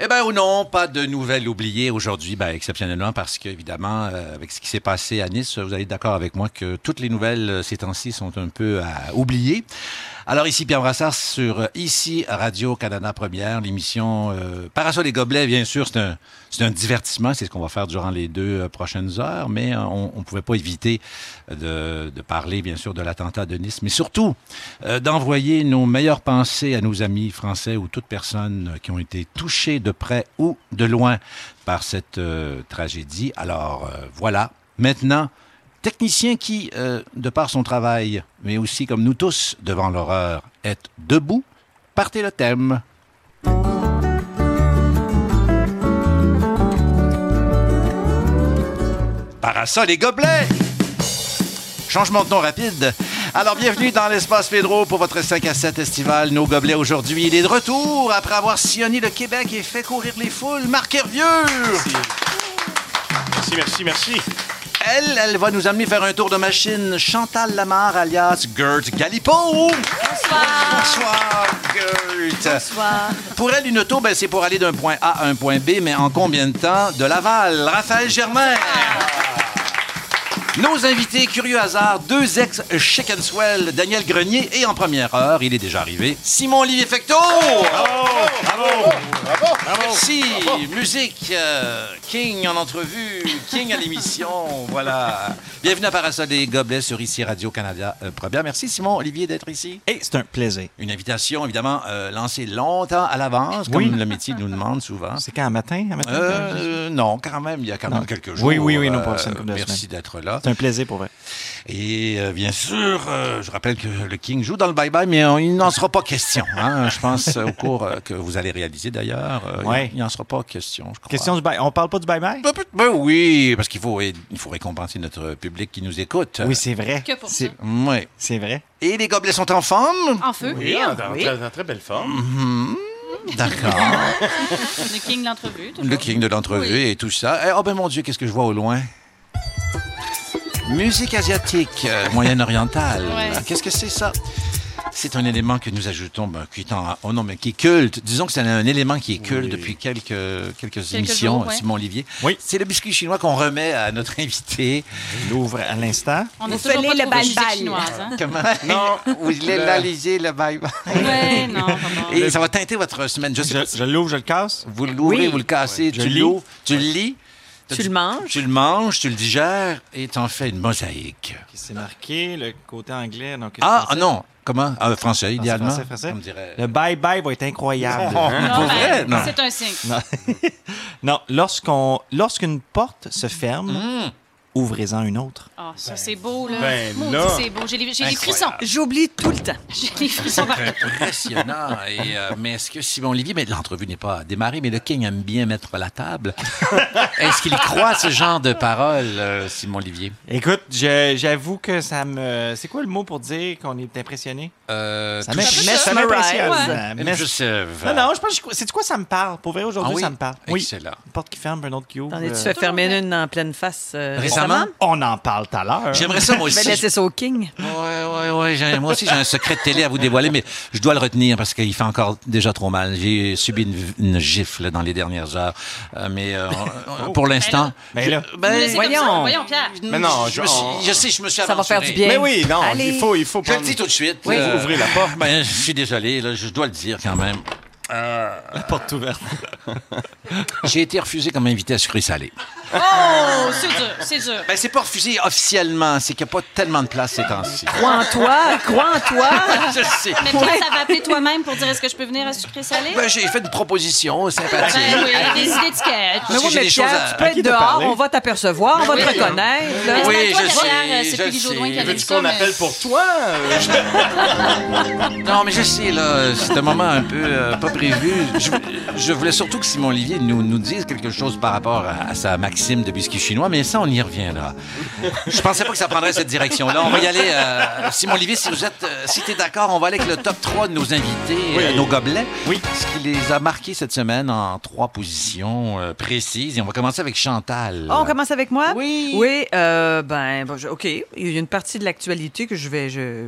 Eh bien, ou non, pas de nouvelles oubliées aujourd'hui, ben, exceptionnellement, parce qu'évidemment, euh, avec ce qui s'est passé à Nice, vous allez être d'accord avec moi que toutes les nouvelles euh, ces temps-ci sont un peu à oublier. Alors, ici Pierre Brassard sur euh, Ici Radio-Canada Première, l'émission euh, Parasol et Gobelets, bien sûr, c'est un, c'est un divertissement, c'est ce qu'on va faire durant les deux euh, prochaines heures, mais euh, on ne pouvait pas éviter de, de parler, bien sûr, de l'attentat de Nice, mais surtout euh, d'envoyer nos meilleures pensées à nos amis français ou toute personne qui ont été touchées de près ou de loin par cette euh, tragédie. Alors euh, voilà, maintenant, technicien qui, euh, de par son travail, mais aussi comme nous tous devant l'horreur, est debout, partez le thème. Parasol et gobelets! Changement de nom rapide. Alors, bienvenue dans l'espace Pedro pour votre 5 à 7 estival. Nos gobelets aujourd'hui. Il est de retour après avoir sillonné le Québec et fait courir les foules. Marc Hervieux! Merci, merci, merci. Elle, elle va nous amener faire un tour de machine. Chantal Lamar, alias Gert Galipo. Bonsoir, Gert. Bonsoir. Pour elle, une auto, ben, c'est pour aller d'un point A à un point B, mais en combien de temps? De Laval, Raphaël Germain. Nos invités, curieux hasard, deux ex-Chickenswell, Daniel Grenier et en première heure, il est déjà arrivé, Simon-Olivier Fecteau. Merci. Musique, euh, King en entrevue, King à l'émission. voilà. Bienvenue à Parasol des Gobelets sur ici Radio-Canada. Euh, Première. Merci, Simon, Olivier, d'être ici. Et c'est un plaisir. Une invitation, évidemment, euh, lancée longtemps à l'avance, comme Oui. le métier nous demande souvent. C'est quand, un matin? Un matin Euh, non, quand même, il y a quand même Non. quelques jours. Oui, oui, oui, non, pas Euh, une couple de Merci semaines. d'être là. C'est un plaisir pour vrai. Et euh, bien sûr, euh, je rappelle que le King joue dans le bye-bye, mais on- il n'en sera pas question. hein. je pense euh, au cours euh, que vous allez réaliser d'ailleurs. euh, Ah, Ouais. Il n'en sera pas question, je crois. Question du bye. On parle pas du bye-bye? Ben, peut- ben oui, parce qu'il faut, il faut récompenser notre public qui nous écoute. Oui, c'est vrai. Que pour C'est- ça. Ouais. C'est vrai. Et les gobelets sont en forme? En feu. Oui, en, en très, en très belle forme. Mhm. D'accord. Le King l'entrevue. toujours. Le king de l'entrevue Oui. et tout ça. Eh, oh ben mon Dieu, qu'est-ce que je vois au loin? Musique asiatique, euh, moyenne-orientale. Ouais. Ah, Qu'est-ce que c'est ça? C'est un élément que nous ajoutons, ben, qui est en- oh non, mais qui est culte. Disons que c'est un élément qui est culte depuis quelques, quelques, émissions, jours, ouais. Simon Olivier. Oui. C'est le biscuit chinois qu'on remet à notre invité. Je l'ouvre à l'instant. On Vous est toujours fêlez pas le trop bal-bal. musique chinoise. Hein? Comment? Non. Vous voulez Le- l'aliser, le bye Ouais, non, vraiment. Et ça va teinter votre semaine. Je sais Je, pas si je l'ouvre, je le casse. vous l'ouvrez, Oui. vous le cassez, Je tu lis. l'ouvres, tu le lis. t'as Tu du- le manges. Tu le manges, tu le digères et t'en fais une mosaïque. C'est marqué le côté anglais. Donc, Ah, français. ah non, comment Ah, Français, idéalement. français, français. On me dirait. Le bye-bye va être incroyable. hein? Non, Pour ben, vrai, non. C'est un signe. non, lorsqu'on, lorsqu'une porte se ferme, Mm. ouvrez-en une autre. Ah, ça, c'est beau, là. Ben, Maudit, là. c'est beau. J'ai les, j'ai les frissons. Incroyable. J'oublie tout le temps. J'ai les frissons. Impressionnant. Et, euh, mais est-ce que Simon Olivier, mais l'entrevue n'est pas démarrée, mais le King aime bien mettre la table. est-ce qu'il croit à ce genre de paroles, euh, Simon Olivier Écoute, je- j'avoue que ça me. C'est quoi le mot pour dire qu'on est impressionné? euh, Ça touché- m'impressionne. ça. Ça m'impressionne. Ouais. Ça Même m'est- je sais, Non, non, je pense que c'est de quoi ça me parle. Pour vrai, aujourd'hui, Ah oui? ça me parle. Excellent. Une porte qui ferme, une autre qui ouvre. T'en es-tu euh, fait fermer une en pleine face euh, Récemment? On en parle tout à l'heure. J'aimerais ça, moi Je vais aussi. laisser ça au King. Ouais, ouais, ouais. j'ai- Moi aussi, j'ai un secret de télé à vous dévoiler, mais je dois le retenir parce qu'il fait encore déjà trop mal. J'ai subi une, une gifle dans les dernières heures. Euh, mais euh, on- pour l'instant. Mais Oh. là, Ben, voyons. Voyons, Pierre. Mais non, je, je- me suis- on- je sais, je me suis Ça va faire aventuré. du bien. Mais oui, non, Allez. il faut, il faut Je le prendre... dis tout de suite. Oui. Vous ouvrez la porte. Ben, je suis désolé, là, je dois le dire quand même. Euh, la porte ouverte. J'ai été refusé comme invité à Sucré Salé. Oh, c'est dur, c'est dur. Ben, c'est pas refusé officiellement, c'est qu'il n'y a pas tellement de place ces temps-ci. Crois en toi, crois en toi. je sais. Mais Pierre, t'avais appelé toi-même pour dire est-ce que je peux venir à sucré salé? Ben, j'ai fait une proposition sympathique. Ben oui, des idées de sketch. Mais Parce que oui, j'ai mais des choses Pierre, à- tu peux à qui être de dehors, parler. on va t'apercevoir, on va te reconnaître. là. Mais Oui, c'est à je toi sais, derrière, je c'est Billy sais. Jodoin qui a Veux-tu dit Veux-tu ça, qu'on mais- appelle pour toi? Euh, je- Ah, Non, mais je sais, là, c'est un moment un peu euh, pas prévu. Je, je voulais surtout que Simon Olivier nous, nous dise quelque chose par rapport à, à sa maxime de biscuit chinois, mais ça, on y reviendra. Je pensais pas que ça prendrait cette direction-là. On va y aller. euh, Simon Olivier, si vous êtes, euh, si t'es d'accord, on va aller avec le top 3 de nos invités, euh, nos gobelets. Oui. Ce qui les a marqués cette semaine en trois positions euh, précises. Et on va commencer avec Chantal. Ah, on commence avec moi? Oui. Oui, euh, ben, bon, je- OK. Il y a une partie de l'actualité que je vais. Je,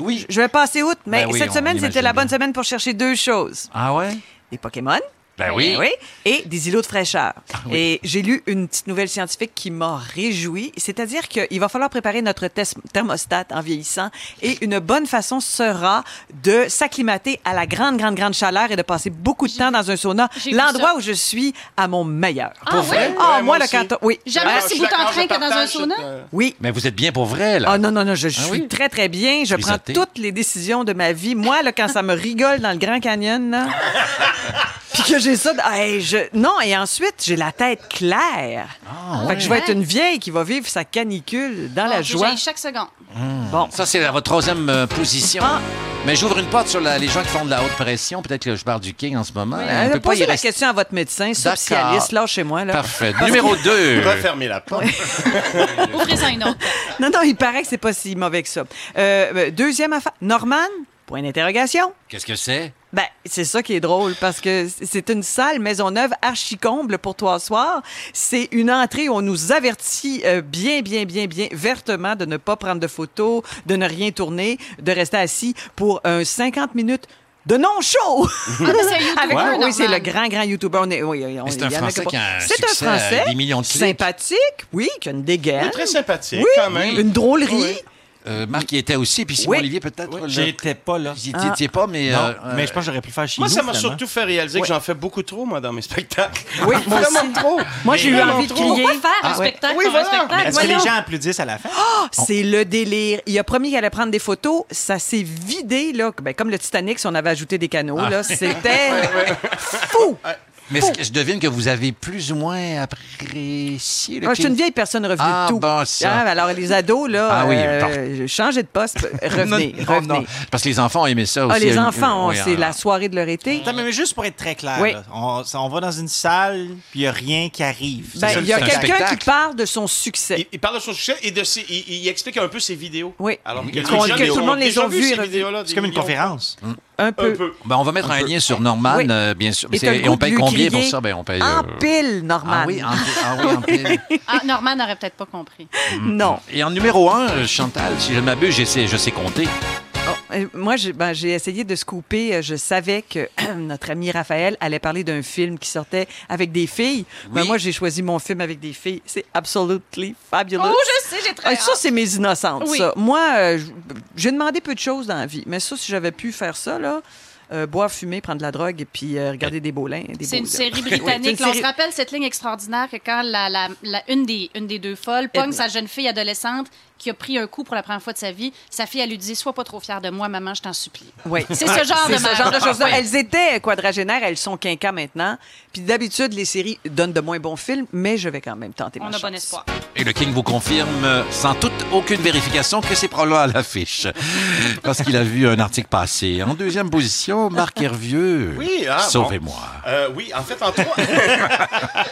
Oui. je vais passer outre, mais Ben oui, cette on semaine, c'était l'imagine la bonne bien. semaine pour chercher deux choses Ah ouais? des Pokémon Eh Ben oui. Ah Oui, et des îlots de fraîcheur. Et j'ai lu une petite nouvelle scientifique qui m'a réjouie, c'est-à-dire qu'il va falloir préparer notre thes- thermostat en vieillissant et une bonne façon sera de s'acclimater à la grande, grande, grande chaleur et de passer beaucoup de temps dans un sauna, j'ai vu l'endroit ça. où je suis à mon meilleur. Ah oui? vrai? Ah, Ouais, moi, moi le aussi. canton, oui. Ben, J'aimerais Ah, je si vous suis d'accord, tenterez je que dans un partage sauna. cette, euh, Oui. Mais vous êtes bien pour vrai, là. Ah non, non, non, je, je Ah suis oui? très, très bien. Je prends Frisoté. toutes les décisions de ma vie. Moi, là, quand ça me rigole dans le Grand Canyon, là, puis que j'ai ça... de- Hey, je... Non, et ensuite, j'ai la tête claire. Ah, fait que je vais être une vieille qui va vivre sa canicule dans la Oh, joie. j'aille chaque seconde. Bon. Hmm. Ah. Ça, c'est votre troisième euh, position. Mais j'ouvre une porte sur la- les gens qui font de la haute pression. Peut-être que je barre du king en ce moment. Euh, On peut pas y posez la rester. question à votre médecin, spécialiste, là, chez moi. Là. Parfait. Numéro 2. Refermez la porte. Ouvrez-en une autre. Non, non, il paraît que c'est pas si mauvais que ça. Euh, euh, deuxième affaire. Norman? Point d'interrogation. Qu'est-ce que c'est? Ben, c'est ça qui est drôle parce que c'est une salle Maisonneuve archicomble pour toi soir. C'est une entrée où on nous avertit euh, bien, bien, bien, bien vertement de ne pas prendre de photos, de ne rien tourner, de rester assis pour un 50 minutes de non-show. Ah, ben, c'est un YouTuber, Avec Norman. oui, c'est le grand, grand YouTuber. On est, oui, on- Mais c'est il y un en a Français pas- qui a un C'est un succès à Français des millions de clics. sympathique, oui, qui a une dégaine. C'est Très sympathique, oui, quand même. une drôlerie. Oui. Euh, Marc y était aussi, puis Simon Oui. Ah. Olivier peut-être. là. J'étais pas là. J'y étais pas, mais. Non, euh, mais je pense que j'aurais pu le faire chez Moi, nous, ça m'a finalement. surtout fait réaliser que j'en fais beaucoup trop, moi, dans mes spectacles. Oui, moi vraiment aussi. trop. Moi, j'ai eu Vraiment envie de trop. crier. Pourquoi faire un Ah, ouais. spectacle Oui, pour voilà. un spectacle? Est-ce que les Voyons. gens applaudissent à la fin? Ah, C'est le délire. Il a promis qu'il allait prendre des photos. Ça s'est vidé, là. Ben, comme le Titanic, si on avait ajouté des canaux, là. C'était fou. mais ce que- je devine que vous avez plus ou moins apprécié le Moi, je suis une King. vieille personne revenue Ah, de tout. bon, ça. Ah, alors, les ados, là, Ah oui, euh, changez de poste, revenez, Non, non, revenez. non. Parce que les enfants ont aimé ça aussi. Ah, les Euh, enfants, oui, on- c'est en- la soirée de leur été. Attends, mais mais juste pour être très clair, Oui. là, on, ça- on va dans une salle, puis il n'y a rien qui arrive. C'est Ben, ça, il y a c'est un quelqu'un qui spectacle. parle de son succès. Il, il parle de son succès et de ses- il, il explique un peu ses vidéos. Oui. Alors que, les Qu'on- gens que tout le monde les déjà ont vues et Ces revues. vidéos-là, C'est comme une conférence. Un Un peu. peu. Ben, on va mettre un, lien sur Norman, Oui. euh, bien sûr. Et C'est- t'as le Et, goût on de paye lui combien crier pour ça? Ben, on paye. En euh, pile, Norman. Ah oui, en, ah oui, en pile. Ah, Norman n'aurait peut-être pas compris. Non. hmm. Et en numéro un, euh, Chantal, si je ne m'abuse, je sais, je sais compter. Oh, euh, moi, j'ai ben, j'ai essayé de scooper. Euh, Je savais que notre ami Raphaël allait parler d'un film qui sortait avec des filles. Mais Oui. moi, j'ai choisi mon film avec des filles. C'est absolutely fabulous. Oh, je sais, j'ai Ah, très ça, hâte. c'est mes innocentes, Oui. ça. Moi, euh, j- j'ai demandé peu de choses dans la vie. Mais ça, si j'avais pu faire ça, là, euh, boire, fumer, prendre de la drogue et puis euh, regarder des beaux lins. des C'est beaux- une série Oui, britannique. Là, c'est une on se série- rappelle cette ligne extraordinaire que quand la, la- la- une, des, une des deux folles pogne sa Edna. jeune fille adolescente qui a pris un coup pour la première fois de sa vie, sa fille, elle lui dit Sois pas trop fière de moi, maman, je t'en supplie. Oui. C'est ce genre C'est de ce merde. genre de choses-là. Oui. Elles étaient quadragénaires, elles sont quinquas maintenant. Puis d'habitude, les séries donnent de moins bons films, mais je vais quand même tenter ma On a bon chance. espoir. Et le King vous confirme, euh, sans toute aucune vérification, que c'est probablement à l'affiche. Parce qu'il a vu un article passer. En deuxième position, Ah. Marc Hervieux. Oui, ah, bon. Sauvez-moi. Euh, oui, en fait, en, trois-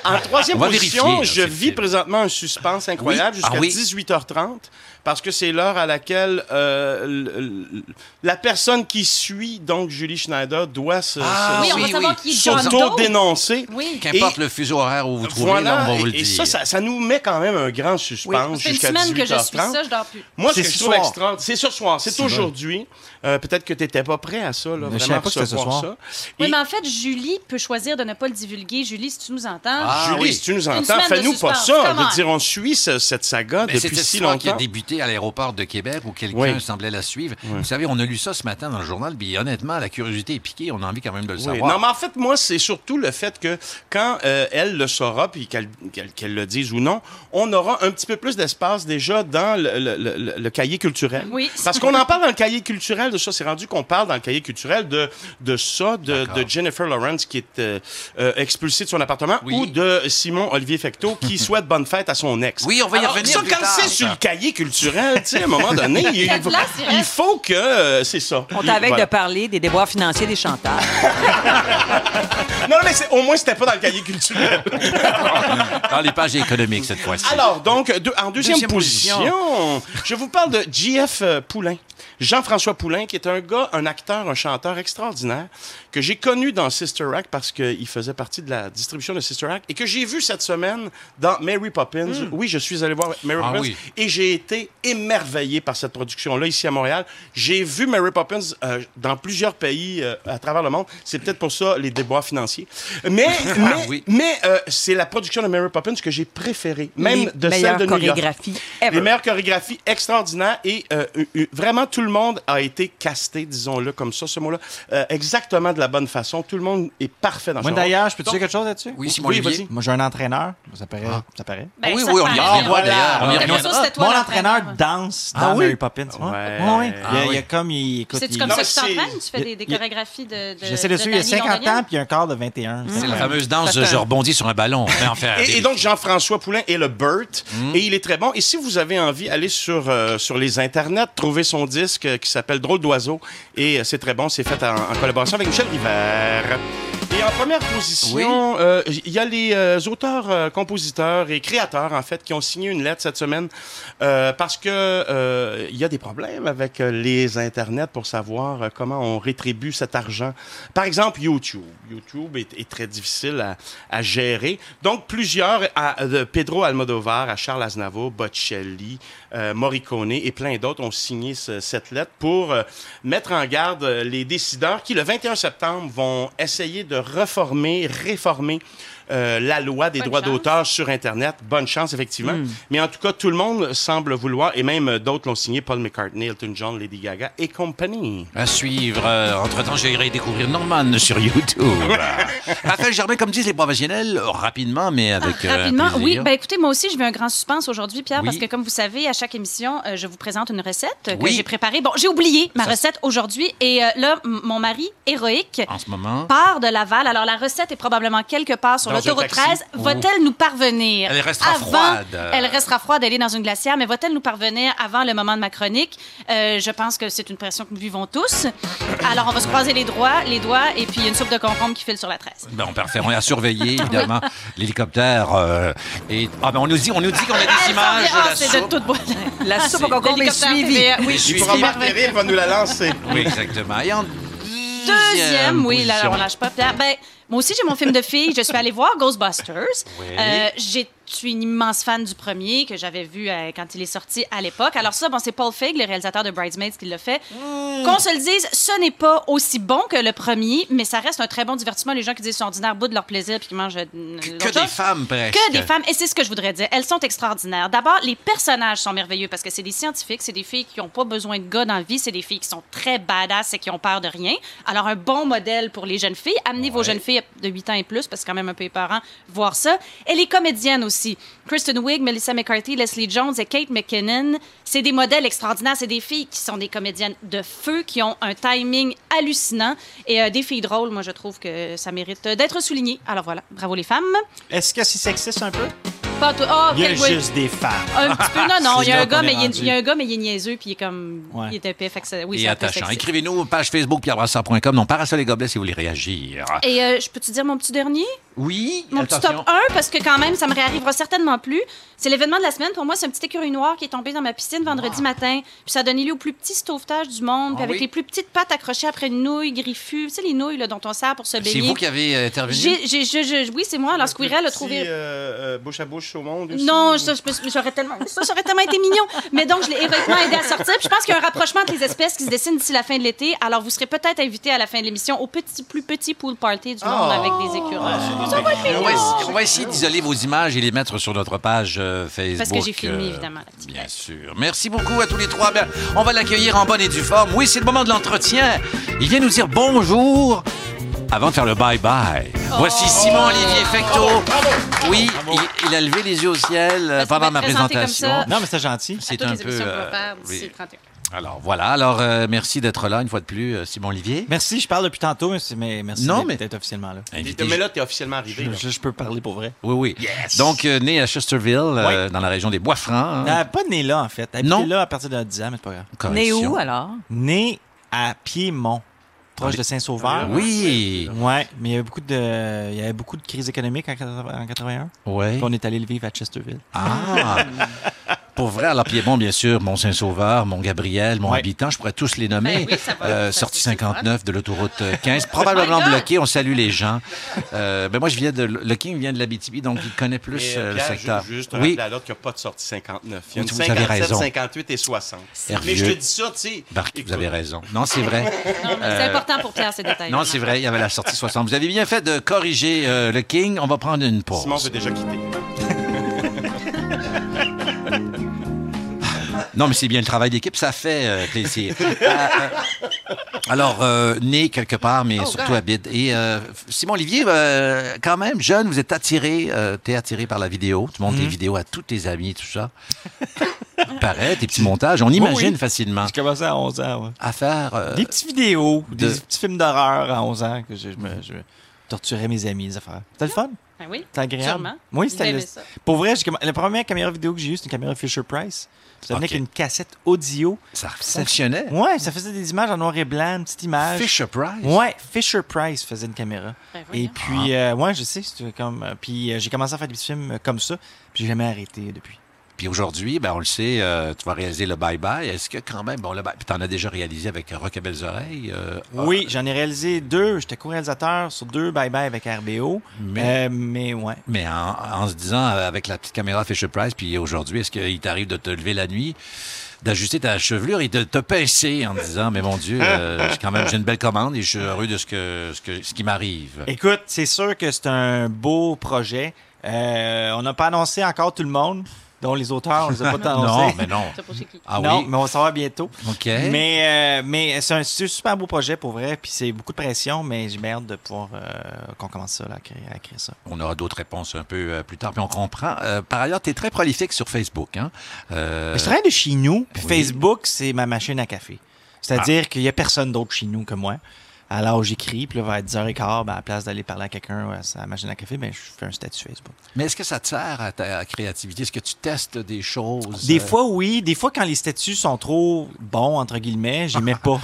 en troisième On va position, vérifier, là, je c'est vis le- présentement un suspense incroyable Oui. jusqu'à Ah oui. 18h30 parce que c'est l'heure à laquelle euh, l- l- la personne qui suit donc Julie Schneider doit se, Ah, oui, se- on va oui, savoir oui. qui est John Doe. s'auto-dénoncer. Oui. Qu'importe Et- le fuseau horaire où vous trouvez, Voilà, là, on va et, vous le et dire. ça, ça, ça nous met quand même un grand suspense C'est une jusqu'à semaine que je suis 18h30. ça, je dors plus. Moi, ce C'est que je ce trouve soir. extraordinaire, c'est ce soir, c'est aujourd'hui. Euh, Peut-être que tu n'étais pas prêt à ça, là, je vraiment savais pas que c'était ce recevoir soir. ça. Oui, Et- mais en fait, Julie peut choisir de ne pas le divulguer. Julie, si tu nous entends. Ah, Julie, oui. si tu nous Une entends, semaine de fais-nous pas suspense, ça. Je come veux on. dire, on suit ce- euh, cette saga Mais depuis Cette si histoire qui a longtemps. débuté à l'aéroport de Québec où quelqu'un Oui. semblait la suivre. Vous savez, on a lu ça ce matin dans le journal, puis honnêtement, la curiosité est piquée. On a envie quand même de le Oui. savoir. Non, mais en fait, moi, c'est surtout le fait que quand euh, elle le saura, puis qu'elle qu'elle- qu'elle le dise ou non, on aura un petit peu plus d'espace déjà dans le, le- le- le- le cahier culturel. Oui. Parce qu'on en parle dans le cahier culturel de ça. C'est rendu qu'on parle dans le cahier culturel de, de ça, de, D'accord. de Jennifer Lawrence qui est euh, euh, expulsée de son appartement Oui. ou de Simon Olivier Fecteau qui souhaite bonne fête à son ex. Oui, on va y Alors, revenir Ça, plus quand tard, c'est ça. sur le cahier culturel, tu sais, à un moment donné, il, y a de place, hein. il il reste. faut que. euh, c'est ça. On t'avait Voilà. de parler des déboires financiers des chanteurs. Non, non, mais c'est- au moins, c'était pas dans le cahier culturel. Dans les pages économiques cette fois-ci. Alors, donc, deux- en deuxième, Deuxième position, position. je vous parle de J.F. euh, Poulain. Jean-François Poulain, qui est un gars, un acteur, un chanteur extraordinaire, que j'ai connu dans Sister Act parce qu'il faisait partie de la distribution de Sister Act et que j'ai vu cette semaine dans Mary Poppins. Oui, je suis allé voir Mary Hmm. Ah Poppins oui. et j'ai été émerveillé par cette production-là ici à Montréal. J'ai vu Mary Poppins euh, dans plusieurs pays euh, à travers le monde. C'est peut-être pour ça les déboires financiers. Mais, mais, Ah oui. mais euh, c'est la production de Mary Poppins que j'ai préférée, même Les de celle meilleures de New York. chorégraphies Les ever. meilleures chorégraphies extraordinaires et euh, euh, euh, vraiment tout le monde a été casté, disons-le comme ça, ce mot-là, euh, exactement de la bonne façon. Tout le monde est parfait dans Moi, son d'ailleurs, je peux te dire Donc- quelque chose là-dessus? Oui, Simon Oui, Olivier. vas-y. Moi, j'ai un entraîneur. Ça paraît. Ça paraît. Ben, oui, ça oui, te on y paraît, reviendra voilà. d'ailleurs. On y La reviendra. chose, c'était toi Mon l'entraîneur. entraîneur danse dans Ah oui? Mary Poppins. Ouais. Ouais. Ouais, ouais. Ah il, y a, oui. il y a comme. Il, écoute, C'est-tu il- comme Non, ça que tu mais t'entraînes? Tu fais il- des, euh, des il- chorégraphies de. de J'essaie dessus, il de y a Dani 50 Londonienne? ans, puis il y a un corps de 21. Hum. C'est la fameuse danse de je rebondis sur un ballon. Mais enfin, Et, et donc, Jean-François Poulain est le Burt. Et il est très bon. Et si vous avez envie, allez sur, euh, sur les internets, trouver son disque euh, qui s'appelle Drôle d'oiseau. Et euh, c'est très bon. C'est fait en, en collaboration avec Michel Rivère. Et en première position, euh, il y a les euh, auteurs, euh, compositeurs et créateurs, en fait, qui ont signé une lettre cette semaine euh, parce que euh, il y a des problèmes avec euh, les internets pour savoir euh, comment on rétribue cet argent. Par exemple, YouTube. YouTube est, est très difficile à, à gérer. Donc, plusieurs, à- de Pedro Almodovar, à Charles Aznavour, Bocelli, euh, Morricone et plein d'autres ont signé ce- cette lettre pour euh, mettre en garde euh, les décideurs qui, le 21 septembre, vont essayer de reformer, réformer euh, la loi des Bonne droits chance. Hmm. d'auteur sur Internet. Bonne chance, effectivement. Mais en tout cas, tout le monde semble vouloir, et même euh, d'autres l'ont signé, Paul McCartney, Elton John, Lady Gaga et compagnie. À suivre. Euh, Entre-temps, j'irai découvrir Norman sur YouTube. Raphaël Germain, comme disent les professionnels, rapidement, mais avec. euh, un Ah, Rapidement, oui. plaisir. Ben, écoutez, moi aussi, je veux un grand suspense aujourd'hui, Pierre, Oui. parce que comme vous savez, à chaque émission, euh, je vous présente une recette euh, que Oui. j'ai préparée. Bon, j'ai oublié ma Ça- recette aujourd'hui et euh, là, m- mon mari, héroïque, En ce moment. part de Laval. Alors, la recette est probablement quelque part sur Dans un l'autoroute taxi. 13. Va-t-elle nous parvenir? Elle restera avant- froide. Elle restera froide, elle est dans une glacière, mais va-t-elle nous parvenir avant le moment de ma chronique? Euh, je pense que c'est une pression que nous vivons tous. Alors, on va se croiser les doigts, les doigts, et puis il y a une soupe de concombre qui file sur la 13. Ben, on parfait. On est à surveiller, évidemment, l'hélicoptère. euh, et... ah, ben, on nous dit qu'on nous dit qu'on a des images Ah, de la c'est de soupe. toute Ah, boîte. La soupe au concombe est L'hélicoptère suivie. TVA, Ah, Oui, Je suis Pour Robert Perrier va nous la lancer. Oui, exactement. Et en Deuxième, oui, là, position. on lâche pas. Pierre. Ben, moi aussi, j'ai mon film de fille. Je suis allée voir Ghostbusters. Euh, j'ai- je suis une immense fan du premier que j'avais vu euh, quand il est sorti à l'époque. Alors ça, bon, c'est Paul Feig, le réalisateur de Bridesmaids, qui l'a fait. Qu'on se le dise, ce n'est pas aussi bon que le premier, mais ça reste un très bon divertissement. Les gens qui disent qu'ils sont ordinaires, bout de leur plaisir puis qui mangent euh, d'autres Que des choses. femmes, presque. Que des femmes, et c'est ce que je voudrais dire. Elles sont extraordinaires. D'abord, les personnages sont merveilleux parce que c'est des scientifiques, c'est des filles qui n'ont pas besoin de gars dans la vie, c'est des filles qui sont très badass et qui ont peur de rien. Alors, un bon modèle pour les jeunes filles. Amenez vos jeunes filles de 8 ans et plus parce que c'est quand même un peu épeurant voir ça. Et les comédiennes aussi. Kristen Wiig, Melissa McCarthy, Leslie Jones et Kate McKinnon. C'est des modèles extraordinaires. C'est des filles qui sont des comédiennes de feu, qui ont un timing hallucinant et euh, des filles drôles. Moi, je trouve que ça mérite euh, d'être souligné. Alors voilà, bravo les femmes. Est-ce que c'est sexiste un peu? Pas toi. Ah, Il y a quel- oui. juste des femmes. Un petit peu, non, non. C'est Il y a là un gars, qu'on est mais il est- rendu. il y a un gars, mais il est niaiseux, puis il est comme. Ouais. Il est épais. Fait que ça, oui, et c'est un peu attachant. sexiste. Écrivez-nous, page Facebook, pierrebrassard.com, non, parasol et gobelets si vous voulez réagir. Et euh, je peux te dire mon petit dernier, Oui, mon petit attention. top 1, parce que quand même, ça me réarrivera certainement plus. C'est l'événement de la semaine. Pour moi, c'est un petit écureuil noir qui est tombé dans ma piscine vendredi matin. Puis ça a donné lieu au plus petit sauvetage du monde, puis Ah avec oui? les plus petites pattes accrochées après une nouille griffue. Tu sais, les nouilles là, dont on sert pour se C'est baigner. vous qui avez euh, intervenu. J'ai- j'ai- je- je- Oui, c'est moi. Alors, Squirrel a trouvé. Petit, euh, euh, bouche à bouche au monde aussi, Non, ou- ça, je me suis- j'aurais tellement, ça, ça aurait tellement été mignon. Mais donc, je l'ai héroïquement aidé à sortir. Puis je pense qu'il y a un rapprochement entre les espèces qui se dessine d'ici la fin de l'été. Alors, vous serez peut-être invité à la fin de l'émission au petit, plus petit pool party du monde avec Ah, des écureuils. Ça va être On mignon. va, essayer- on va essayer d'isoler vos images et les mettre sur notre page euh, Facebook. Parce que j'ai filmé, euh, évidemment, la petite Bien sûr. Merci beaucoup à tous les trois. Ben, on va l'accueillir en bonne et due forme. Oui, c'est le moment de l'entretien. Il vient nous dire bonjour avant de faire le bye-bye. Oh. Voici Simon-Olivier Fecteau. Oui, il, il a levé les yeux au ciel euh, Parce pendant qu'il va ma être présenté comme présentation. ça. Non, mais c'est gentil. C'est Toutes un les peu. émissions qu'on euh, va faire d'ici oui. le 31. Alors voilà. Alors euh, merci d'être là une fois de plus, euh, Simon-Olivier. Merci, je parle depuis tantôt, mais, c'est- mais merci Non, d'être- mais- d'être officiellement là. Invité- Mais là, t'es officiellement arrivé. Je, là. je- je peux parler pour vrai. Oui, oui. Donc, euh, né à Chesterville, euh, dans la région des Bois-Francs. Ah. hein. Euh, pas né là, en fait. Habité Non. là à partir de 10 ans, mais c'est pas grave. Né Correction. où, alors? Né à Piémont, proche de Saint-Sauveur. Ah, Oui. Ouais, mais il y avait beaucoup de, il y avait beaucoup de crises économiques en 80- en 81. Oui. Puis on est allé le vivre à Chesterville. Ah. Pour vrai, alors Piémont, bien sûr, Mont-Saint-Sauveur, Mont-Gabriel, Mont-Habitant, je pourrais tous les nommer. Ben oui, ça va, Euh, ça, sortie c'est le fun. 59 de l'autoroute 15, probablement Oh my God! bloquée. On salue les gens. Euh, ben moi, je viens de... Le King vient de l'Abitibi, donc il connaît plus Et, euh, euh, le Pierre, ju- secteur. Juste oui, rappeler à l'autre qu'il n'y a pas de sortie 59. Il y a Oui, une vous avez 57, raison. 58 et 60. Hervieux. Mais je te dis ça, tu sais. Marc, écoute, vous avez raison. Non, c'est vrai. Non, mais C'est important pour Pierre, ces détails. hein? Euh, Non, c'est vrai, il y avait la sortie 60. Vous avez bien fait de corriger euh, le King. On va prendre une pause. Simon veut déjà quitter. Non, mais c'est bien le travail d'équipe, ça fait euh, plaisir. Euh, euh, alors, euh, né quelque part, mais surtout habite. Et euh, Simon Olivier, euh, quand même, jeune, vous êtes attiré, euh, t'es attiré par la vidéo. Tu Mhm. montes des vidéos à tous tes amis, tout ça. Pareil, tes petits montages, on imagine oui. facilement. J'ai commencé à 11 ans, ouais. À faire. euh, Des petites vidéos, de- Mm-hmm. des petits films d'horreur à 11 ans que je, je me- je torturais mes amis, les affaires. C'était le fun. Ben oui. C'était agréable. Sûrement. Oui, Vous c'était aimez le... ça. Pour vrai, j'ai comm- la première caméra vidéo que j'ai eue, c'est une caméra Fisher-Price. Ça venait Ok. avec une cassette audio. ça fonctionnait. Ouais, ça faisait des images en noir et blanc, une petite image. Fisher Price. Ouais, Fisher-Price faisait une caméra. Ben voyons. et puis, euh, ouais, je sais, c'était comme. euh, puis euh, j'ai commencé à faire des petits films euh, comme ça, puis j'ai jamais arrêté depuis. Puis aujourd'hui, ben, on le sait, euh, tu vas réaliser le Bye Bye. Est-ce que quand même, bon, le Bye Puis t'en as déjà réalisé avec Rock et Belles Oreilles. euh, Oui, j'en ai réalisé deux. J'étais co-réalisateur sur deux Bye Bye avec RBO. Mais- Mais, Euh, mais ouais. Mais en, en se disant, euh, avec la petite caméra Fisher Price, puis aujourd'hui, est-ce qu'il t'arrive de te lever la nuit, d'ajuster ta chevelure et de te pincer en disant, mais mon Dieu, euh, j'ai quand même, j'ai une belle commande et je suis heureux de ce, que, ce, que, ce qui m'arrive. Écoute, c'est sûr que c'est un beau projet. Euh, on n'a pas annoncé encore tout le monde, dont les auteurs, on les a pas tant Non, annoncés. mais non. Ça, pour c'est qui? Ah non, oui. mais on va savoir bientôt. OK. Mais, euh, mais c'est un c'est un super beau projet pour vrai, puis c'est beaucoup de pression, mais j'ai bien hâte de pouvoir euh, qu'on commence ça, là, à, créer, à créer ça. On aura d'autres réponses un peu euh, plus tard, puis on comprend. Euh, par ailleurs, tu es très prolifique sur Facebook. Hein? Euh, Je travaille de chez nous, puis oui. Facebook, c'est ma machine à café. C'est-à-dire qu'il n'y a personne d'autre chez nous que moi. Alors j'écris, puis là, vers 10h15, ben, à la place d'aller parler à quelqu'un ouais, à la machine à café, ben, je fais un statut Facebook. mais est-ce que ça te sert à ta créativité? Est-ce que tu testes des choses? Des euh, fois, oui. Des fois, quand les statuts sont trop bons, entre guillemets, j'aimais pas.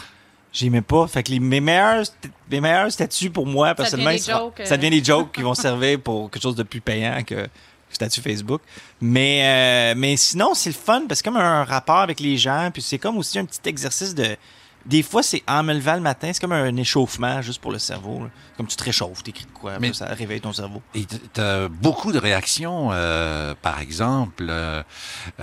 J'aimais pas. Fait que les, mes, meilleurs, st- mes meilleurs statuts pour moi, personnellement, devient ils des se- jokes, euh. ça devient des jokes qui vont servir pour quelque chose de plus payant que statut Facebook. Mais, euh, mais sinon, c'est le fun parce que c'est comme un rapport avec les gens. Puis c'est comme aussi un petit exercice de. Des fois, c'est en me levant le matin, c'est comme un échauffement juste pour le cerveau. là. Comme tu te réchauffes, t'écris de quoi, Mais- puis ça réveille ton cerveau. Et t'as beaucoup de réactions, euh, par exemple, euh,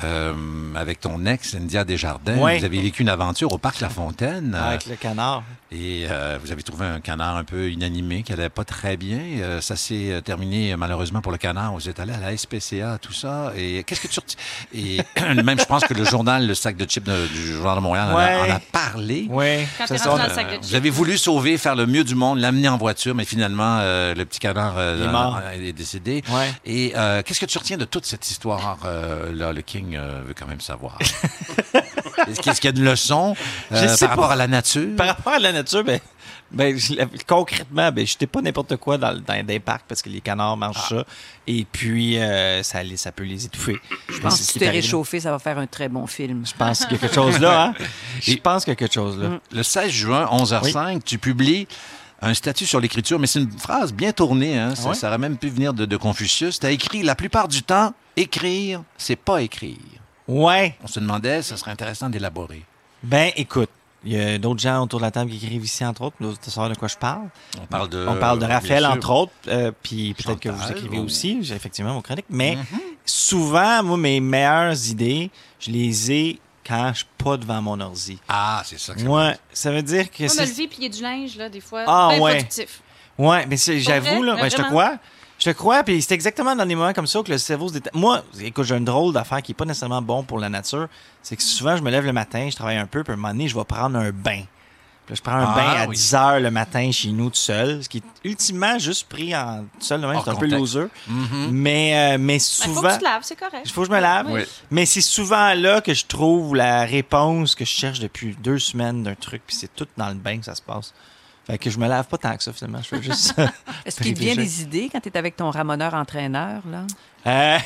euh, avec ton ex, India Desjardins. Ouais. Vous avez vécu une aventure au Parc La Fontaine euh, Avec le canard. et euh, vous avez trouvé un canard un peu inanimé qui allait pas très bien. Euh, ça s'est euh, terminé euh, malheureusement pour le canard. Vous êtes allé à la SPCA, tout ça. Et qu'est-ce que tu... reti- Et même, je pense que le journal, le sac de chips de- du Journal de Montréal en, a, Ouais. en a parlé. Oui. Quand ça t'es sort rendu dans le de- sac de Vous chips. avez voulu sauver, faire le mieux du monde, l'amener en voiture, mais finalement, euh, le petit canard euh, Il est mort. euh, est décédé. Ouais. Et euh, qu'est-ce que tu retiens de toute cette histoire euh, Là, le King euh, veut quand même savoir. Est-ce qu'il est-ce qu'il y a une leçon euh, Je sais par rapport pas. à la nature Par rapport à la nature, ben, ben, je la- concrètement, ben, j'étais pas n'importe quoi dans, le- dans des parcs parce que les canards mangent Ah. ça. Et puis, euh, ça, les- ça peut les étouffer. Je Ah, Quand que c'est tu ce qui est t'es arrivé. réchauffé, ça va faire un très bon film. Je pense qu'il y a quelque chose là. Hein? Mm. Je pense qu'il y a quelque chose là. Le 16 juin, 11h05, tu publies un statut sur l'écriture, mais c'est une phrase bien tournée. hein. Ça, Ah ouais? ça aurait même pu venir de, de Confucius. Tu as écrit la plupart du temps, écrire, c'est pas écrire. Ouais. On se demandait, ça serait intéressant d'élaborer. Ben, écoute, il y a d'autres gens autour de la table qui écrivent ici, entre autres. Nous, tu savoir de quoi je parle. On parle de, On parle de bien Raphaël, sûr. entre autres, euh, puis peut-être que vous Chantal, écrivez ou- Mhm. aussi, j'ai effectivement vos chroniques, mais souvent, moi, mes meilleures idées, je les ai quand je suis pas devant mon ordi. Ah, c'est ça que ça Ouais, ça veut dire que Moi, c'est... me lever, plier du linge, là, des fois. Ah, ben ouais. productif. Ouais, mais c'est- Pour j'avoue, vrai? là, Mais ben, je te vraiment? crois. Je te crois, puis c'est exactement dans des moments comme ça que le cerveau se détache. Moi, écoute, j'ai une drôle d'affaire qui n'est pas nécessairement bon pour la nature. C'est que souvent, je me lève le matin, je travaille un peu, puis à un moment donné, je vais prendre un bain. Puis là, je prends un Ah, bain à oui. 10 heures le matin chez nous tout seul, ce qui est ultimement juste pris en tout seul, le même, Hors c'est un peu contexte. Mm-hmm. loser. Mais, euh, mais Il souvent. Ben, faut que tu te laves, c'est correct. Il faut que je me lave. Oui. Mais c'est souvent là que je trouve la réponse que je cherche depuis deux semaines d'un truc, puis c'est tout dans le bain que ça se passe. Fait que je me lave pas tant que ça, finalement. Je fais juste. Est-ce qu'il te Privilégié. vient des idées quand tu es avec ton ramoneur entraîneur, là? Euh,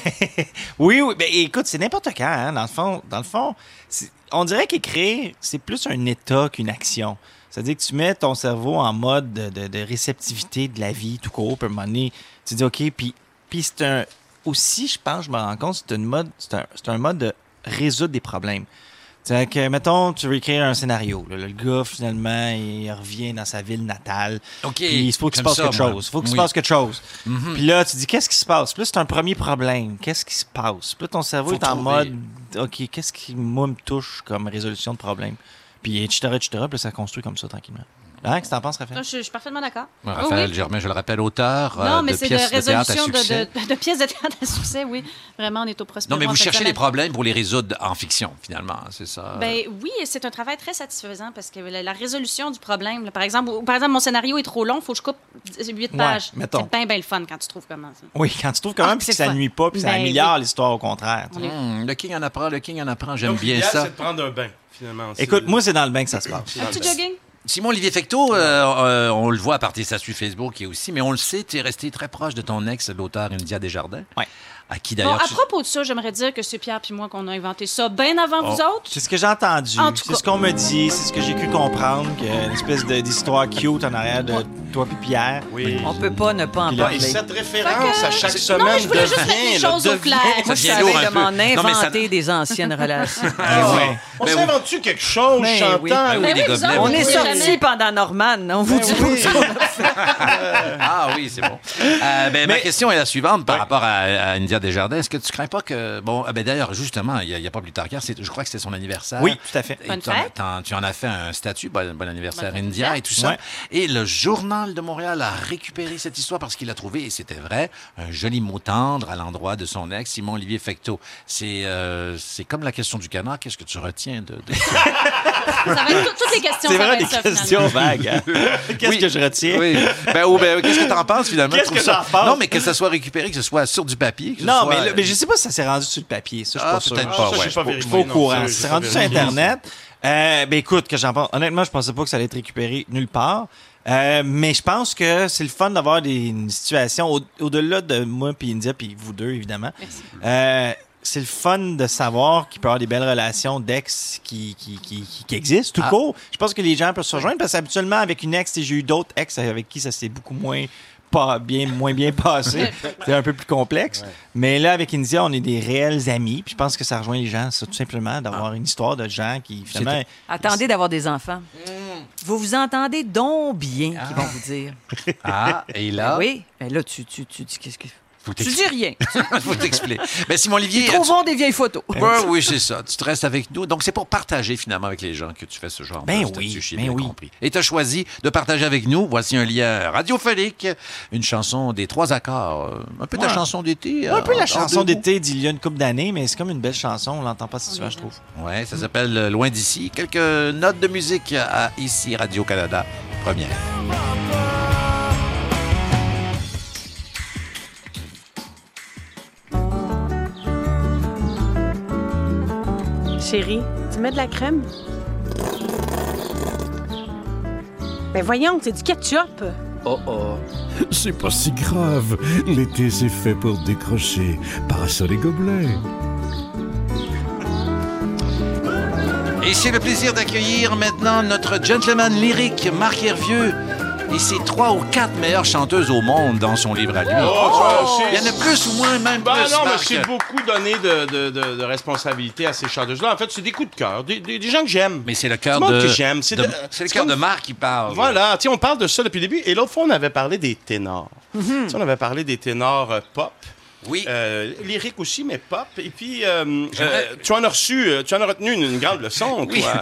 oui, oui. Ben, écoute, c'est n'importe quand, hein, dans le fond. Dans le fond, c'est- on dirait qu'écrire, c'est plus un état qu'une action. C'est-à-dire que tu mets ton cerveau en mode de, de- de réceptivité de la vie, tout court, puis à un moment donné, tu dis OK, puis, puis c'est un... Aussi, je pense, je me rends compte, c'est une mode, c'est un, c'est un mode de résoudre des problèmes. C'est que, mettons, tu veux écrire un scénario. là. le gars, finalement, il revient dans sa ville natale. OK. Puis il faut qu'il se Comme passe ça, quelque moi. chose. Il faut qu'il se Oui. passe quelque chose. Mhm. Puis là, tu dis, qu'est-ce qui se passe? Puis là, c'est un premier problème. Qu'est-ce qui se passe? Puis là, ton cerveau Faut est en trouver. mode, OK, qu'est-ce qui, moi, me touche comme résolution de problème? Puis, etc., etc. Puis là, ça construit comme ça, tranquillement. Hein, qu'est-ce que t'en penses, Non, Raphaël? Je, je suis parfaitement d'accord. Ouais, Oui, Raphaël oui. Germain, je le rappelle, auteur euh, Non, mais de c'est de pièces de, théâtre à résolution de, succès. de- de pièces de théâtre à succès, oui. Vraiment, on est au prospect. Non, mais vous cherchez les problèmes. problèmes pour les résoudre en fiction, finalement, hein, c'est Euh, ça? Ben oui, et c'est un travail très satisfaisant parce que la, la résolution du problème, là, par exemple, ou- par exemple, mon scénario est trop long, faut que je coupe 8 Ouais, pages. mettons. C'est bien, bien le fun quand tu trouves comment ça. Oui, quand tu trouves quand même Ah, puis c'est que ça fun. nuit pas, puis ça Ben améliore l'histoire, au contraire. tu sais. Hum, le King en apprend, le King en apprend, j'aime Donc, bien l'idéal, ça. c'est de prendre un bain, finalement. Écoute, C'est- moi, c'est dans le bain que ça se passe. Un petit ben, jogging? Simon Olivier Fecteau, euh, euh, on le voit à partir de sa suite Facebook et aussi, mais on le sait, tu es resté très proche de ton ex, l'auteur India Desjardins. Ouais. À qui Bon, d'ailleurs à tu- propos de ça, j'aimerais dire que c'est Pierre puis moi qu'on a inventé ça bien avant vous autres. Oh, C'est ce que j'ai entendu. En tout C'est cas. ce qu'on me dit. C'est ce que j'ai cru comprendre. qu'il y a une espèce de- d'histoire cute en arrière de toi puis Pierre. Oui. On peut pas ne pas en Puis là, Et parler. cette référence à chaque Non, semaine mais je voulais juste mettre les devient, là, choses au devient- clair. Moi, Ça je devient savais lourd un de peu. m'en Non, mais ça- inventer des anciennes relations. Ah, ouais. On Ben s'invente-tu quelque chose, Ben oui. Chantal? Ben oui, Ben des oui, vous gobelets. Ben autres, On oui, est oui. sorti pendant Norman, on vous dit. Ah oui, c'est bon. Euh, ben, Ma question est la suivante par rapport à, à India Desjardins. Est-ce que tu crains pas que. Bon, ah, ben, d'ailleurs, justement, il n'y a, il y a pas plus tard qu'hier, c'est- je crois que c'était son anniversaire. Oui, tout à fait. Et Bonne t'en- fête. t'en- tu en as fait un statut, bon, bon anniversaire Bonne fête. India et tout ça. Ouais. Et le journal de Montréal a récupéré cette histoire parce qu'il a trouvé, et c'était vrai, un joli mot tendre à l'endroit de son ex, Simon-Olivier Fecteau. C'est euh, c'est comme la question du canard, qu'est-ce que tu retiens de... de- Ça va être tout- toutes les questions. C'est ça va vrai, des être ça, finalement. questions vagues. hein. Qu'est-ce Oui. que je retiens? Oui. Ben, ou ben, qu'est-ce que t'en penses finalement? Qu'est-ce Je trouve que ça- j'en pense? Non, mais que ça soit récupéré, que ce soit sur du papier. que ce Non, soit- euh, mais, là- mais je sais pas si ça s'est rendu sur le papier. Ça, je suis Ah, pas sûr. peut-être Ah, ça, pas, ouais. j'ai pas Je suis vérifié. pas au non, courant. ça, j'ai C'est pas rendu sur vérifié. Internet. Euh, ben écoute, que j'en pense. Honnêtement, je pensais pas que ça allait être récupéré nulle part. Euh, mais je pense que c'est le fun d'avoir des, une situation au- au-delà de moi puis India puis vous deux évidemment. Euh, c'est le fun de savoir qu'il peut y avoir des belles relations d'ex qui, qui, qui, qui- qui existent tout Ah. court. Je pense que les gens peuvent se rejoindre parce qu'habituellement avec une ex, j'ai eu d'autres ex avec qui ça s'est beaucoup moins pas bien moins bien passé. c'est un peu plus complexe. Mais là avec India, on est des réels amis. Puis je pense que ça rejoint les gens, ça, tout simplement d'avoir Ah. une histoire de gens qui finalement Attendez d'avoir des enfants. Mm. Vous vous entendez donc bien, qu'ils vont vous dire. Ben Ah, et là, Oui, mais là, tu, tu, tu dis qu'est-ce que... faut Tu dis t'expliquer. rien. faut t'expliquer. Ben, Simon-Olivier... Ils trouveront des vieilles photos. Ouais, oui, c'est ça. Tu te restes avec nous. Donc, c'est pour partager finalement avec les gens que tu fais ce genre Ben de oui, statut, j'ai ben bien oui. compris. Et tu as choisi de partager avec nous. Voici un lien radiophonique, une chanson des trois accords. euh, Un peu ta Ouais. chanson d'été. Un peu euh, en la chanson deux mots. d'été d'il y a une couple d'années, mais c'est comme une belle chanson, on l'entend pas si souvent, je trouve. Ouais, ça s'appelle euh, Loin d'ici. Quelques notes de musique à ici, Radio-Canada. Première. Chérie, tu mets de la crème? Mais Ben voyons, c'est du ketchup! Oh, C'est pas si grave. L'été, c'est fait pour décrocher. Parasol et gobelet. Et c'est le plaisir d'accueillir maintenant notre gentleman lyrique, Marc Hervieux, et ses trois ou quatre meilleures chanteuses au monde dans son livre à lui. Oh, toi aussi. Il y en a plus ou moins, même Ben plus, non, mais Marc. c'est beaucoup donné de, de, de, de responsabilité à ces chanteuses-là. En fait, c'est des coups de cœur, des, des- des gens que j'aime. Mais c'est le cœur Du monde de. que j'aime. C'est de- de- C'est le c'est cœur comme- de Marc Ah, qui parle. Voilà, tu sais, on parle de ça depuis le début. Et l'autre fois, on avait parlé des ténors. Tu sais, on avait parlé des ténors euh, pop. Hmm. Oui. Euh, lyrique aussi, mais pop. Et puis, euh, euh, tu en as reçu, euh, tu en as retenu une, une grande leçon, Oui. toi.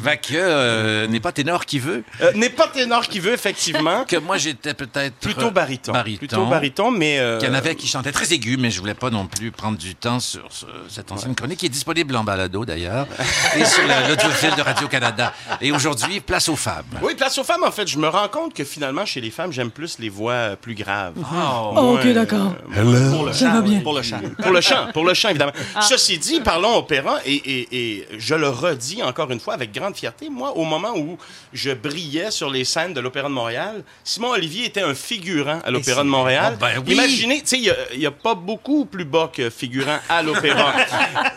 Vaque euh, n'est pas ténor qui veut. Euh, N'est pas ténor qui veut, effectivement. Que moi, j'étais peut-être. Plutôt baryton. Bariton. Plutôt baryton, mais. euh, Il Euh, y en avait qui chantaient très aigu, mais je voulais pas non plus prendre du temps sur ce- cette ancienne chronique qui est disponible en balado d'ailleurs et sur le- l'audiofile de Radio-Canada. Et aujourd'hui, place aux femmes. Oui, place aux femmes, en fait. Je me rends compte que finalement, chez les femmes, j'aime plus les voix euh, plus graves. Ah, Oh. Ah, ok, d'accord. Hello. le chant, oui, Pour le chant. Pour le chant, pour le chant, évidemment. Ceci dit, parlons opéra, et, et- et je le redis encore une fois avec grande fierté, moi, au moment où je brillais sur les scènes de l'Opéra de Montréal, Simon Olivier était un figurant à l'Opéra de Montréal. Ah, ben oui. Imaginez, tu sais, il y a- il n'y a, pas beaucoup plus bas que figurant à l'Opéra.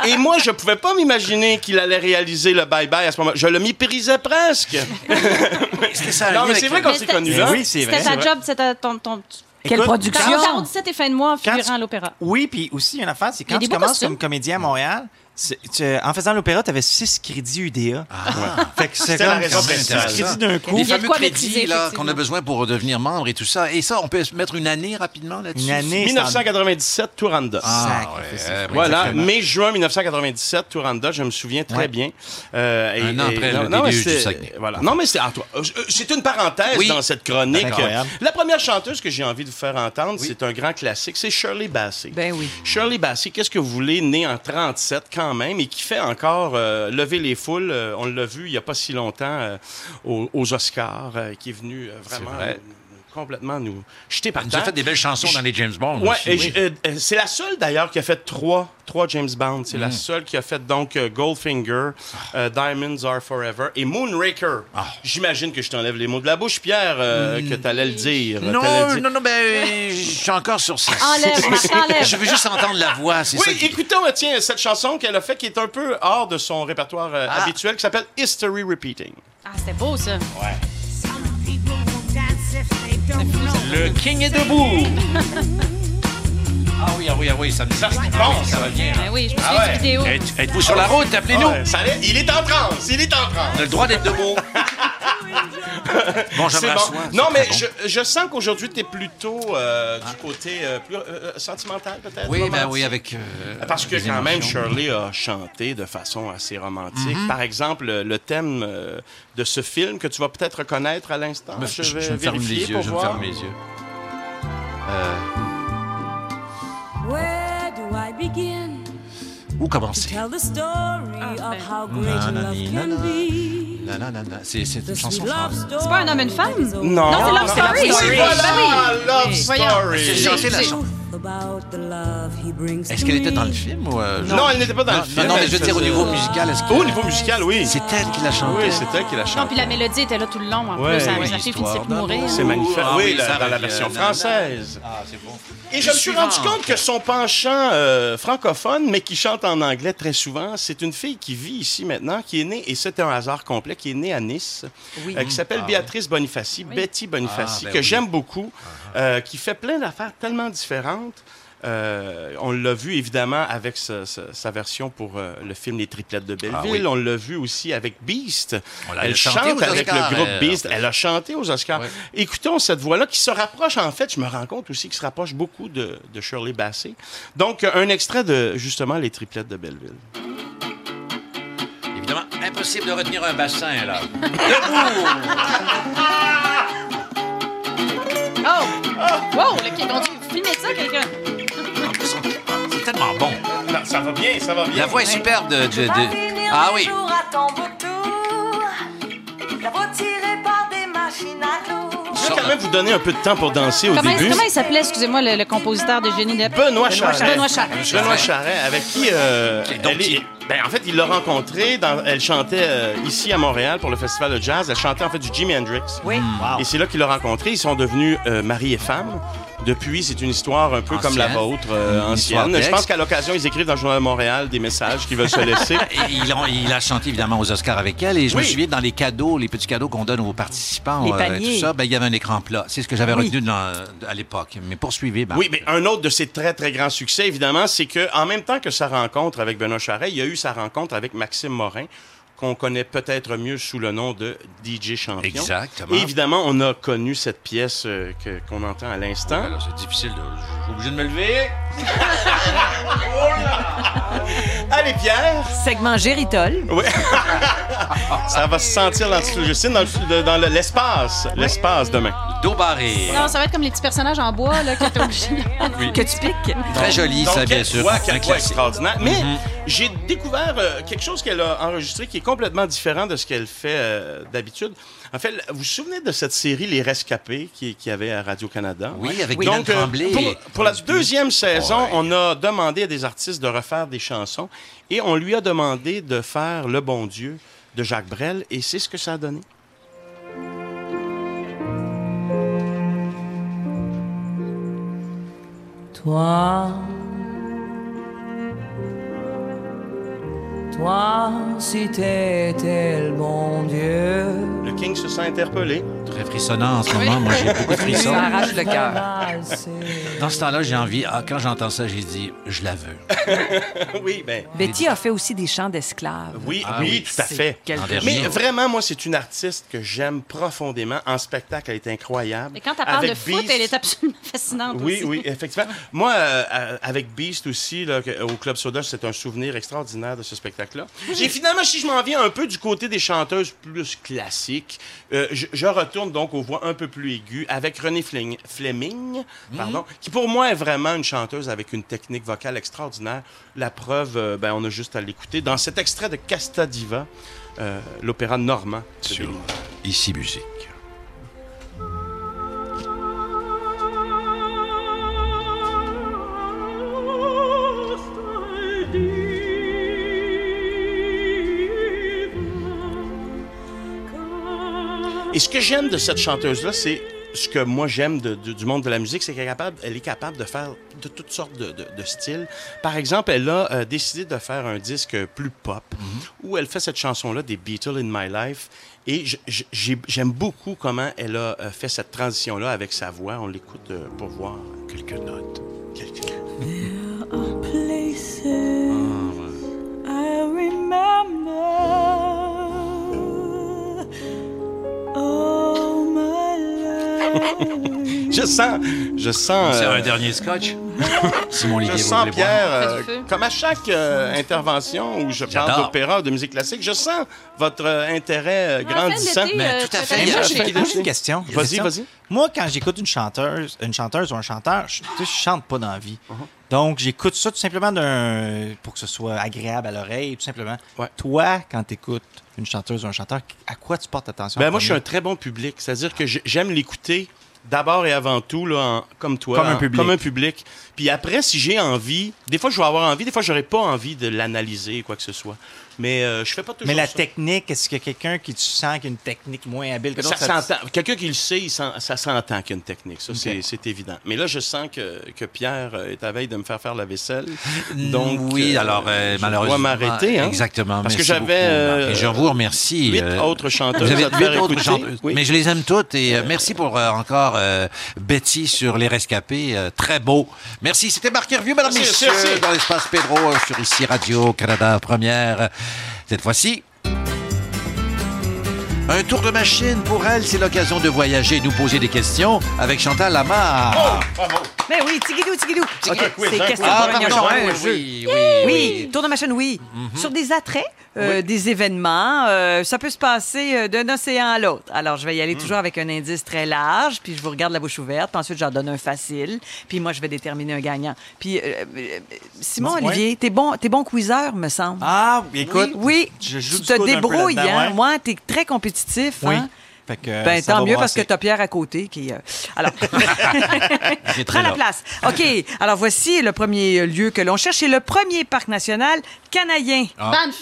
et moi, je pouvais pas m'imaginer qu'il allait réaliser le bye-bye à ce moment Je le méprisais presque. Est-ce que ça a Non, un lien mais avec c'est vrai le- qu'on Mais s'est c'était- connus Ben hein. là. oui, c'est vrai, C'était ta c'est job, c'était ton, ton, Quelle Écoute, ta production! ta 17 et fin de mois en Quand figurant tu- à l'opéra. Oui, puis aussi, une affaire, c'est Il y quand a des tu beaux commences costumes. comme comédien à Montréal, c'est- tu- euh, en faisant l'opéra, tu avais 6 crédits UDA. Fait que Ah. C'était la raison six principale. crédits d'un coup. Les Il y a de fameux quoi crédits maîtriser, là, effectivement. qu'on a besoin pour devenir membre et tout ça. Et ça, on peut se mettre une année rapidement là-dessus. Une année. 1997, Touranda. Ah, ouais, Sacrifice. ouais, Voilà, exactement. mai-juin 1997, Touranda, je me souviens très Ouais. bien. Euh, Un an après le mais début du c'est- Saguenay. Voilà. Non, mais c'est ah, toi, euh, c'est une parenthèse Oui. dans cette chronique. Incroyable. La première chanteuse que j'ai envie de vous faire entendre, c'est un grand classique, c'est Shirley Bassey. Ben oui. Shirley Bassey, qu'est-ce que vous voulez, née en 37 quand même, et qui fait encore euh, lever les foules. euh, on l'a vu il n'y a pas si longtemps euh, aux, aux Oscars, euh, qui est venue euh, vraiment vrai. euh, complètement nous jeter par Elle nous a terre. fait des belles chansons dans les James Bond. Ouais, aussi, et oui. j- euh, euh, c'est la seule d'ailleurs qui a fait trois, trois James Bond. C'est Mm. la seule qui a fait donc euh, Goldfinger, Ah. euh, Diamonds Are Forever et Moonraker. J'imagine que je t'enlève les mots de la bouche, Pierre, Mm. euh, que t'allais le dire. T'allais le Non, dire. non, non, ben, je suis encore sur ça. Enlève, Marc, enlève. Je veux juste entendre la voix, c'est ça. Oui, qui- écoutons euh, tiens, cette chanson qu'elle a fait qui est un peu hors de son répertoire euh, Ah. habituel qui s'appelle History Repeating. Ah, c'était beau, ça. Le King est debout. Ah oui, ah oui, ah oui, ça me dit. Ça, c'est bon, ça. Ah va bien. Ben oui, je me souviens ouais. du vidéo. Êtes- Êtes-vous sur la route? Appelez-nous. Ouais, ça allait- il est en transe, il est en transe. On a le droit d'être debout. bon, C'est j'aimerais bon. asseoir, Non, c'est mais très bon. Ah. je, je sens qu'aujourd'hui, tu es plutôt euh, du côté euh, plus euh, sentimental, peut-être. Oui, ben romantique. oui, avec. euh, Parce que les quand même, émotions. Mm-hmm. Shirley a chanté de façon assez romantique. Par exemple, le- le thème euh, de ce film que tu vas peut-être reconnaître à l'instant. Me- Je vais me ferme vérifier les yeux, pour je me voir. ferme les yeux. Euh, Where do I begin où to commencer? tell the story Ah, ben. of how great Na, na, love ni, na, can na. be? Non, non, non, non. C'est c'est The une sweet chanson love française. story. C'est pas un homme, une femme? Non, Non, c'est Love Ah, Story. oui, Story. voilà, Ben oui. Love Oui. C'est Story. gentil. chanté la C'est- chanson. About the love he brings Euh, Est-ce to qu'elle était me. dans le film ou. euh, je- Non, elle n'était pas dans Non, le film. non, non, mais elle je veux dire, au faisait- niveau musical, est-ce que. Au niveau musical, oui. C'est elle qui l'a chanté. Oui, c'est elle qui l'a Non, chanté. puis la mélodie était là tout le long, en Ouais. plus. La Oui, la fille finissait histoire plus de mourir. d'amour. C'est magnifique. Ah oui, oui, la- ça dans la avec, version euh, française. Ah, c'est bon. Et je me suis rendu compte que son penchant euh, francophone, mais qui chante en anglais très souvent, c'est une fille qui vit ici maintenant, qui est née, et c'était un hasard complet, qui est née à Nice, euh, qui s'appelle Béatrice Bonifaci, Betty Bonifaci, Ah, ben que oui. j'aime beaucoup, euh, qui fait plein d'affaires tellement différentes. Euh, on l'a vu évidemment avec ce- ce- sa version pour euh, le film Les Triplettes de Belleville. Ah oui. On l'a vu aussi avec Beast. On l'a- elle Elle a chanté chante aux avec le Oscars, groupe elle, en Beast. plus. Elle a chanté aux Oscars. Ouais. Écoutons cette voix-là qui se rapproche, en fait, je me rends compte aussi, qui se rapproche beaucoup de, de Shirley Bassey. Donc, un extrait de, justement, Les Triplettes de Belleville. Évidemment, impossible de retenir un bassin, là. Ah, Debout! Oh! Wow, le qui conduit. Filmez ça, quelqu'un. En plus, on- C'est tellement bon. ça va bien, ça va bien. La voix est superbe de. de- de- Ah oui! Je vais quand même vous donner un peu de temps pour danser au Comment, début. comment il s'appelait, excusez-moi, le, le compositeur de Génie de... Benoît Charret. Benoît Charret. Benoît Charret, avec qui euh, Qui est donc elle qui? est- ben, en fait, il l'a rencontré. dans- elle chantait euh, ici à Montréal pour le festival de jazz. Elle chantait en fait du Jimi Hendrix. Oui. Mm. Et c'est là qu'il l'a rencontré. Ils sont devenus euh, mari et femme. Depuis, c'est une histoire un peu comme la Ancienne. vôtre, euh, Une histoire ancienne. Je pense d'ex. qu'à l'occasion, ils écrivent dans le Journal de Montréal des messages qu'ils veulent se laisser. Et il, a, il a chanté évidemment aux Oscars avec elle. Et je me Oui. souviens, dans les cadeaux, les petits cadeaux qu'on donne aux participants, Les euh, paniers. tout ça, ben, il y avait un écran plat. C'est ce que j'avais retenu dans- à l'époque. Mais poursuivez, ben. Marc. Oui, mais un autre de ses très, très grands succès, évidemment, c'est que en même temps que sa rencontre avec Benoît Charret, il y a eu sa rencontre avec Maxime Morin, qu'on connaît peut-être mieux sous le nom de DJ Champion. Exactement. Et évidemment, on a connu cette pièce euh, que- qu'on entend à l'instant. Alors, c'est difficile de. Je suis obligé de me lever. Allez, Pierre! Segment Géritol. Oui. Ah, ça va se sentir dans le studio Justine, dans le- dans le- l'espace. L'espace demain. Dos barré. Non, ça va être comme les petits personnages en bois, là, que t'es obligé de- Que tu piques. Très joli, ça, Donc, bien quelle sûr. voix, Un quelle voix classique. Mm-hmm. extraordinaire. Mais j'ai découvert euh, quelque chose qu'elle a enregistré qui est complètement différent de ce qu'elle fait euh, d'habitude. En fait, vous vous souvenez de cette série Les Rescapés qui, qui avait à Radio-Canada? Oui, avec Guylaine Donc, euh, Tremblay. Ah, pour, pour la deuxième saison, Ouais. on a demandé à des artistes de refaire des chansons et on lui a demandé de faire Le Bon Dieu de Jacques Brel et c'est ce que ça a donné. Toi, toi, si t'étais le bon Dieu, Le King se sent interpellé. Très frissonnant en ce Oui. moment. Moi, j'ai beaucoup de frissons. Ça arrache le cœur. Dans ce temps-là, j'ai envie. ah, quand j'entends ça, j'ai dit, je la veux. oui, ben. Betty a fait aussi des chants d'esclaves. Oui, Ah oui, oui, tout à c'est fait. quelque En chose. dernier. Mais vraiment, moi, c'est une artiste que j'aime profondément. En spectacle, elle est incroyable. Mais quand elle parle Avec de foot, Beast- elle est absolument fascinante Oui, aussi. oui, effectivement. Moi, euh, euh, avec Beast aussi, là, que- euh, au Club Soda, c'est un souvenir extraordinaire de ce spectacle-là. Et finalement, si je m'en viens un peu du côté des chanteuses plus classiques, euh, je, je retourne donc aux voix un peu plus aiguës avec Renée Fling- Fleming, pardon, qui pour moi est vraiment une chanteuse avec une technique vocale extraordinaire. La preuve, euh, ben, on a juste à l'écouter dans cet extrait de Casta Diva, euh, l'opéra normand. de Sur Bellini. Ici Musique. Et ce que j'aime de cette chanteuse-là, c'est ce que moi j'aime de- de- du monde de la musique, c'est qu'elle est capable, elle est capable de faire de toutes sortes de, de- de styles. Par exemple, elle a euh, décidé de faire un disque plus pop, où elle fait cette chanson-là des Beatles in My Life. Et je- je- j'ai- j'aime beaucoup comment elle a euh, fait cette transition-là avec sa voix. On l'écoute euh, pour voir quelques notes. Quelques- places I remember. Oh, my life. Je sens, je sens. C'est euh, un dernier scotch. Simon Liguier, Je vous sens, voulez boire? Pierre, boire? euh, Fais du feu. comme à chaque euh, intervention où je parle J'adore. d'opéra ou de musique classique, je sens votre euh, intérêt euh, En fin grandissant. d'été, Mais euh, tout à tu fait. as Mais déjà moi, je j'ai fais j'ai des- une question. J'ai une Vas-y, question. vas-y. Moi, quand j'écoute une chanteuse, une chanteuse ou un chanteur, je, tu sais, je chante pas dans la vie. Uh-huh. Donc, j'écoute ça tout simplement d'un pour que ce soit agréable à l'oreille, tout simplement. Ouais. Toi, quand tu écoutes une chanteuse ou un chanteur, à quoi tu portes attention? Ben, en moi, je suis un premier? très bon public. C'est-à-dire que j'ai- j'aime l'écouter d'abord et avant tout, là, en- comme toi. Comme un en- public. Comme un public. Puis après, si j'ai envie, des fois, je vais avoir envie, des fois, j'aurais pas envie de l'analyser ou quoi que ce soit. Mais euh, je fais pas toujours Mais la ça. technique, est-ce qu'il y a quelqu'un qui tu sens qui a une technique moins habile que Ça d'autres? s'entend. Quelqu'un qui le sait, il s'en- ça s'entend qu'il y a une technique. Ça, c'est- c'est évident. Mais là, je sens que, que Pierre euh, est à veille de me faire faire la vaisselle. Donc, Mm, oui, euh, alors euh, je malheureusement. dois m'arrêter. hein. Exactement. Parce que merci j'avais, beaucoup, euh, Marc. Et je vous remercie. Huit euh, autres chanteuses. Vous avez à te huit faire autres écouter. chanteuses. Oui. Mais je les aime toutes et euh, merci pour euh, encore euh, Betty sur Les Rescapés. euh, très beau. Merci. C'était Marc Hervieux, mesdames et Merci, messieurs, merci. dans l'espace Pedro euh, sur ici Radio Canada Première. Cette fois-ci. Un tour de machine pour elle, c'est l'occasion de voyager et nous poser des questions avec Chantal Lamar. Oh! Mais oui, tigidou, tigidou. OK, quiz, c'est hein, un question quiz. pour ah, un pardon, gagnant, un oui, jeu. oui, oui, Oui, tour de machine, oui. Mhm. Sur des attraits, euh, des événements, euh, ça peut se passer euh, d'un océan à l'autre. Alors, je vais y aller Mhm. toujours avec un indice très large, puis je vous regarde la bouche ouverte, puis ensuite j'en donne un facile, puis moi, je vais déterminer un gagnant. Puis, euh, euh, Simon, Dis-moi. Olivier, t'es bon, t'es bon quizeur, me semble. Ah, écoute. oui, je joue tu du te coude un peu débrouilles, là-dedans, hein. ouais. Moi, t'es très compétitif, Oui. hein. Fait que, Ben, ça tant va mieux parce que brasser. t'as Pierre à côté qui. euh, Alors, J'ai très prends la hâte. place. OK. Alors, voici le premier euh, lieu que l'on cherche. C'est le premier parc national canadien. Ah. Banff.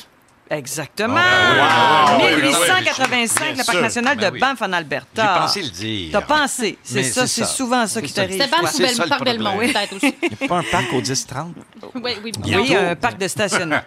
Exactement. Ah, ben oui, ben oui, ben oui, ben oui. 1885, Bien le parc sûr. national Ben de oui. Banff en Alberta. J'ai pensé le dire. T'as pensé. C'est Mais ça, c'est c'est ça. souvent ça qui C'est ça. t'arrive. C'était Banff toi. ou c'est Bel- ça le par Belmont, problème. peut-être aussi. Il n'y a pas un parc au 10-30. Oui, oui. Oui, un parc de stationnement.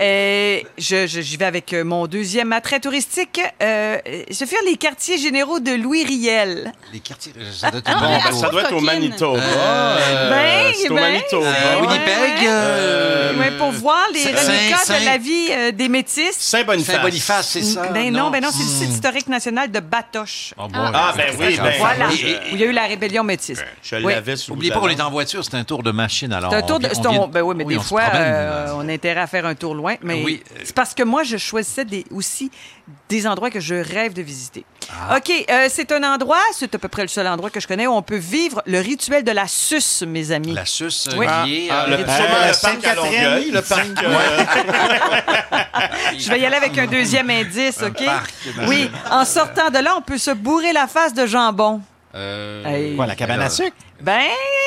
Euh, je, je- j'y vais avec euh, mon deuxième attrait touristique. Euh, ce furent les quartiers généraux de Louis Riel. Les quartiers, ça doit être Ah, bon, mais Ben, à bon. ça doit être au Coquine. Manitoba. Euh, ben, c'est au ben, Manitoba. Euh, Ouais, Winnipeg. ouais. euh, Ouais, pour voir les Saint- reliquats Saint- de la vie euh, des métis. Saint-Boniface. Saint-Boniface, c'est ça? Ben non, ben non, c'est le site historique national de Batoche. Ah, bon, Ah, euh, ben oui, ben, Voilà, Et- et- où il y a eu la rébellion métisse. Je Oui. l'avais sous Oubliez la pas qu'on est langue. en voiture, c'est un tour de machine. Alors C'est un tour de. on vient- c'est on un- vient- ben oui, mais des on se fois, promène. euh, on a intérêt à faire un tour loin. Mais Oui, euh. c'est parce que moi, je choisissais des- aussi des endroits que je rêve de visiter. Ah. OK, euh, c'est un endroit, c'est à peu près le seul endroit que je connais où on peut vivre le rituel de la suce, mes amis. La suce Oui. euh, liée, Ah, le, euh, sûrement Euh, le parc à Sainte-Catherine. Longueuil, le parc... euh, Je vais y aller avec un deuxième indice, OK? parc, oui, en sortant de là, on peut se bourrer la face de jambon. euh, Hey. Voilà, la cabane à sucre. Ben,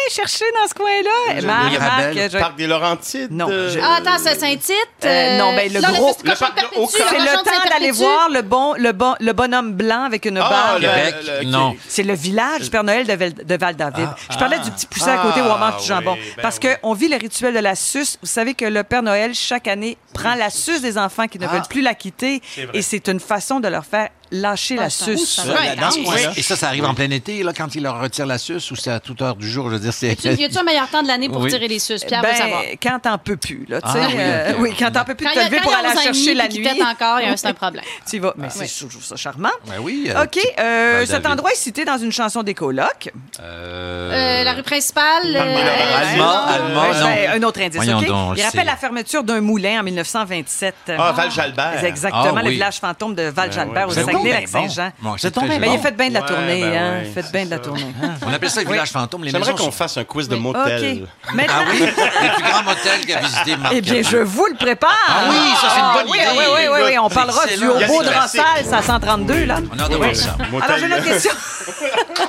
cherchez dans ce coin-là. Marc, Mirabelle, Marc, je- Parc des Laurentides. Non, euh, je- Ah, attends, ça Saint-Tite. Euh, non, ben, le non, gros- festival le parc de Perpétue, Hauts-Corps. c'est la le région de temps d'aller Saint-Perpétue. voir le, bon, le, bon, le bonhomme blanc avec une Ah, barbe. le- Québec, le- non. C'est le village Père Noël de, Val- de Val-David. Je parlais du petit poussin à côté où on mange Ah, du jambon. oui, ben parce oui. qu'on vit le rituel de la suce. Vous savez que le Père Noël, chaque année, prend la suce des enfants qui ne veulent plus la quitter. Ah. C'est vrai. Et c'est une façon de leur faire lâcher la Ah, c'est un- suce. c'est un- là, dans ce Ah, Oui. coin-là. Et ça, ça arrive en plein été, là, quand il leur retire la suce ou c'est à toute heure du jour, je veux dire, c'est. Y a-tu un meilleur temps de l'année pour Oui. tirer les suces? Pierre Ben, veut savoir. quand t'en peux plus, là, tu sais. Ah, euh, oui, oui, ok. quand t'en peux plus de Quand te il y a- lever quand pour il y a aller 11 ans et chercher demi la puis nuit. qu'il pète encore, il y a un- c'est un problème. Tu y vas. Mais oui. c'est, je trouve ça charmant. Ben oui. euh, OK. euh, Val cet David. endroit est cité dans une chanson des colocs. euh, Euh, la rue principale. euh, Barbara. euh, Allemand, non. allemand, Ouais, je non. fais un autre indice, Voyons OK? donc, on le Il sait. rappelle la fermeture d'un moulin en 1927. Ah, Val-Jalbert. C'est exactement Ah, le oui. village fantôme de Ben Val-Jalbert oui. au C'est donc bien Saguenay-Lac-Saint-Jean. bon. Bon, c'est C'est donc très bien- Mais bon. il a fait bien de la Ouais, tournée, ben hein? ouais, Il a fait c'est bien de la ça. tournée. On appelle ça le village fantôme, les J'aimerais maisons qu'on sont- fasse un quiz de motel. OK. Maintenant, Ah oui, les plus grands motels qu'a visité Marc. eh bien, je vous le prépare. Ah oui, ça, c'est une bonne oui, idée. Oui, oui, oui, oui, on C'est parlera du excellent. haut Yannick de Classique. Rassal, c'est à 132, là. On en demande ça. Alors, j'ai une autre question.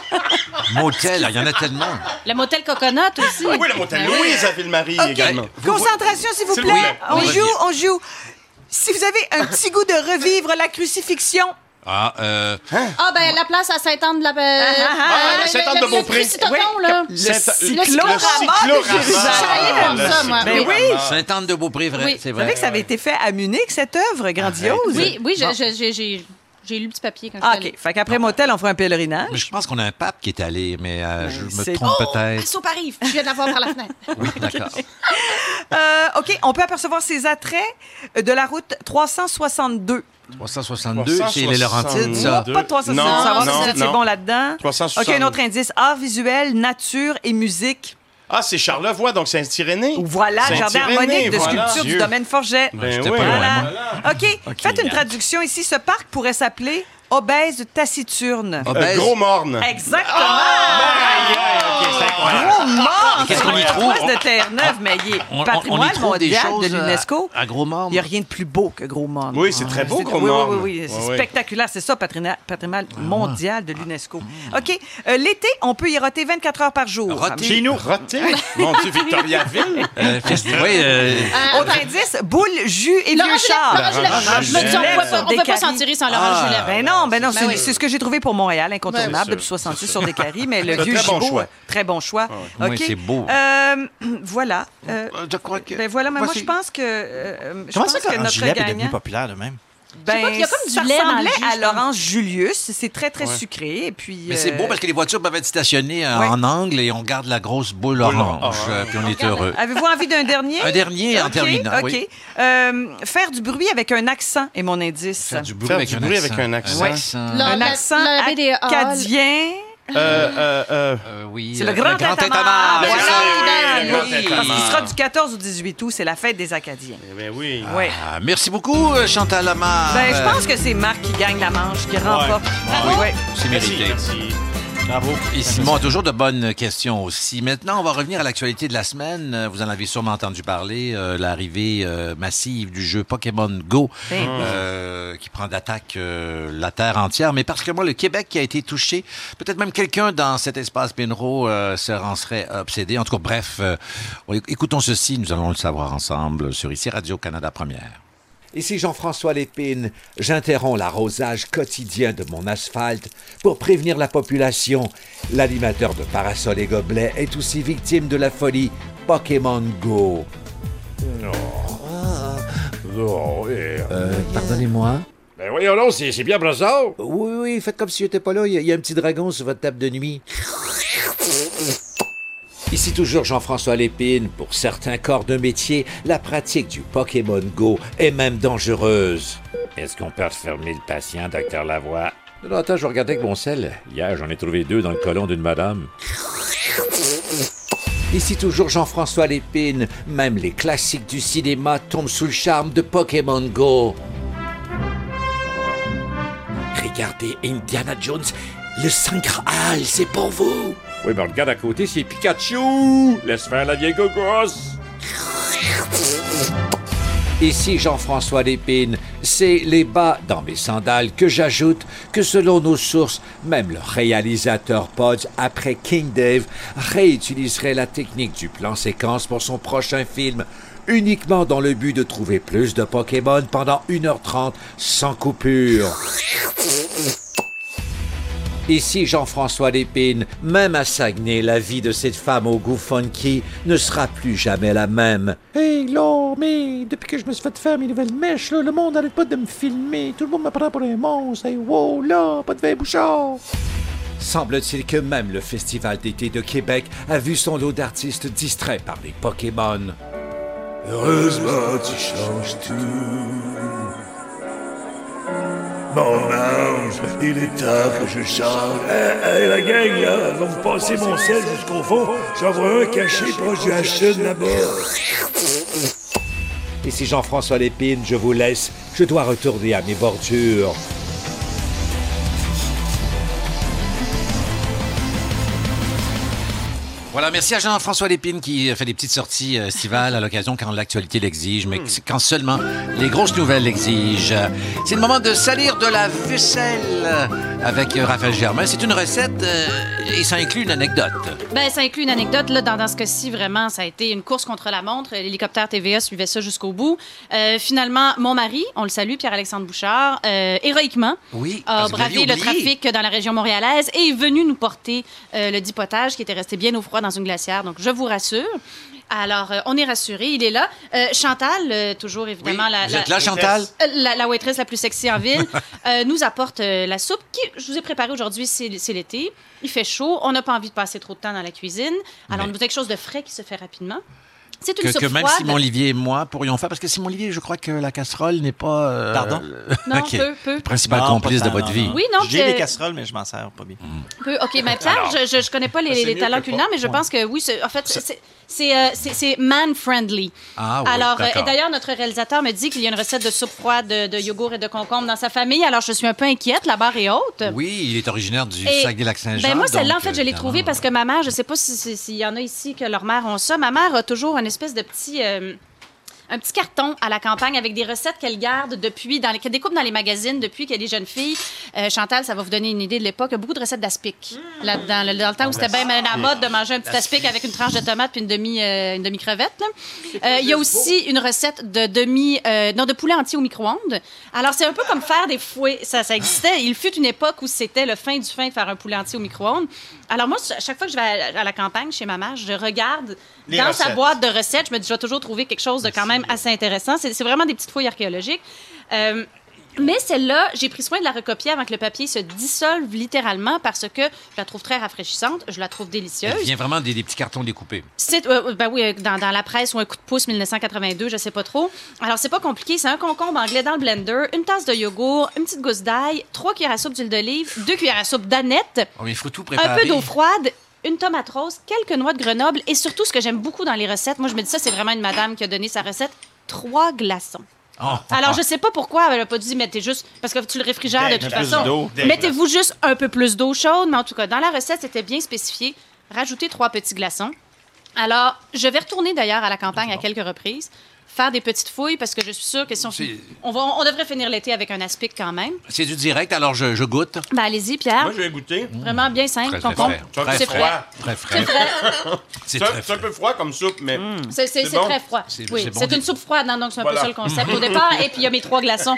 Motel, il y en a tellement. Le motel Coconut aussi. Oui, le motel Ah oui. Louise à Ville-Marie également. Concentration, s'il vous S'il plaît. vous plaît. On Oui. joue, on joue. Si vous avez un petit goût de revivre la crucifixion, Ah, euh, Ah, ben, la place à Saint-Anne de la. ah, Hein? ah, Saint-Anne de Beaupré. Oui. là. le Saint- cyclorama cyclorama. de Jérusalem. comme ça, Le moi. Ben Oui. oui, Sainte-Anne-de-Beaupré, vrai, Oui. c'est vous savez vrai. que ça avait été fait à Munich, cette œuvre grandiose. Oui, oui, je- je- j'ai- j'ai j'ai lu le petit papier quand Ah, j'étais OK. Fait qu'après motel, on fera un pèlerinage. Mais je pense qu'on a un pape qui est allé, mais euh, je c'est- Oh, Ah, me trompe allée. peut-être. Assaut Paris, je viens de la voir par la fenêtre. Oui, d'accord. Euh, OK, on peut apercevoir ses attraits de la route 362. 362, c'est les Laurentides, ça. Pas de 362, Non, savoir si non, vous étiez non. bon là-dedans. 360. OK, un autre indice. Art visuel, nature et musique. Ah, c'est Charlevoix, donc Saint-Irénée. Voilà, jardin Saint-Irénée, harmonique de voilà. sculpture du Dieu. domaine Forget. Ben J'étais oui. pas loin, Voilà. moi. OK, faites une traduction ici. Ce parc pourrait s'appeler Obèse taciturne. Ah, Euh, ben, gros morne. Exactement! Ah! Aïe, aïe, ok, c'est incroyable. Gros mort! Qu'est-ce qu'on y La trouve? place de Terre-Neuve, mais il est on- on- on y patrimoine trouve des mondial de choses, euh, l'UNESCO. À gros mort. Il n'y a rien de plus beau que Gros Morne. Oui, c'est très beau, c'est- Gros oui, Morne. Oui, oui, oui, c'est Ouais, Ah. ouais. spectaculaire. C'est ça, patrina- patrimoine mondial de l'UNESCO. Ah. OK. Euh, L'été, on peut y roter 24 heures par jour. Roter. Chez nous, roté. Mon Dieu, Victoriaville. Euh, fest- oui, euh, Euh, Autre indice, boule, jus et vieux Laurent Julien, char. Laurent Julien, Laurent je me dis, on pouvait pas- Julien, on des pouvait pas s'en caries. tirer sans Ah. Laurent Julien. Ben non, ben non, Ben c'est oui. c'est ce que j'ai trouvé pour Montréal, incontournable, Ben oui. depuis 68 sur des caries, mais le C'est un vieux très bon gigot, choix. très bon choix. ouais. OK. Oui, c'est beau. Euh, voilà. Euh, je crois que. ben voilà, mais moi, Voici. je pense que, euh, je Comment pense ça que que notre Gillette est devenu gagnant... populaire de même? Je Ben, sais pas, il y a comme du ça lait dans le ressemblait jus, à je pense. l'orange Julius. C'est très, très sucré. Et puis, Mais c'est euh, beau parce que les voitures peuvent être stationnées euh, Ouais. en angle et on garde la grosse boule orange, euh, puis on est heureux. Avez-vous envie d'un dernier? Un dernier en OK, terminant, OK. oui. Euh, faire du bruit avec un accent est mon indice. Faire du bruit, Faire avec, du un bruit accent. avec un accent. Là, Un la- accent la BDA, acadien. Euh, euh, euh, Euh, oui, C'est euh, le grand tintamarre. tintamarre. Voilà. Ah, ben Oui, le grand Oui, tintamarre. Parce qu'il sera du 14 au 18 août, c'est la fête des Acadiens. eh ben oui. Oui. Ah, merci beaucoup, euh, Chantal Lamar. Ben, je pense que c'est Marc qui gagne la manche, qui remporte. Ah Oui, oui. Ah C'est Merci, mérité. merci. Bravo. Et Simon a toujours de bonnes questions aussi. Maintenant, on va revenir à l'actualité de la semaine. Euh, Vous en avez sûrement entendu parler, euh, l'arrivée euh, massive du jeu Pokémon Go, Hey. euh, qui prend d'attaque euh, la terre entière, mais particulièrement le Québec qui a été touché. Peut-être même quelqu'un dans cet espace Pinro euh, se en serait obsédé. En tout cas, bref, euh, écoutons ceci, nous allons le savoir ensemble sur ici Radio-Canada Première. Ici Jean-François Lépine, j'interromps l'arrosage quotidien de mon asphalte pour prévenir la population. L'animateur de Parasol et Gobelet est aussi victime de la folie Pokémon Go. Euh, pardonnez-moi. Ben voyons donc, c'est c'est bien Brassard. Oui, oui, faites comme si j'étais pas là. Il y, a- il y a un petit dragon sur votre table de nuit. Ici toujours Jean-François Lépine. Pour certains corps de métier, la pratique du Pokémon Go est même dangereuse. Est-ce qu'on peut refermer le patient, docteur Lavoie? Non, non, attends, je regardais avec mon sel. Hier, j'en ai trouvé deux dans le colon d'une madame. Ici toujours Jean-François Lépine. Même les classiques du cinéma tombent sous le charme de Pokémon Go. Regardez Indiana Jones, le sacre hall, c'est pour vous. Oui, mais regarde à côté, c'est Pikachu! Laisse faire la vieille gogosse! Ici Jean-François Lépine, c'est les bas dans mes sandales que j'ajoute que selon nos sources, même le réalisateur Podge après King Dave réutiliserait la technique du plan séquence pour son prochain film, uniquement dans le but de trouver plus de Pokémon pendant 1h30 sans coupure. Ici Jean-François Lépine, même à Saguenay, la vie de cette femme au goût funky ne sera plus jamais la même. Hey, là, mais depuis que je me suis fait faire mes nouvelles mèches, là, le monde n'arrête pas de me filmer. Tout le monde me prend pour un monstre. Hey, wow, là, pas de vin bouchard. Semble-t-il que même le Festival d'été de Québec a vu son lot d'artistes distraits par les Pokémon. Heureusement tu changes tout. Mon ange, il est temps que je change. Hey, hey, Eh, la gang, là, va vous passer mon sel jusqu'au fond. J'en vois un caché proche du H là-bas. Ici Jean-François Lépine, je vous laisse. Je dois retourner à mes bordures. Voilà, merci à Jean-François Lépine qui fait des petites sorties euh, estivales à l'occasion quand l'actualité l'exige, Hmm. mais quand seulement les grosses nouvelles l'exigent. C'est le moment de salir de la vaisselle avec euh, Raphaël Germain. C'est une recette euh, et ça inclut une anecdote. Ben, ça inclut une anecdote. Là, dans, dans ce cas-ci, vraiment, ça a été une course contre la montre. L'hélicoptère TVA suivait ça jusqu'au bout. Euh, finalement, mon mari, on le salue, Pierre-Alexandre Bouchard, euh, héroïquement Oui, a parce que vous bravé l'aviez le oublié. trafic dans la région montréalaise et est venu nous porter euh, le dipotage qui était resté bien au froid dans une glacière. Donc, je vous rassure. Alors, euh, on est rassuré, il est là. Euh, Chantal, euh, toujours évidemment la, vous la- êtes là, Chantal? Euh, La, la waitress la plus sexy en ville euh, nous apporte euh, la soupe qui, je vous ai préparée aujourd'hui, c'est c'est l'été. Il fait chaud, on n'a pas envie de passer trop de temps dans la cuisine. Mais- Alors, on nous a quelque chose de frais qui se fait rapidement. C'est une Que, soupe que même froide. Simon Olivier et moi pourrions faire, parce que Simon Olivier, je crois que la casserole n'est pas. euh, Pardon? Non, OK. peu, peu. Principal Non, complice pas de tant, votre non, vie. non. Oui, non, J'ai puis, des euh, casseroles, mais je m'en sers pas bien. Mm. Peu- OK, mais Pierre, Alors. je, je, je connais pas les, C'est les mieux talents que culinaires, pas. mais je pense que oui, c'est- en fait, c'est- c'est euh, c'est- c'est man-friendly. Ah oui, Alors, euh, d'accord. et d'ailleurs, notre réalisateur me dit qu'il y a une recette de soupe froide de, de yogourt et de concombre dans sa famille, alors je suis un peu inquiète, la barre est haute. Oui, il est originaire du Et- Saguenay-Lac-Saint-Jean. Ben moi, celle-là, en donc, fait, je l'ai euh, trouvée parce que ma mère, je sais pas si- si- s'il y en a ici que leur mère ont ça, ma mère a toujours une espèce de petit... euh, un petit carton à la campagne avec des recettes qu'elle garde depuis, dans les- qu'elle découpe dans les magazines depuis qu'elle est jeune fille. Euh, Chantal, ça va vous donner une idée de l'époque. Il y a beaucoup de recettes d'aspic. Là-dedans, le- dans le temps Ah, où c'était bien à la mode de manger un petit aspic avec une tranche de tomate puis une demi, euh, une demi crevette. il y a aussi une recette de demi, euh, non, de poulet entier au micro-ondes. Alors c'est un peu comme faire des fouets. Ça, ça existait. Il fut une époque où c'était le fin du fin de faire un poulet entier au micro-ondes. Alors moi, à chaque fois que je vais à à la campagne chez ma mère, je regarde Les dans sa recettes. boîte de recettes, je me dis, je vais toujours trouver quelque chose de quand même assez intéressant. C'est c'est vraiment des petites fouilles archéologiques. Euh, mais celle-là, j'ai pris soin de la recopier avant que le papier se dissolve littéralement parce que je la trouve très rafraîchissante, je la trouve délicieuse. Elle vient vraiment des, des petits cartons découpés. C'est, euh, ben oui, euh, dans, dans la presse ou un coup de pouce 1982, je sais pas trop. Alors, c'est pas compliqué. C'est un concombre anglais dans le blender, une tasse de yogourt, une petite gousse d'ail, trois cuillères à soupe d'huile d'olive, deux cuillères à soupe d'aneth, Oh, mais il faut tout un préparer. peu d'eau froide, une tomate rose, quelques noix de Grenoble et surtout ce que j'aime beaucoup dans les recettes, moi je me dis ça, c'est vraiment une madame qui a donné sa recette, trois glaçons. Oh. Alors, je sais pas pourquoi elle a pas dit mettez juste parce que tu le réfrigères de Dégage. toute Un peu façon. d'eau. Dégage. Mettez-vous juste un peu plus d'eau chaude, mais en tout cas, dans la recette, c'était bien spécifié. Rajoutez trois petits glaçons. Alors, je vais retourner d'ailleurs à la campagne à quelques reprises, faire des petites fouilles parce que je suis sûre que si on, C'est- on, va- on devrait finir l'été avec un aspic quand même. C'est du direct, alors je, je goûte. Ben, allez-y, Pierre. Moi, je vais goûter. Vraiment bien simple, Très, très concombre. frais. Très C'est frais. frais. Très C'est frais. frais. Mm. C'est un- très un peu froid comme soupe, mais. C'est c'est- c'est bon. très froid. C'est- Oui, c'est bon. c'est une soupe froide, non, donc c'est un Voilà. peu ça le concept au départ. Et puis il y a mes trois glaçons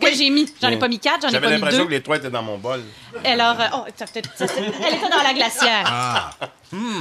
que j'ai mis. J'en ai pas mis quatre, j'en ai J'avais pas mis l'impression deux. que les trois étaient dans mon bol. Alors, euh, oh, ça, peut-être- ça, c'est- elle était dans la glacière. Ah.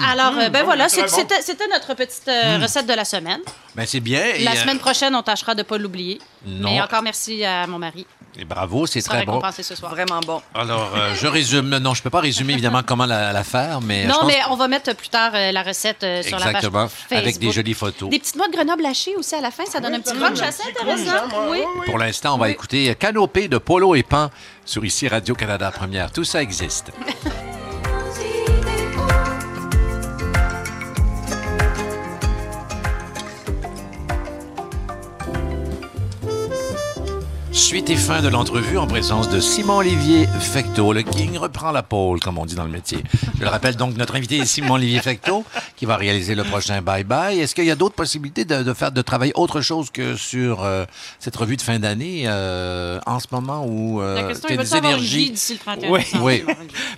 Alors, euh, Hmm. ben Mmh, voilà, c'est c'est- très bon. c'était c'était notre petite euh, Mmh. recette de la semaine. Ben, c'est bien. et, la euh, semaine prochaine, on tâchera de ne pas l'oublier. Non. Mais encore merci à mon mari. euh, et bravo, c'est Il sera très bon. récompensé ce soir. Vraiment bon. Alors, euh, je résume. Non, je peux pas résumer évidemment comment la, la faire, mais euh, je non, pense mais on va mettre plus tard euh, la recette euh, sur la page exactement avec Facebook. des jolies photos. Des petites noix de Grenoble hachées aussi à la fin, ça donne un petit crunch hein, assez intéressant. oui. Pour l'instant, on va écouter Canopée de Polo et Pan sur ici Radio Canada Première. Tout ça existe. Suite et fin de l'entrevue en présence de Simon Olivier Fecteau. Le King reprend la pole, comme on dit dans le métier. Je le rappelle donc, notre invité est Simon Olivier Fecteau, qui va réaliser le prochain Bye Bye. Est-ce qu'il y a d'autres possibilités de, de faire de travailler autre chose que sur euh, cette revue de fin d'année euh, en ce moment où euh, La question t'as est des va avoir une énergies? vie d'ici le 31 Oui. décembre? Oui.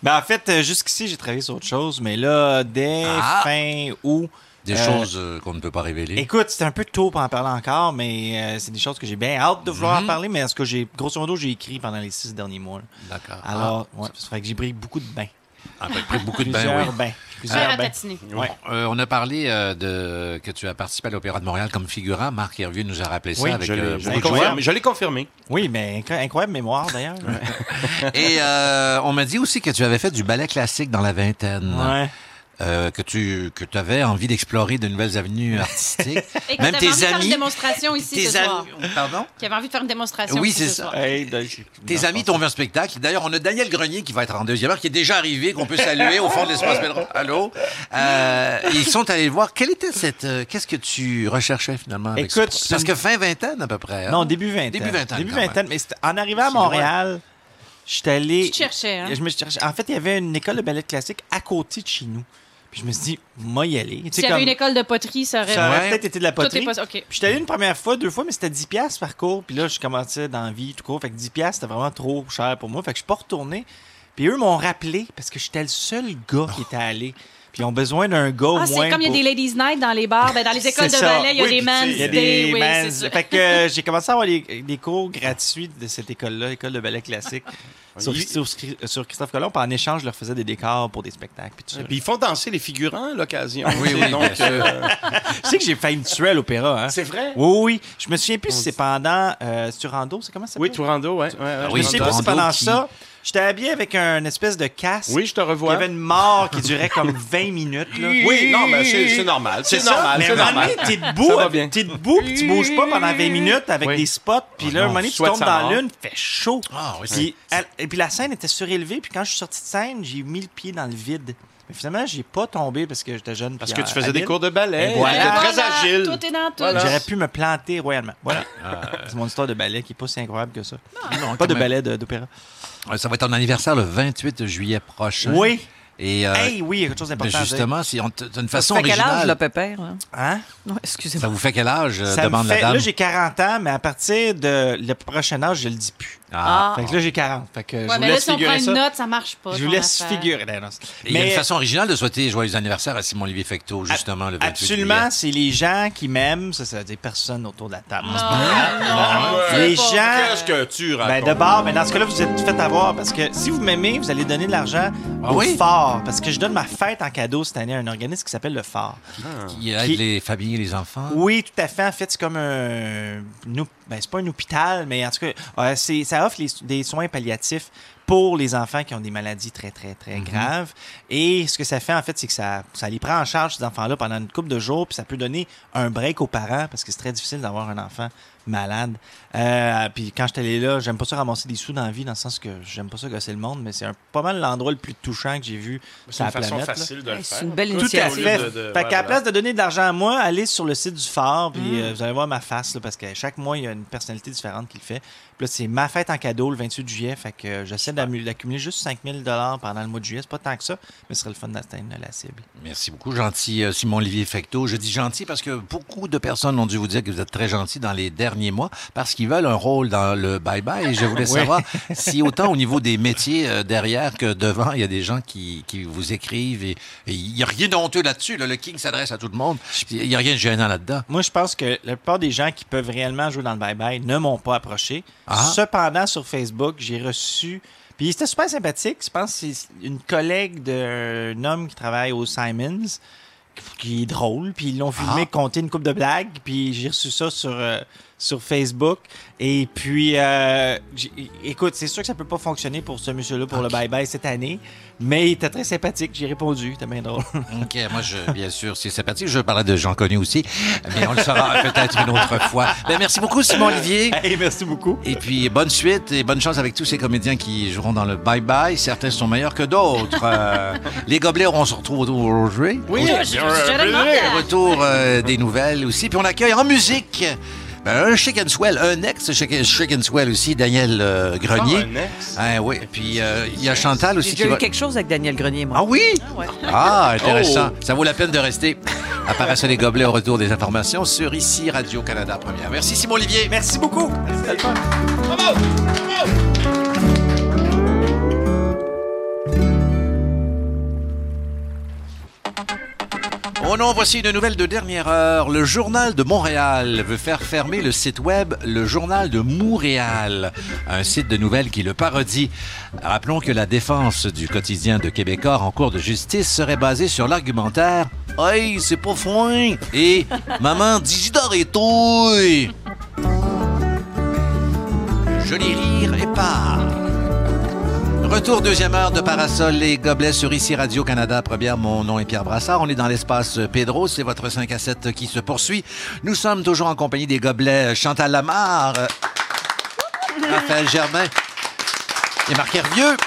Ben, en fait, euh, jusqu'ici, j'ai travaillé sur autre chose, mais là, dès Ah. fin août, Des Euh, choses euh, qu'on ne peut pas révéler. Écoute, c'est un peu tôt pour en parler encore, mais euh, c'est des choses que j'ai bien hâte de vouloir Mhm. parler. Mais en tout cas, j'ai, grosso modo, j'ai écrit pendant les six derniers mois. là. D'accord. Alors, ouais, ça fait que j'ai pris beaucoup de bains. Ah, ben, pris beaucoup de bains, Plusieurs oui. Ah. bains. Plusieurs Faire à bains. patiner. Ouais. Euh, on a parlé euh, de que tu as participé à l'Opéra de Montréal comme figurant. Marc Hervieux nous a rappelé ça Oui, avec je l'ai- euh, je beaucoup l'ai de joie. confirmé. Je l'ai confirmé. Oui, mais incro- incroyable mémoire d'ailleurs. Et euh, on m'a dit aussi que tu avais fait du ballet classique dans la vingtaine. Ouais. Euh, que tu que avais envie d'explorer de nouvelles avenues artistiques. Et que Même t'avais tes envie de faire amis- une démonstration ici tes ce amis- soir. Pardon? Qui avait envie de faire une démonstration Oui, ici c'est Ah, ce ça. soir. Tes amis t'ont vu un spectacle. D'ailleurs, on a Daniel Grenier qui va être en deuxième heure, qui est déjà arrivé, qu'on peut saluer au fond de l'espace Belleron. Allô? Euh, ils sont allés le voir. Quelle était cette. euh, Qu'est-ce que tu recherchais finalement? avec Écoute, ce- c'est parce une- que fin vingtaine à peu près. hein? Non, début 20 Début vingtaine. Début quand même. vingtaine. Mais c'est- en arrivant à C'est loin. Montréal, je suis allé. Tu te cherchais, hein? Je me cherchais. En fait, il y avait une école de ballet classique à côté de chez nous. Puis je me suis dit, moi y aller. Tu sais, S'il y avait comme- une école de poterie, ça aurait, Ça aurait peut-être été de la Tout est poterie. possi- OK. Puis j'étais allé une première fois, deux fois, mais c'était 10 pièces par cours. Puis là, je commençais dans la vie tout court. Fait que 10 pièces, c'était vraiment trop cher pour moi. Fait que je suis pas retourné. Puis eux m'ont rappelé parce que j'étais le seul gars qui était allé. Puis ils ont besoin d'un gars au Ah, moins c'est comme il y a pour- des ladies' night dans les bars, ben, dans les écoles de C'est ça. ballet, il y a Oui, des puis men's tu sais, il y a day, des oui, c'est men's- ça. Fait que euh, j'ai commencé à avoir les- des cours gratuits de cette école-là, école de ballet classique, sur, Il- sur- sur Christophe Colomb. Puis en échange, je leur faisais des décors pour des spectacles. Puis tout ça. Puis ils font danser les figurants à l'occasion. Oui, tu sais, oui, donc, bien sûr. euh, Tu sais que j'ai failli me tuer à l'opéra. Hein? C'est vrai? Oui, oui. Je me souviens plus si c'est pendant euh, Turando, c'est comment ça s'appelle? Ah Oui, Tourando, ouais. ouais, ouais, Oui, je sais pas si Turando pendant qui- ça, j'étais habillé avec un espèce de casque. Oui, je te revois. Il y avait une mort qui durait comme 20 minutes. là. Oui, non, mais c'est- c'est normal, c'est ça. normal, Mais c'est à un moment donné, normal. t'es Ça va debout, euh, bien. t'es debout, puis tu bouges pas pendant 20 minutes avec des spots, puis Oh là, à un non, moment donné, tu souhaite tombes sa dans mort. l'une, fait chaud. Ah oui, puis, elle- et puis la scène était surélevée, puis quand je suis sorti de scène, j'ai mis le pied dans le vide. Mais finalement, j'ai pas tombé parce que j'étais jeune. Parce puis que tu euh, faisais des habile. cours de ballet, Et voilà. t'étais très Voilà, agile. Tout est dans tout. Voilà. Ah. J'aurais pu me planter royalement. Voilà. C'est mon histoire de ballet qui est pas si incroyable que ça. Non, pas quand de même. ballet de- d'opéra. Euh, Ça va être ton anniversaire le 28 juillet prochain. Oui. Et euh, Hey, oui, il y a quelque chose d'important. à dire. justement, si on t- t'as une Ça façon fait quel âge, originale. là, Pépère, là? Hein? Non, excusez-moi. Ça vous fait quel âge, euh, Ça me demande fait- la dame? Là, j'ai 40 ans, mais à partir de le prochain âge, je le dis plus. Ah. Fait que là, j'ai 40. Fait que je Ouais, vous mais là, laisse si on prend figurer une ça. note, ça marche pas. je vous ton laisse affaire. figurer. Non, non, c'est- Et Il y a une Mais- façon originale de souhaiter joyeux anniversaire à Simon-Olivier Fecteau, justement, le 28 Absolument, c'est les gens qui m'aiment. Ça, ça veut dire personne autour de la table. Non, Ah, non, c'est les pas gens. vrai. Qu'est-ce que tu Ben, racontes? de bord, mais dans ce cas-là, vous êtes fait avoir parce que si vous m'aimez, vous allez donner de l'argent Ah au oui? Phare. Parce que je donne ma fête en cadeau cette année à un organisme qui s'appelle le Phare. Il aide Ah. Qui- les familles et les enfants. Oui, tout à fait. En fait, c'est comme un. nou- Ben, c'est pas un hôpital, mais en tout cas, euh, c'est- ça offre les- des soins palliatifs pour les enfants qui ont des maladies très, très, très graves. Et ce que ça fait, en fait, c'est que ça, ça les prend en charge, ces enfants-là, pendant une couple de jours, puis ça peut donner un break aux parents parce que c'est très difficile d'avoir un enfant malade. Euh, puis quand je suis allé là, j'aime pas ça ramasser des sous dans la vie, dans le sens que j'aime pas ça gosser le monde, mais c'est un- pas mal l'endroit le plus touchant que j'ai vu C'est sur une la façon planète. là. facile de le faire. C'est une belle Tout à initiative. fait. Au lieu de- de- fait qu'à la voilà. place de donner de l'argent à moi, allez sur le site du phare, puis euh, vous allez voir ma face, là, parce que chaque mois, il y a une personnalité différente qui le fait. Puis là, c'est ma fête en cadeau le 28 juillet, fait que euh, j'essaie d'ammu- d'accumuler juste 5000 pendant le mois de juillet. C'est pas tant que ça, mais ce serait le fun d'atteindre la cible. Merci beaucoup, gentil euh, Simon-Olivier Fecteau. Je dis gentil parce que beaucoup de personnes ont dû vous dire que vous êtes très gentil dans les derniers mois parce qu'ils veulent un rôle dans le bye-bye. Et je voulais Oui. savoir si autant au niveau des métiers euh, derrière que devant, il y a des gens qui, qui vous écrivent et et il n'y a rien d'honteux là-dessus. là. Le King s'adresse à tout le monde. Il n'y a rien de gênant là-dedans. Moi, je pense que la plupart des gens qui peuvent réellement jouer dans le bye-bye ne m'ont pas approché. Ah. Cependant, sur Facebook, j'ai reçu. Puis c'était super sympathique. Je pense que c'est une collègue d'un homme qui travaille au Simons, qui est drôle. Puis ils l'ont Ah. filmé compter une coupe de blagues. Puis j'ai reçu ça sur, euh, sur Facebook. É- Et puis, euh, j'ai- écoute, c'est sûr que ça peut pas fonctionner pour ce monsieur-là pour le bye-bye cette année, mais il était très sympathique. J'ai répondu, c'était bien drôle. OK, moi, je, bien sûr, c'est sympathique. Je parlais de gens connus aussi, mais on le saura peut-être une autre fois. Ben, merci beaucoup, Simon-Olivier. merci beaucoup. Et puis, bonne suite et bonne chance avec tous ces comédiens qui joueront dans le bye-bye. Certains sont meilleurs que d'autres. Euh, les gobelets, on se retrouve autour aujourd'hui. Oui, je- Au- je- je le demandais. Retour euh, des nouvelles aussi. Puis, on accueille en musique ben, un Chicken Swell, un ex Chicken, Chicken Swell aussi, Daniel euh, Oh, Grenier. Ah, un ex. Hein, oui. Puis, euh, il y a Chantal aussi J'ai qui déjà eu va- quelque chose avec Daniel Grenier, moi. Ah oui? Ah, intéressant. Oh. Ça vaut la peine de rester. Apparaissent les gobelets au retour des informations sur ici Radio-Canada Première. Ah, Merci Simon Olivier. Merci beaucoup. C'était le fun. On Oh non, voici une nouvelle de dernière heure. Le Journal de Montréal veut faire fermer le site web Le Journal de Montréal, un site de nouvelles qui le parodie. Rappelons que la défense du quotidien de Québécois en cours de justice serait basée sur l'argumentaire Hey, c'est pas foin et Maman, dis et touille. Joli rire et part. Retour deuxième heure de Parasol et Gobelets sur ICI Radio-Canada. Première, mon nom est Pierre Brassard. On est dans l'espace Pedro. C'est votre 5 à 7 qui se poursuit. Nous sommes toujours en compagnie des Gobelets Chantal Lamarre, Raphaël Germain et Marc Hervieux.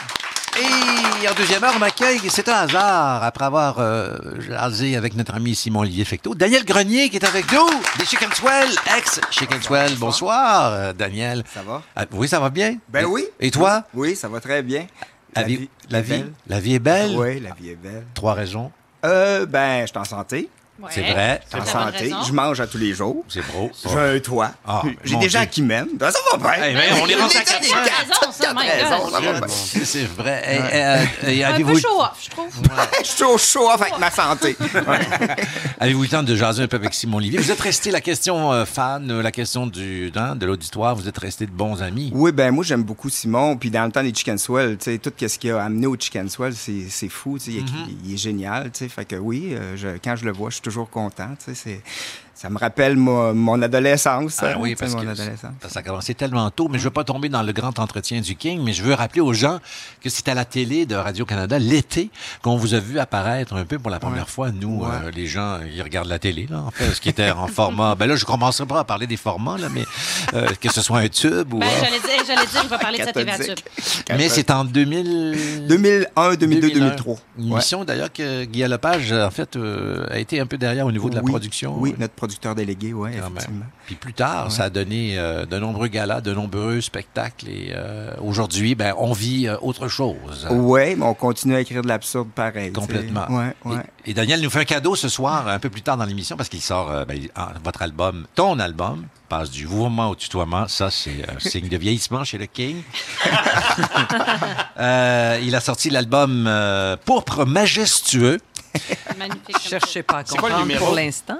Et en deuxième heure, on m'accueille, c'est un hasard, après avoir euh, jasé avec notre ami Simon-Olivier Fecteau, Daniel Grenier qui est avec nous, des Chicken Swell, ex Chicken Swell. Bonsoir, euh, Daniel. Ça va? Ah, oui, ça va bien? Ben Et- oui. Et toi? Oui, ça va très bien. La, vie, la, est vie, belle. la vie est belle? Oui, la vie est belle. Trois raisons. Euh, ben, je suis en santé. Ouais, C'est vrai. Je suis en c'est la bonne santé. raison. Je mange à tous les jours. C'est beau. J'ai un toit. Ah, J'ai mon des gens Dieu. qui m'aiment. Ben, ça va bien. Eh ben, on est rendu à J'ai quatre des cents. quatre- raisons, Ah, ça, quatre my raisons, God. ça va bien. C'est vrai. Et, euh, et Un avez-vous peu show off, je trouve. Je suis au chaud avec ma santé. avez-vous eu le temps de jaser un peu avec Simon Olivier? Vous êtes resté la question euh, fan, euh, la question du, hein, de l'auditoire, vous êtes resté de bons amis. Oui, ben moi j'aime beaucoup Simon. Puis dans le temps des Chicken Swell, tu sais, tout ce qu'il a amené au Chicken Swell, c'est c'est fou. tu sais, Il, Mm-hmm. il est génial. tu sais. Fait que oui, euh, je- quand je le vois, je suis toujours content. tu sais, c'est- Ça me rappelle mo- mon adolescence. Ah hein, oui, tu sais, parce mon que adolescence. ça- ça a commencé tellement tôt, mais je veux pas tomber dans le grand entretien du King, mais je veux rappeler aux gens que c'est à la télé de Radio-Canada l'été qu'on vous a vu apparaître un peu pour la première fois. Nous, euh, les gens, ils regardent la télé, là, en fait, ce qui était en format. Ben là, je commencerai pas à parler des formats, là, mais euh, que ce soit un tube ou. Ben, euh, j'allais dire, j'allais dire, je vais parler de cette TVA Cathodique. mais c'est en 2000... 2001, 2002, 2003. Une Ouais. émission d'ailleurs que Guy Lepage, en fait, euh, a été un peu derrière au niveau de la Oui, production. Oui, notre producteur délégué, oui, effectivement. Puis plus tard, ça a donné euh, de nombreux galas, de nombreux spectacles. Et euh, aujourd'hui, ben, on vit euh, autre chose. Oui, mais on continue à écrire de l'absurde pareil. tu sais. Complètement. Ouais, ouais. Et, et Daniel nous fait un cadeau ce soir, un peu plus tard dans l'émission, parce qu'il sort euh, ben, ah, votre album, ton album, passe du mouvement au tutoiement. Ça, c'est un signe de vieillissement chez le King. Euh, il a sorti l'album euh, Pourpre majestueux. Magnifique. Cherchez pas à C'est quoi le comprendre numéro? pour l'instant.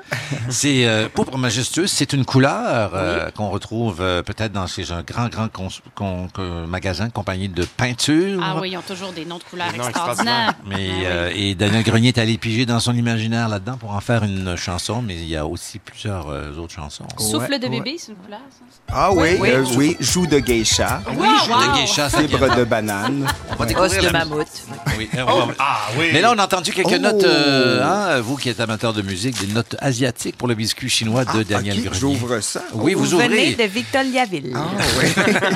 C'est euh, pourpre majestueux, c'est une couleur euh, qu'on retrouve euh, peut-être dans ces un grand grand cons- con- que- magasin, compagnie de peinture. Ah oui, ils ont toujours des noms de couleurs Des noms extraordinaires. Mais euh, et Daniel Grenier est allé piger dans son imaginaire là-dedans pour en faire une chanson, mais il y a aussi plusieurs euh, autres chansons. Souffle Ouais, de ouais. bébé, c'est une couleur, ça? Ah oui, euh, Oui. oui, joue de geisha. Oui, joue de Wow. geisha, ça Fibre vient. de banane. On va découvrir Os de la- mammouth. Oui, euh, on va- Ah oui. Mais là, on a entendu quelques Oh. notes, euh, hein, vous qui êtes amateur de musique, des notes asiatiques pour le biscuit chinois de Daniel Grenier. Ah, J'ouvre ça. Oh, Oui, vous, venez ouvrez. de Victoriaville.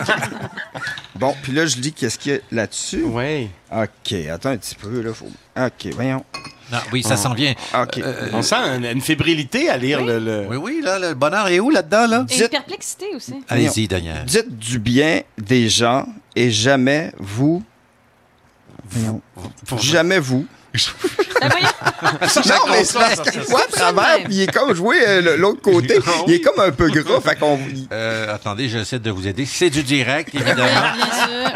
Bon, puis là, je lis qu'est-ce qu'il y a là-dessus. Oui. OK, attends un petit peu. Là, faut... OK, voyons. Non, oui, ça Ah. s'en vient. Euh, OK. On sent une, une fébrilité à lire le, le- Oui, oui, là, le bonheur est où là-dedans, là? Et une perplexité aussi. Allez-y, Daniel. Dites du bien des gens et jamais vous... Voyons. Jamais vous. Ben non, mais c'est parce que je vois à travers, puis il est comme joué euh, le- l'autre côté. Ah Il est comme un peu gras, fait qu'on... Euh, attendez, j'essaie de vous aider. C'est du direct, évidemment.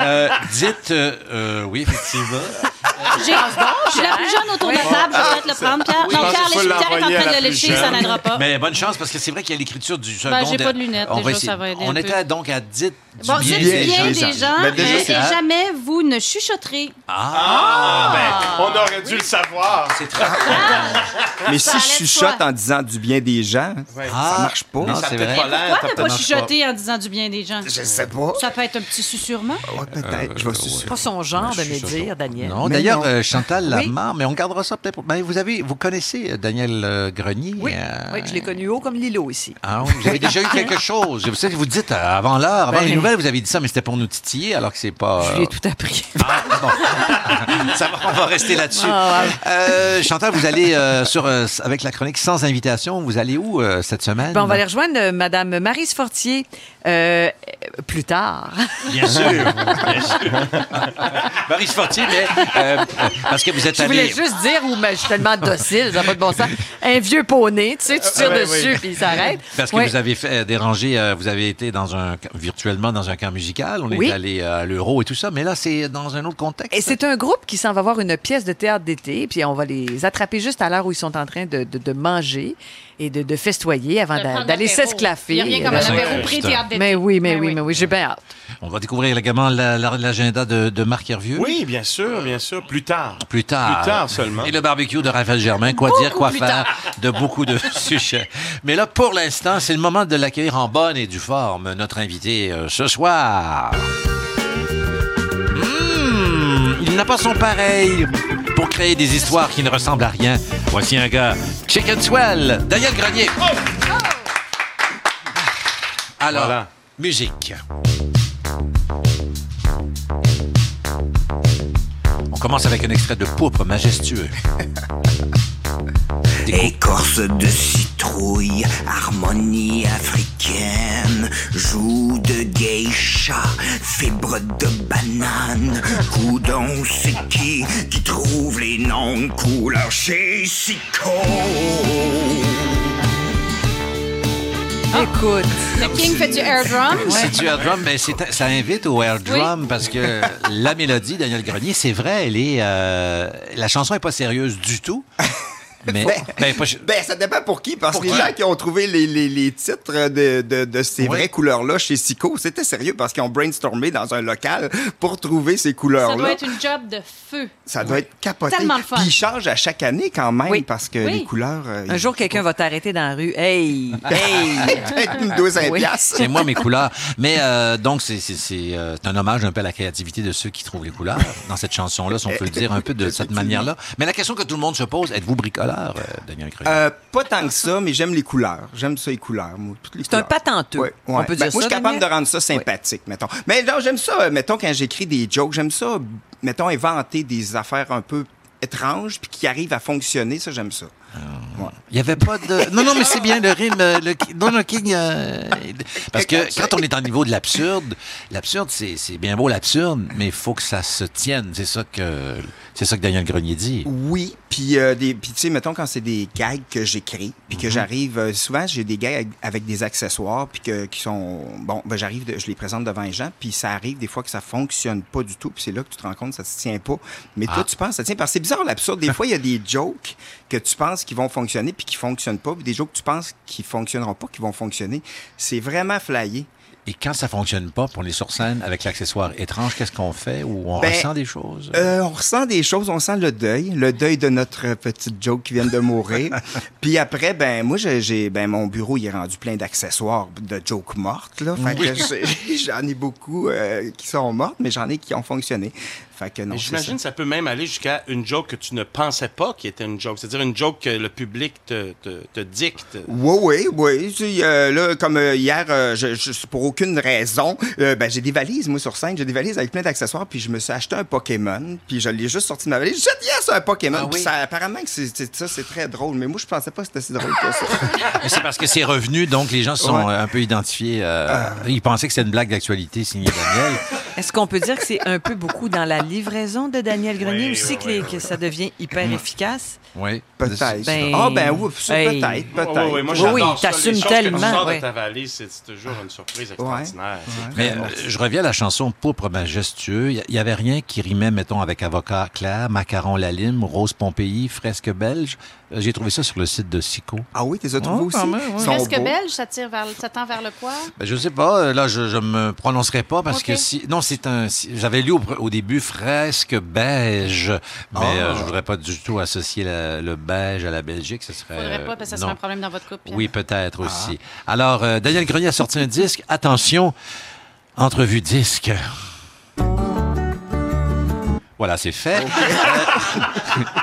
Euh, dites, euh, euh, oui, effectivement. J'ai- Ah, Je suis hein? la plus jeune autour de la table, je vais peut-être le prendre, Pierre. Oui, Ah, non, je pense Pierre, qu'il faut laisse Pierre est en l'envoyer à la train de le plus lécher, ça jeune. n'aidera pas. Mais bonne chance, parce que c'est vrai qu'il y a l'écriture du second. Ben, j'ai pas de lunettes, déjà, ça va aider On un était peu. à- donc à dites du Bon, bien dites des bien gens. des gens, Ben, déjà, euh, c'est- et jamais vous ne chuchoterez. Ah, ben, on aurait dû le savoir. Ah. C'est très Ah. Mais si je Ah, allait de chuchote soi. en disant du bien des gens, Ah. ça marche pas. Non, Ça c'est peut- vrai. Pourquoi ne ça pas marche chuchoter en disant du bien des gens? Je sais pas. Ah, Ça peut être un petit susurrement. Ouais, Ah, peut-être. je vais sucer. C'est pas son genre de suis sûr. médire, Daniel. Euh, Non, Mais d'ailleurs, non. euh, Chantal Oui. Lamarre, mais on gardera ça peut-être. pour- Ben, vous, avez, vous connaissez euh, Daniel euh, Grenier? Oui. euh, Oui, je l'ai connu haut comme l'îlot ici. Ah oui, vous avez déjà eu quelque chose. Vous savez, vous dites euh, avant l'heure, avant Ben. les nouvelles, vous avez dit ça, mais c'était pour nous titiller, alors que c'est pas. Je euh, lui ai tout appris. Ah, bon. Ça va, on va rester là-dessus. Ah, ouais. Euh, Chantal, vous allez euh, sur euh, avec la chronique sans invitation. Vous allez où euh, cette semaine Ben, on va aller rejoindre euh, Madame Marise Fortier euh, euh, plus tard. Bien sûr. Bien sûr. Marie Fortier, mais euh, parce que vous êtes Je voulais allé. juste dire, ou mais je suis tellement docile, ça n'a pas de bon sens. Un vieux poney, tu sais, tu tires Ouais, ouais. dessus, puis il s'arrête. Parce que Ouais. vous avez fait euh, déranger, euh, vous avez été dans un virtuellement dans un camp musical, on Oui. est allé euh, à l'euro et tout ça, mais là c'est dans un autre contexte. Et c'est un groupe qui s'en va voir une pièce de théâtre d'été, puis on va les attraper juste à l'heure où ils sont en train de, de- de manger et de, de festoyer avant De d'a- prendre d'aller l'apéro. s'esclaffer. Il y a rien comme un Euh, apéro pré théâtre d'été. Mais oui, Ben mais, oui, mais oui, j'ai bien hâte. On va découvrir également la- la- l'agenda de, de Marc Hervieux. Oui, bien sûr, bien sûr. Plus tard. Plus tard. Plus tard seulement. Et le barbecue de Raphaël Germain, quoi dire, quoi plus faire de beaucoup de sujets. Mais là, pour l'instant, c'est le moment de l'accueillir en bonne et due forme, notre invité euh, ce soir. Hmm, il n'a pas son pareil pour créer des histoires qui ne ressemblent à rien. Voici un gars, Chicken Swell, Daniel Grenier. Oh! Alors, musique. On commence avec un extrait de Pourpre majestueux. Écorce de citrouille, harmonie africaine, joue de geisha, fibre de banane, coudon c'est qui qui trouve les noms de couleur chez Sico. Écoute. Ah. Le King fait du air drum. Ah, C'est du air drum, mais c'est- ça invite au air drum parce que la mélodie, Daniel Grenier, c'est vrai, elle est. euh, la chanson est pas sérieuse du tout. Mais, ben, pas- Ben, ça dépend pour qui, parce que les qui? gens qui ont trouvé les, les- les titres de, de- de ces vraies couleurs-là chez Sico, c'était sérieux parce qu'ils ont brainstormé dans un local pour trouver ces Ça doit couleurs-là. être une job de feu. Ça doit être capoté. Tellement le fun. Puis ils changent à chaque année quand même Oui. parce que Oui. les couleurs. euh, Un jour, quelqu'un va t'arrêter dans la rue. Hey! Hey! Peut-être une dose à Ah, Oui. piastres. c'est moi mes couleurs. Mais euh, donc, c'est c'est- c'est, euh, c'est un hommage un peu à la créativité de ceux qui trouvent les couleurs dans cette chanson-là, si on peut le dire un peu de cette manière-là. Mais la question que tout le monde se pose, êtes-vous bricoleur, euh, Daniel Grenier? Euh, pas tant que ça, mais j'aime les couleurs. J'aime ça, les couleurs. moi, toutes les C'est un couleurs. patenteux. Ouais, On ouais. peut Ben, dire Moi, ça, je suis capable Daniel? de rendre ça sympathique, mettons. Mais non, j'aime ça, euh, mettons, quand j'écris des jokes, j'aime ça, mettons, inventer des affaires un peu étranges puis qui arrivent à fonctionner. Ça, j'aime ça. Ouais. Il n'y avait pas de. Non, non, mais c'est bien le rime. euh, Le... Non, non, King. euh, Parce que quand on est en niveau de l'absurde, l'absurde, c'est c'est bien beau l'absurde, mais il faut que ça se tienne. C'est ça que c'est ça que Daniel Grenier dit. Oui, puis euh, des puis tu sais mettons quand c'est des gags que j'écris puis Mhm. que j'arrive euh, souvent j'ai des gags ag- avec des accessoires puis que qui sont bon ben j'arrive de- je les présente devant les gens puis ça arrive des fois que ça fonctionne pas du tout puis c'est là que tu te rends compte que ça se tient pas mais Ah. toi tu penses que ça tient parce que c'est bizarre l'absurde des fois il y a des jokes que tu penses qui vont fonctionner puis qui fonctionnent pas puis des jokes que tu penses qui fonctionneront pas qui vont fonctionner c'est vraiment flyé Et quand ça fonctionne pas, pour les sur scène avec l'accessoire étrange, qu'est-ce qu'on fait ou on Ben, ressent des choses? Euh, on ressent des choses, on sent le deuil, le deuil de notre petite joke qui vient de mourir. Puis après, ben moi, j'ai- j'ai, ben mon bureau, il est rendu plein d'accessoires de jokes mortes là. Fait Oui. que j'ai- j'en ai beaucoup euh, qui sont mortes, mais j'en ai qui ont fonctionné. Fait que non. Mais c'est J'imagine ça. ça peut même aller jusqu'à une joke que tu ne pensais pas qui était une joke. C'est-à-dire une joke que le public te, te, te dicte. Oui, oui, oui. Tu sais, euh, là, comme euh, hier, euh, je, je- pour aucune raison, euh, ben, j'ai des valises, moi, sur scène. J'ai des valises avec plein d'accessoires, puis je me suis acheté un Pokémon, puis je l'ai juste sorti de ma valise. J'ai dit, yes, un Pokémon. Ah oui. Puis ça, apparemment, que c'est- c'est- ça, c'est très drôle, mais moi, je pensais pas que c'était si drôle que ça. Mais C'est parce que c'est revenu, donc les gens se sont Ouais. euh, un peu identifiés. euh, Ils pensaient que c'était une blague d'actualité signée Daniel. Est-ce qu'on peut dire que c'est un peu beaucoup dans la livraison de Daniel Grenier Oui, aussi oui, Hum. que, les- que ça devient hyper efficace? Oui. Peut-être. Ben, Ah, ben, oui, ça, hey. peut-être, Ouais, peut-être. ouais, ouais, moi, j'adore Oui, ça. Les t'assumes choses Que tellement, tu sors ouais. de ta valise, c'est c'est toujours une surprise extraordinaire. C'est Mais très bon. euh, je reviens à la chanson Pourpre majestueux. Il n'y avait rien qui rimait, mettons, avec avocat clair, macaron la lime, rose Pompéi, fresque belge. Euh, J'ai trouvé ça sur le site de Sico. Ah oui, tu les as trouvés aussi? Ils sont Presque beaux. belge, ça, tire vers, ça tend vers le poids. Ben, je sais pas, euh, là je, je me prononcerai pas parce Ok. que si non c'est un si- j'avais lu au, pr- au début fresque beige mais Ah. euh, je voudrais pas du tout associer la- le beige à la Belgique, ce serait Faudrait pas, parce que ça Euh, non. serait un problème dans votre couple. Oui, peut-être aussi. Alors euh, Daniel Grenier a sorti un disque, attention, entrevue disque. Voilà, c'est fait. Euh,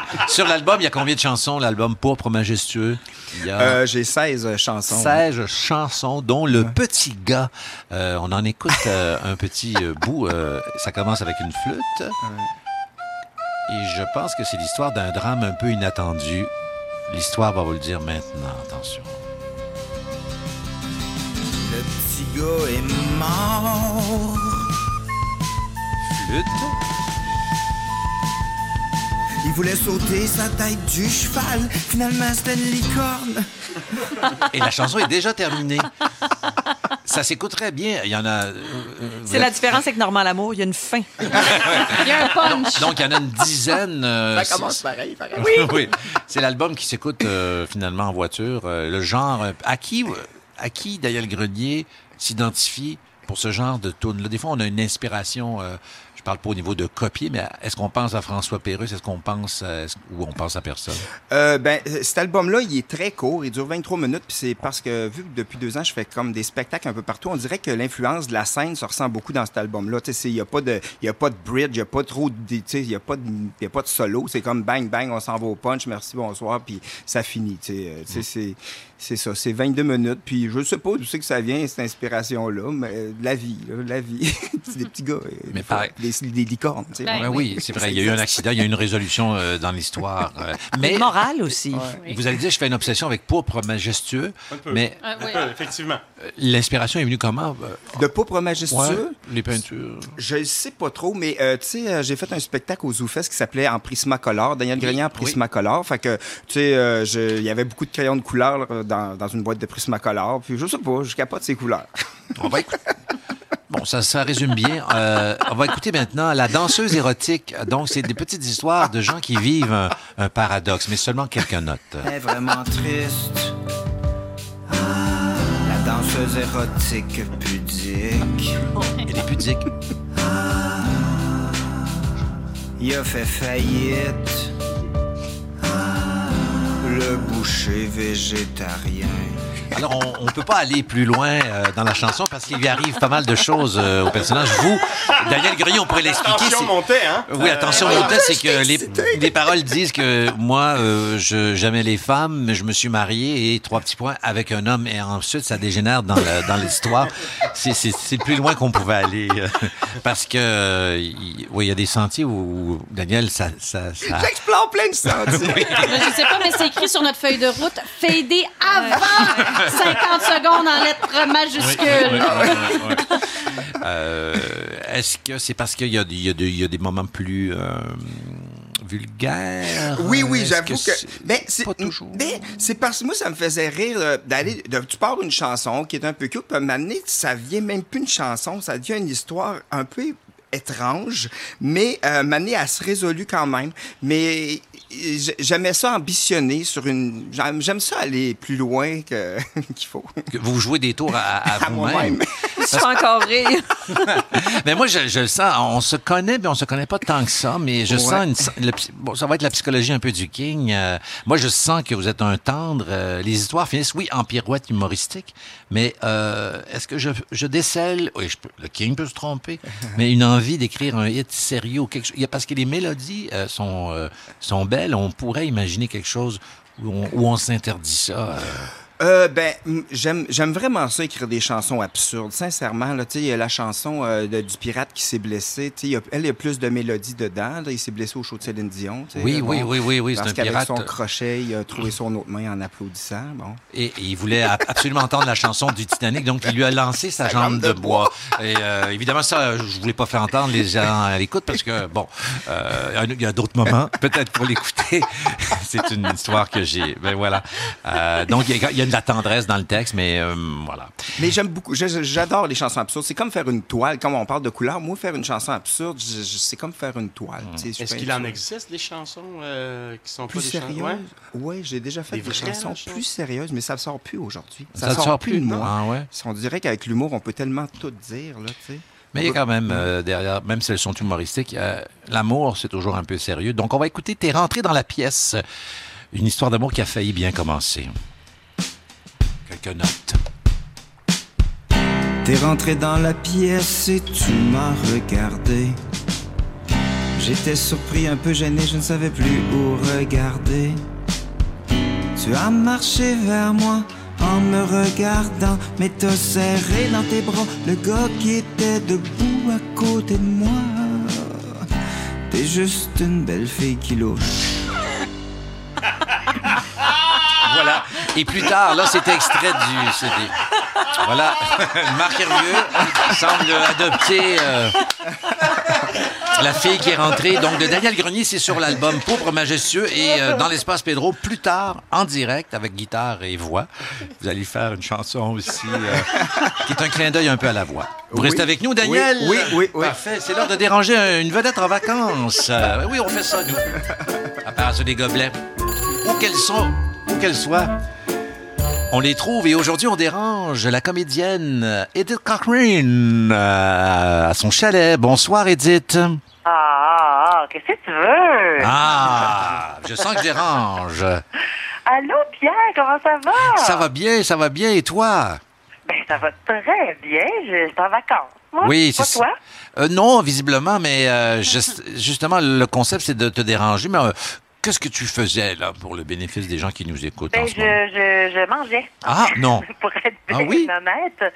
sur l'album, il y a combien de chansons l'album Pourpre majestueux Il y a- Euh, j'ai 16 euh, chansons. 16 chansons, dont Le Petit Gars. Euh, on en écoute euh, un petit euh, bout. Euh, ça commence avec une flûte. Et je pense que c'est l'histoire d'un drame un peu inattendu. L'histoire va vous le dire maintenant. Attention. Le petit gars est mort. Flûte. Il voulait sauter sa tête du cheval. Finalement, c'était une licorne. Et la chanson est déjà terminée. Ça s'écoute très bien. Il y en a. euh, euh, vous C'est la êtes- différence avec Normal Amour, il y a une fin. Il y a un Donc, donc, il y en a une dizaine. euh, Ça commence c'est- pareil, pareil. Oui. C'est l'album qui s'écoute euh, finalement en voiture. Euh, le genre. euh, à qui, euh, à qui Daniel Grenier s'identifie pour ce genre de tune Des fois, on a une inspiration. euh, je parle pas au niveau de copier, mais est-ce qu'on pense à François Pérusse? Est-ce qu'on pense à- est-ce- ou on pense à personne? Euh, ben, euh, cet album-là, il est très court. Il dure 23 minutes. Puis c'est parce que, vu que depuis deux ans, je fais comme des spectacles un peu partout, on dirait que l'influence de la scène se ressent beaucoup dans cet album-là. Tu sais, c'est- Il n'y a, pas de- il y a pas de bridge, il n'y a pas trop de. tu sais, Il n'y a, pas de- il y a pas de solo. C'est comme bang, bang, on s'en va au punch, merci, bonsoir, puis ça finit. tu sais. Euh, tu Mm. sais, c'est- C'est ça, c'est 22 minutes. Puis je sais pas d'où c'est que ça vient, cette inspiration-là, mais euh, de la vie, là, de la vie. C'est des petits gars, euh, des, fois, des- des licornes. tu sais. Ben oui, c'est vrai. Il y a eu un accident, il y a eu une résolution euh, dans l'histoire. euh, mais morale aussi. Vous allez dire, je fais une obsession avec pourpre majestueux, Un peu. mais Euh, Un peu, effectivement. l'inspiration est venue comment? euh, De pourpre majestueux? les peintures. Je le sais pas trop, mais euh, tu sais, euh, j'ai fait un spectacle aux Zoufest qui s'appelait En Prismacolor, Daniel Grenier en Prismacolor. Fait que, tu sais, euh, je- il y avait beaucoup de crayons de couleur là, dans, dans une boîte de Prismacolor. Puis je sais pas, je capote ces couleurs. On va écouter. Bon, ça, ça résume bien. Euh, on va écouter maintenant la danseuse érotique. Donc, c'est des petites histoires de gens qui vivent un, un paradoxe, mais seulement quelques notes. Elle est vraiment triste. Ah, la danseuse érotique pudique. Elle est pudique. Il a fait faillite. Ah, le boucher végétarien. Alors, on ne peut pas aller plus loin euh, dans la chanson parce qu'il lui arrive pas mal de choses euh, au personnage. Vous, Daniel Grenier, on pourrait l'expliquer. Attention, c'est- montait, hein? Oui, Euh, attention, voilà. mon test, c'est que les, les paroles disent que moi, euh, je- j'aimais les femmes, mais je me suis marié et trois petits points avec un homme. Et ensuite, ça dégénère dans le- dans l'histoire. C'est- C'est c'est le plus loin qu'on pouvait aller. euh, parce que, euh, il- oui, il y a des sentiers où, Daniel, ça. ça, ça- J'explore plein de sentiers. Oui. Je sais pas, mais c'est écrit sur notre feuille de route Fader avant 50 secondes en lettres majuscules. Euh, Est-ce que c'est parce qu'il y, a- il y a des- il y a des moments plus euh, vulgaires? Oui, oui, Est-ce j'avoue que. c'est- Ben, c'est Ben, c'est parce que moi, ça me faisait rire euh, d'aller. de- Tu pars une chanson qui est un peu cute, puis à un moment donné, ça devient même plus une chanson, ça devient une histoire un peu étrange, mais euh, à un moment donné, elle se résolue quand même. Mais j- j'aimais ça ambitionner sur une. j'aime- J'aime ça aller plus loin que qu'il faut. que Vous jouez des tours à, à vous-même. moi-même. Je suis encore rire. mais moi, je, je le sens. On se connaît, mais on se connaît pas tant que ça. Mais je Ouais. sens une s- le psy- bon, ça va être la psychologie un peu du King. Euh, moi, je sens que vous êtes un tendre. Euh, les histoires finissent, oui, en pirouette humoristique. Mais euh, est-ce que je, je décèle Oui, je peux- le King peut se tromper, mais une envie d'écrire un hit sérieux ou quelque chose. Il y a- Parce que les mélodies euh, sont euh, sont belles. On pourrait imaginer quelque chose où on, où on s'interdit ça. euh. Euh, ben, m- j'aime j'aime vraiment ça, écrire des chansons absurdes. Sincèrement, là, tu sais, il y a la chanson euh, de- du pirate qui s'est blessé. tu sais, il y a- elle, il y a plus de mélodie dedans. là. il s'est blessé au show de Céline Dion. tu sais, euh, Oui, bon, oui, oui, oui, oui, c'est Parce un qu'avec pirate. son crochet, il a trouvé son autre main en applaudissant. Bon. Et, et il voulait ab- absolument entendre la chanson du Titanic, donc il lui a lancé sa jambe de bois. Et euh, évidemment, ça, je voulais pas faire entendre les gens à l'écoute parce que, bon, euh, il y a d'autres moments, peut-être pour l'écouter. C'est une histoire que j'ai. Ben voilà. Euh, donc, il y, a- il y a de la tendresse dans le texte, mais euh, voilà. Mais j'aime beaucoup, je- je- j'adore les chansons absurdes. C'est comme faire une toile. Quand on parle de couleurs, moi, faire une chanson absurde, je- je- c'est comme faire une toile. Mmh. tu sais, je Est-ce fais qu'il une en toile. existe des chansons euh, qui sont plus pas des chansons- sérieuses? Ouais. Oui, j'ai déjà fait Des des, vraies chansons chansons. plus sérieuses, mais ça ne sort plus aujourd'hui. Ça ne sort plus, de non? moi. Ah ouais? On dirait qu'avec l'humour, on peut tellement tout dire, là, tu sais. Mais il y a quand même euh, derrière, même si elles sont humoristiques, euh, l'amour, c'est toujours un peu sérieux. Donc, on va écouter T'es rentré dans la pièce. Une histoire d'amour qui a failli bien commencer. Quelques notes. T'es rentré dans la pièce et tu m'as regardé. J'étais surpris, un peu gêné, je ne savais plus où regarder. Tu as marché vers moi en me regardant, mais t'as serré dans tes bras le gars qui était debout à côté de moi. T'es juste une belle fille qui louche. Voilà. Et plus tard, là, c'était extrait du CD. Voilà. Marc Hervieux semble adopter. euh, La fille qui est rentrée, donc de Daniel Grenier, c'est sur l'album Pauvre Majestueux et euh, dans l'espace Pedro, plus tard, en direct, avec guitare et voix. Vous allez faire une chanson aussi euh, qui est un clin d'œil un peu à la voix. Vous Oui. restez avec nous, Daniel? Oui, oui, oui, oui. Parfait, c'est l'heure de déranger un- une vedette en vacances. Euh, oui, on fait ça, nous. À part ceux des gobelets. Où qu'elles sont, où qu'elles soient. On les trouve et aujourd'hui on dérange la comédienne Edith Cochrane euh, à son chalet. Bonsoir Edith. Ah, qu'est-ce que tu veux? Ah, je sens que je dérange. Allô, Pierre, comment ça va? Ça va bien, ça va bien et toi? Ben, ça va très bien. Je suis en vacances. Moi, oui, Oh, Pas c'est toi? Euh, non, visiblement, mais euh, je- justement le concept c'est de te déranger. Mais euh, qu'est-ce que tu faisais là pour le bénéfice des gens qui nous écoutent en Ben, je, ce moment? je, je mangeais. Ah, non. Pour être Ah bien oui? honnête.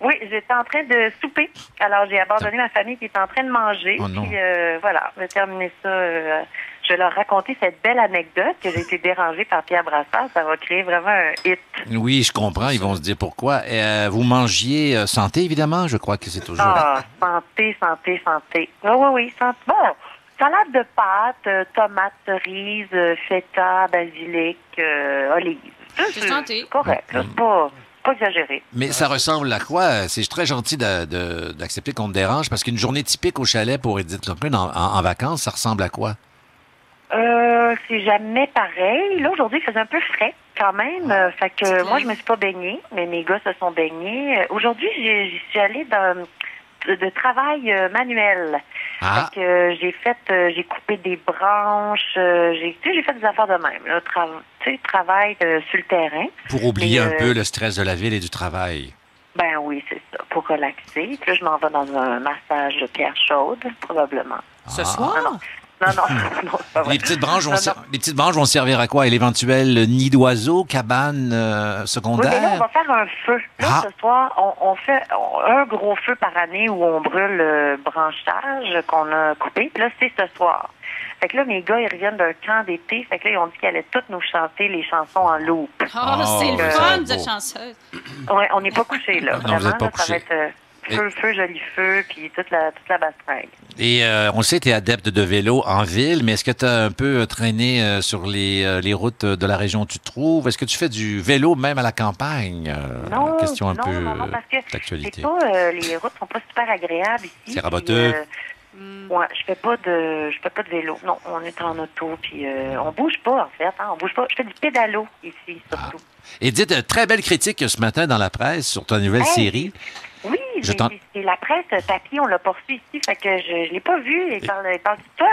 Oui, j'étais en train de souper. Alors, j'ai abandonné ma famille qui était en train de manger. Oh, non. Puis, euh, voilà, je vais terminer ça. euh, je vais leur raconter cette belle anecdote que j'ai été dérangée par Pierre Brassard. Ça va créer vraiment un hit. Oui, je comprends. Ils vont se dire pourquoi. Et, euh, vous mangiez euh, santé évidemment. Je crois que c'est toujours. Ah, santé, santé, santé. Oui, oui, oui, santé. Bon, salade de pâtes, euh, tomates, cerises, euh, feta, basilic, euh, olives. C'est santé. Correct. là, C'est pas, pas exagéré. Mais ça ressemble à quoi? C'est très gentil de- de- d'accepter qu'on te dérange parce qu'une journée typique au chalet pour Edith Cochrane en, en- en vacances, ça ressemble à quoi? Euh, c'est jamais pareil. Là, aujourd'hui, il faisait un peu frais quand même. Euh, fait que euh, moi, je me suis pas baignée, mais mes gars se sont baignés. Euh, aujourd'hui, j'ai- j'y suis allée dans, de, de travail euh, manuel. Ah. Fait que euh, j'ai fait, euh, j'ai coupé des branches, euh, j'ai, tu sais, j'ai fait des affaires de même. Là, Tra- tu sais, travail euh, sur le terrain. Pour oublier Mais, un euh, peu le stress de la ville et du travail. Ben oui, c'est ça, pour relaxer. Puis là, je m'en vais dans un massage de pierre chaude, probablement. Ah, Ce soir? Non, non. Non, non, non, c'est pas vrai. Les petites, branches vont Non, ser- Ah non. les petites branches vont servir à quoi? À l'éventuel nid d'oiseau, cabane euh, Oui, mais là, on secondaire? va faire un feu. Là, Ah. ce soir, on, on fait on- un gros feu par année où on brûle le branchage qu'on a coupé. Puis Là, c'est ce soir. Fait que là, mes gars, ils reviennent d'un camp d'été. Fait que là, ils ont dit qu'ils allaient tous nous chanter les chansons en loop. Ah. Oh, c'est le Euh, fun, vous êtes chanceuse. Ouais, on n'est pas couchés, là. Non, Vraiment, vous êtes pas là, ça couchés. va être euh, feu, feu, joli feu, puis toute la, toute la bastringue. Et euh, on le sait, tu es adepte de vélo en ville, mais est-ce que tu as un peu euh, traîné euh, sur les, euh, les routes de la région où tu te trouves? Est-ce que tu fais du vélo même à la campagne? Euh, Non, question un non, peu non, non, euh, parce que d'actualité. c'est pas, euh, les routes sont pas super agréables ici. C'est puis, raboteux. euh, ouais, je fais pas de, je fais pas de vélo. Non, on est en auto, puis euh, on bouge pas en fait. hein, on bouge pas. Je fais du pédalo ici surtout. Et dites, euh, très belle critique ce matin dans la presse sur ta nouvelle Hey. série. Oui, Je mais t'en- c'est la presse papier, on l'a poursuivi ici, fait que je, je l'ai pas vu. Il parle, il parle de toi.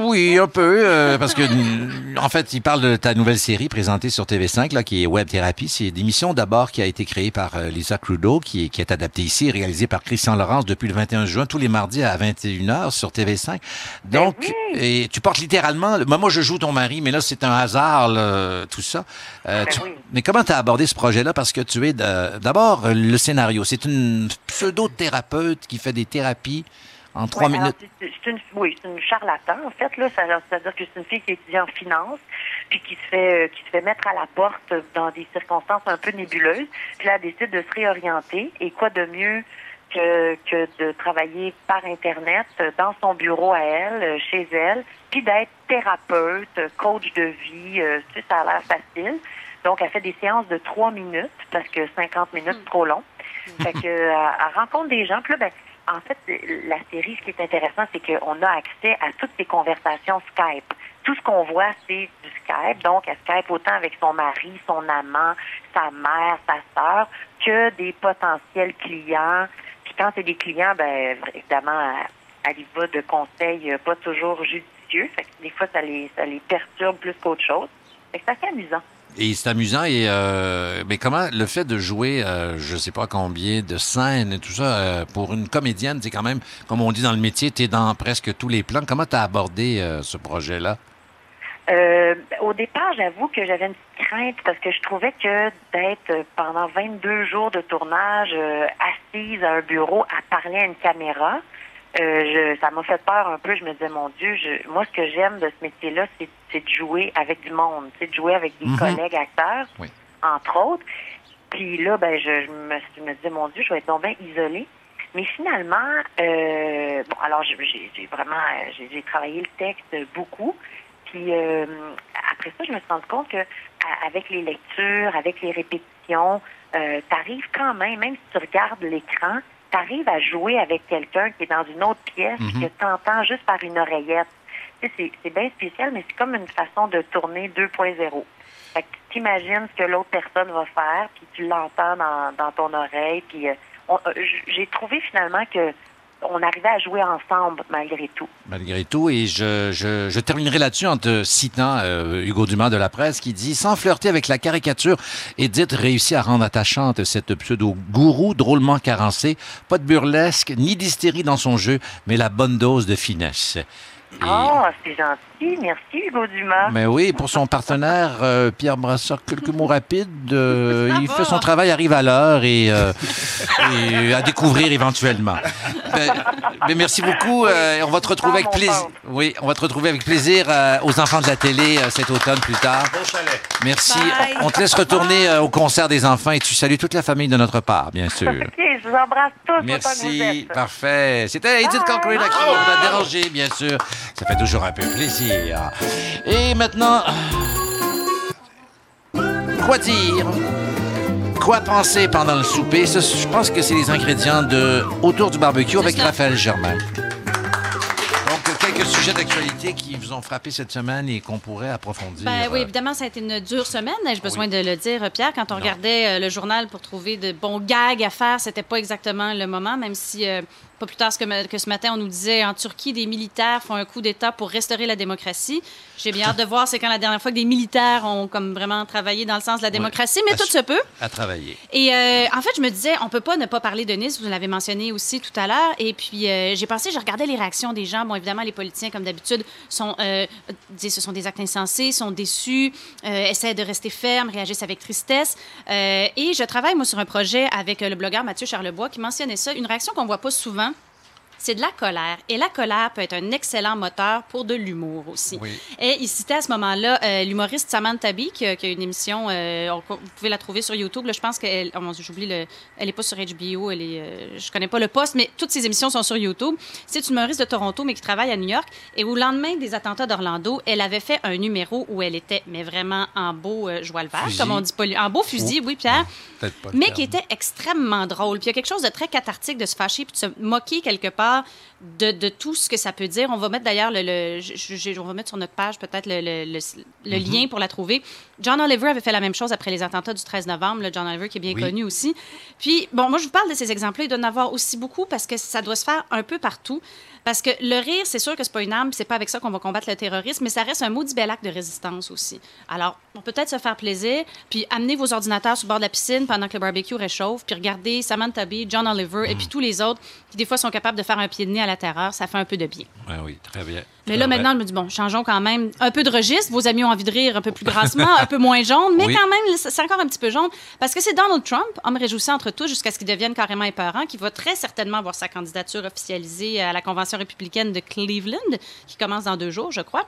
Oui, un peu, euh, parce que n- en fait, il parle de ta nouvelle série présentée sur TV5, là, qui est Web Thérapie. C'est une émission d'abord qui a été créée par euh, Lisa Crudeau, qui, est- qui est adaptée ici, et réalisée par Christian Laurence depuis le 21 juin, tous les mardis à 21h sur TV5. Ben Donc, et tu portes littéralement, le- moi, moi, je joue ton mari, mais là c'est un hasard, là, tout ça. Euh, Ben tu- Mais comment tu as abordé ce projet-là? Parce que tu es de- d'abord euh, le scénario. C'est une pseudo-thérapeute qui fait des thérapies en trois Ouais, alors, minutes. c'est- c'est une, oui, c'est une charlatan, en fait. Là, Ça- c'est-à-dire que c'est une fille qui étudie en finance, puis qui se fait euh, qui se fait mettre à la porte dans des circonstances un peu nébuleuses. Puis là, elle décide de se réorienter. Et quoi de mieux que, que de travailler par Internet, euh, dans son bureau à elle, euh, chez elle, puis d'être thérapeute, euh, coach de vie. euh, tu sais, ça a l'air facile. Donc, elle fait des séances de trois minutes, parce que 50 minutes, trop long. Fait que, euh, elle rencontre des gens. Puis là, ben, en fait, la série, ce qui est intéressant, c'est qu'on a accès à toutes ces conversations Skype. Tout ce qu'on voit, c'est du Skype. Donc, elle Skype autant avec son mari, son amant, sa mère, sa sœur, que des potentiels clients. Puis quand c'est des clients, ben évidemment, elle, elle y va de conseils euh, pas toujours judicieux. Fait que des fois, ça les, ça les perturbe plus qu'autre chose. Fait que c'est assez amusant. Et c'est amusant. Et euh, mais comment le fait de jouer, euh, je sais pas combien de scènes et tout ça euh, pour une comédienne, c'est quand même, comme on dit dans le métier, t'es dans presque tous les plans. Comment t'as abordé euh, ce projet-là Euh, au départ, j'avoue que j'avais une petite crainte parce que je trouvais que d'être euh, pendant 22 jours de tournage euh, assise à un bureau à parler à une caméra, euh, je, ça m'a fait peur un peu. Je me disais, mon Dieu, je- moi, ce que j'aime de ce métier-là, c'est c'est de jouer avec du monde, c'est de jouer avec des Mhm. collègues acteurs, entre autres. Puis là, ben, je, je me, je me disais, mon Dieu, je vais être donc bien isolée. Mais finalement, euh, bon, alors j'ai- j'ai j'ai vraiment euh, j'ai j'ai travaillé le texte beaucoup. Puis euh, après ça, je me suis rendu compte que à- avec les lectures, avec les répétitions, euh, t'arrives quand même, même si tu regardes l'écran, t'arrives à jouer avec quelqu'un qui est dans une autre pièce Mhm. que t'entends juste par une oreillette. Tu sais, c'est- c'est bien spécial, mais c'est comme une façon de tourner 2.0. Fait que tu t'imagines ce que l'autre personne va faire, puis tu l'entends dans, dans ton oreille. Puis euh, on- euh, j- j'ai trouvé finalement que on arrivait à jouer ensemble malgré tout. Malgré tout, et je, je- je terminerai là-dessus en te citant euh, Hugo Dumas de la presse qui dit Sans flirter avec la caricature, Edith réussit à rendre attachante cette pseudo-gourou drôlement carencée. Pas de burlesque ni d'hystérie dans son jeu, mais la bonne dose de finesse. Ah, c'est gentil. Merci, Hugo Dumas. Mais oui, pour son partenaire, euh, Pierre Brassard, quelques mots rapides. euh, il fait son travail, arrive à l'heure et, euh, et à découvrir éventuellement. Ben, ben, merci beaucoup. euh, et on va te retrouver avec plaisir. Oui, on va te retrouver avec plaisir euh, aux enfants de la télé euh, cet automne plus tard. Merci. Bye. On te laisse retourner euh, au concert des enfants et tu salues toute la famille de notre part, bien sûr. OK, je vous embrasse tous. autant que vous êtes. Euh. Merci, parfait. C'était Edith Corcoran à qui on a dérangé, bien sûr. Ça fait toujours un peu plaisir. Et maintenant, quoi dire Quoi penser pendant le souper Ça, Je pense que c'est les ingrédients de Autour du barbecue avec Raphaël Germain. Donc, quelques sujets d'actualité qui vous ont frappé cette semaine et qu'on pourrait approfondir. Ben oui, évidemment, ça a été une dure semaine, ai-je besoin de le dire, euh, Pierre. Quand on regardait euh, le journal pour trouver de bons gags à faire, c'était pas exactement le moment, même si, euh, pas plus tard ce que, ma- que ce matin, on nous disait en Turquie, des militaires font un coup d'État pour restaurer la démocratie. J'ai bien hâte de voir, c'est quand la dernière fois que des militaires ont comme vraiment travaillé dans le sens de la démocratie, mais euh, À tout su- se peut. À travailler. Et euh, en fait, je me disais, on peut pas ne pas parler de Nice, vous l'avez mentionné aussi tout à l'heure. Et puis, euh, j'ai pensé, j'ai regardé les réactions des gens. Bon, évidemment, les politiciens, comme d'habitude, sont, euh, disent ce sont des actes insensés, sont déçus, euh, essaient de rester fermes, réagissent avec tristesse. Euh, et je travaille, moi, sur un projet avec euh, le blogueur Mathieu Charlebois qui mentionnait ça, une réaction qu'on voit pas souvent. C'est de la colère. Et la colère peut être un excellent moteur pour de l'humour aussi. Et il citait à ce moment-là euh, l'humoriste Samantha Bee, qui, a- qui a une émission, euh, on- vous pouvez la trouver sur YouTube. là. je pense qu'elle, oh mon Dieu, j'oublie, le, elle est pas sur HBO, elle est, euh, je connais pas le poste, mais toutes ses émissions sont sur YouTube. C'est une humoriste de Toronto, mais qui travaille à New York. Et au lendemain des attentats d'Orlando, elle avait fait un numéro où elle était, mais vraiment en beau euh, joie le vert, Fusil. comme on dit pas, en beau fusil, Oh. oui, Pierre. Peut-être pas. Mais qui était extrêmement drôle. Puis il y a quelque chose de très cathartique de se fâcher puis de se moquer quelque part de, de tout ce que ça peut dire. On va mettre d'ailleurs le, le- je- je- je- on va mettre sur notre page peut-être le, le- le- le Mhm. lien pour la trouver. John Oliver avait fait la même chose après les attentats du 13 novembre. le John Oliver qui est bien Oui. connu aussi. Puis bon, moi je vous parle de ces exemples-là. Il doit en avoir aussi beaucoup parce que ça doit se faire un peu partout. Parce que le rire, c'est sûr que c'est pas une arme, puis c'est pas avec ça qu'on va combattre le terrorisme, mais ça reste un maudit bel acte de résistance aussi. Alors, on peut peut-être se faire plaisir, puis amener vos ordinateurs sur le bord de la piscine pendant que le barbecue réchauffe, puis regarder Samantha Bee, John Oliver et puis tous les autres qui des fois sont capables de faire un pied de nez à la terreur, ça fait un peu de bien. Ah oui, très bien. Mais là, Très maintenant, bien. je me dis, bon, changeons quand même un peu de registre. Vos amis ont envie de rire un peu plus grassement, un peu moins jaune, mais Oui. quand même, c'est c'est encore un petit peu jaune. Parce que c'est Donald Trump, homme réjouissant entre tous jusqu'à ce qu'il devienne carrément épeurant, qui va très certainement voir sa candidature officialisée à la Convention républicaine de Cleveland, qui commence dans deux jours, je crois.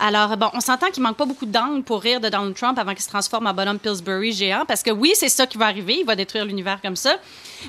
Alors, bon, on s'entend qu'il manque pas beaucoup d'angles pour rire de Donald Trump avant qu'il se transforme en bonhomme Pillsbury géant, parce que oui, c'est ça qui va arriver. Il va détruire l'univers comme ça.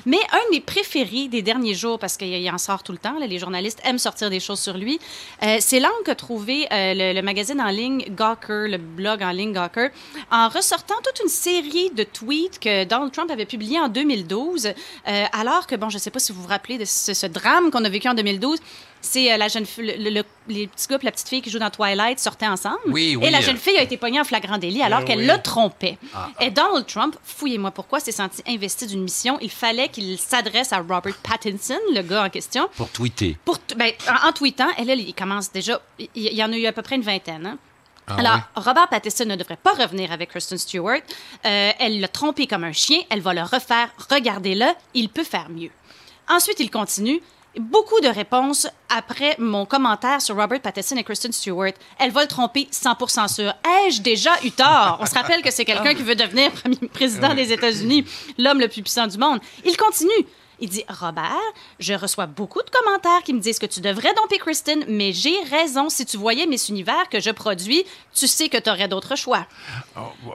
Mais un de mes préférés des derniers jours, parce qu'il il en sort tout le temps, là, les journalistes aiment sortir des choses sur lui, euh, c'est l'angle qu'a trouvé euh, le, le magazine en ligne Gawker, le blog en ligne Gawker, en ressortant toute une série de tweets que Donald Trump avait publiés en 2012, euh, alors que, bon, je ne sais pas si vous vous rappelez de ce, ce drame qu'on a vécu en 2012, c'est euh, la jeune fi- le- le- les petits gars et la petite fille qui jouent dans Twilight sortaient ensemble. Oui, oui, Et la euh. jeune fille a été pognée en flagrant délit alors Eh qu'elle oui. le trompait. Ah. Et Donald Trump, fouillez-moi pourquoi, s'est senti investi d'une mission. Il fallait qu'il s'adresse à Robert Pattinson, le gars en question. Pour tweeter. Pour t- ben, en, en tweetant, et là, il commence déjà. Il il y en a eu à peu près une vingtaine. hein. Ah Alors, ouais? Robert Pattinson ne devrait pas revenir avec Kristen Stewart. Euh, elle l'a trompé comme un chien. Elle va le refaire. Regardez-le. Il peut faire mieux. Ensuite, il continue. Beaucoup de réponses après mon commentaire sur Robert Pattinson et Kristen Stewart. Elle va le tromper 100% sûr. Ai-je déjà eu tort? On se rappelle que c'est quelqu'un qui veut devenir premier président des États-Unis, l'homme le plus puissant du monde. Il continue. Il dit Robert, je reçois beaucoup de commentaires qui me disent que tu devrais domper Kristen, mais j'ai raison. Si tu voyais Miss Univers que je produis, tu sais que tu aurais d'autres choix.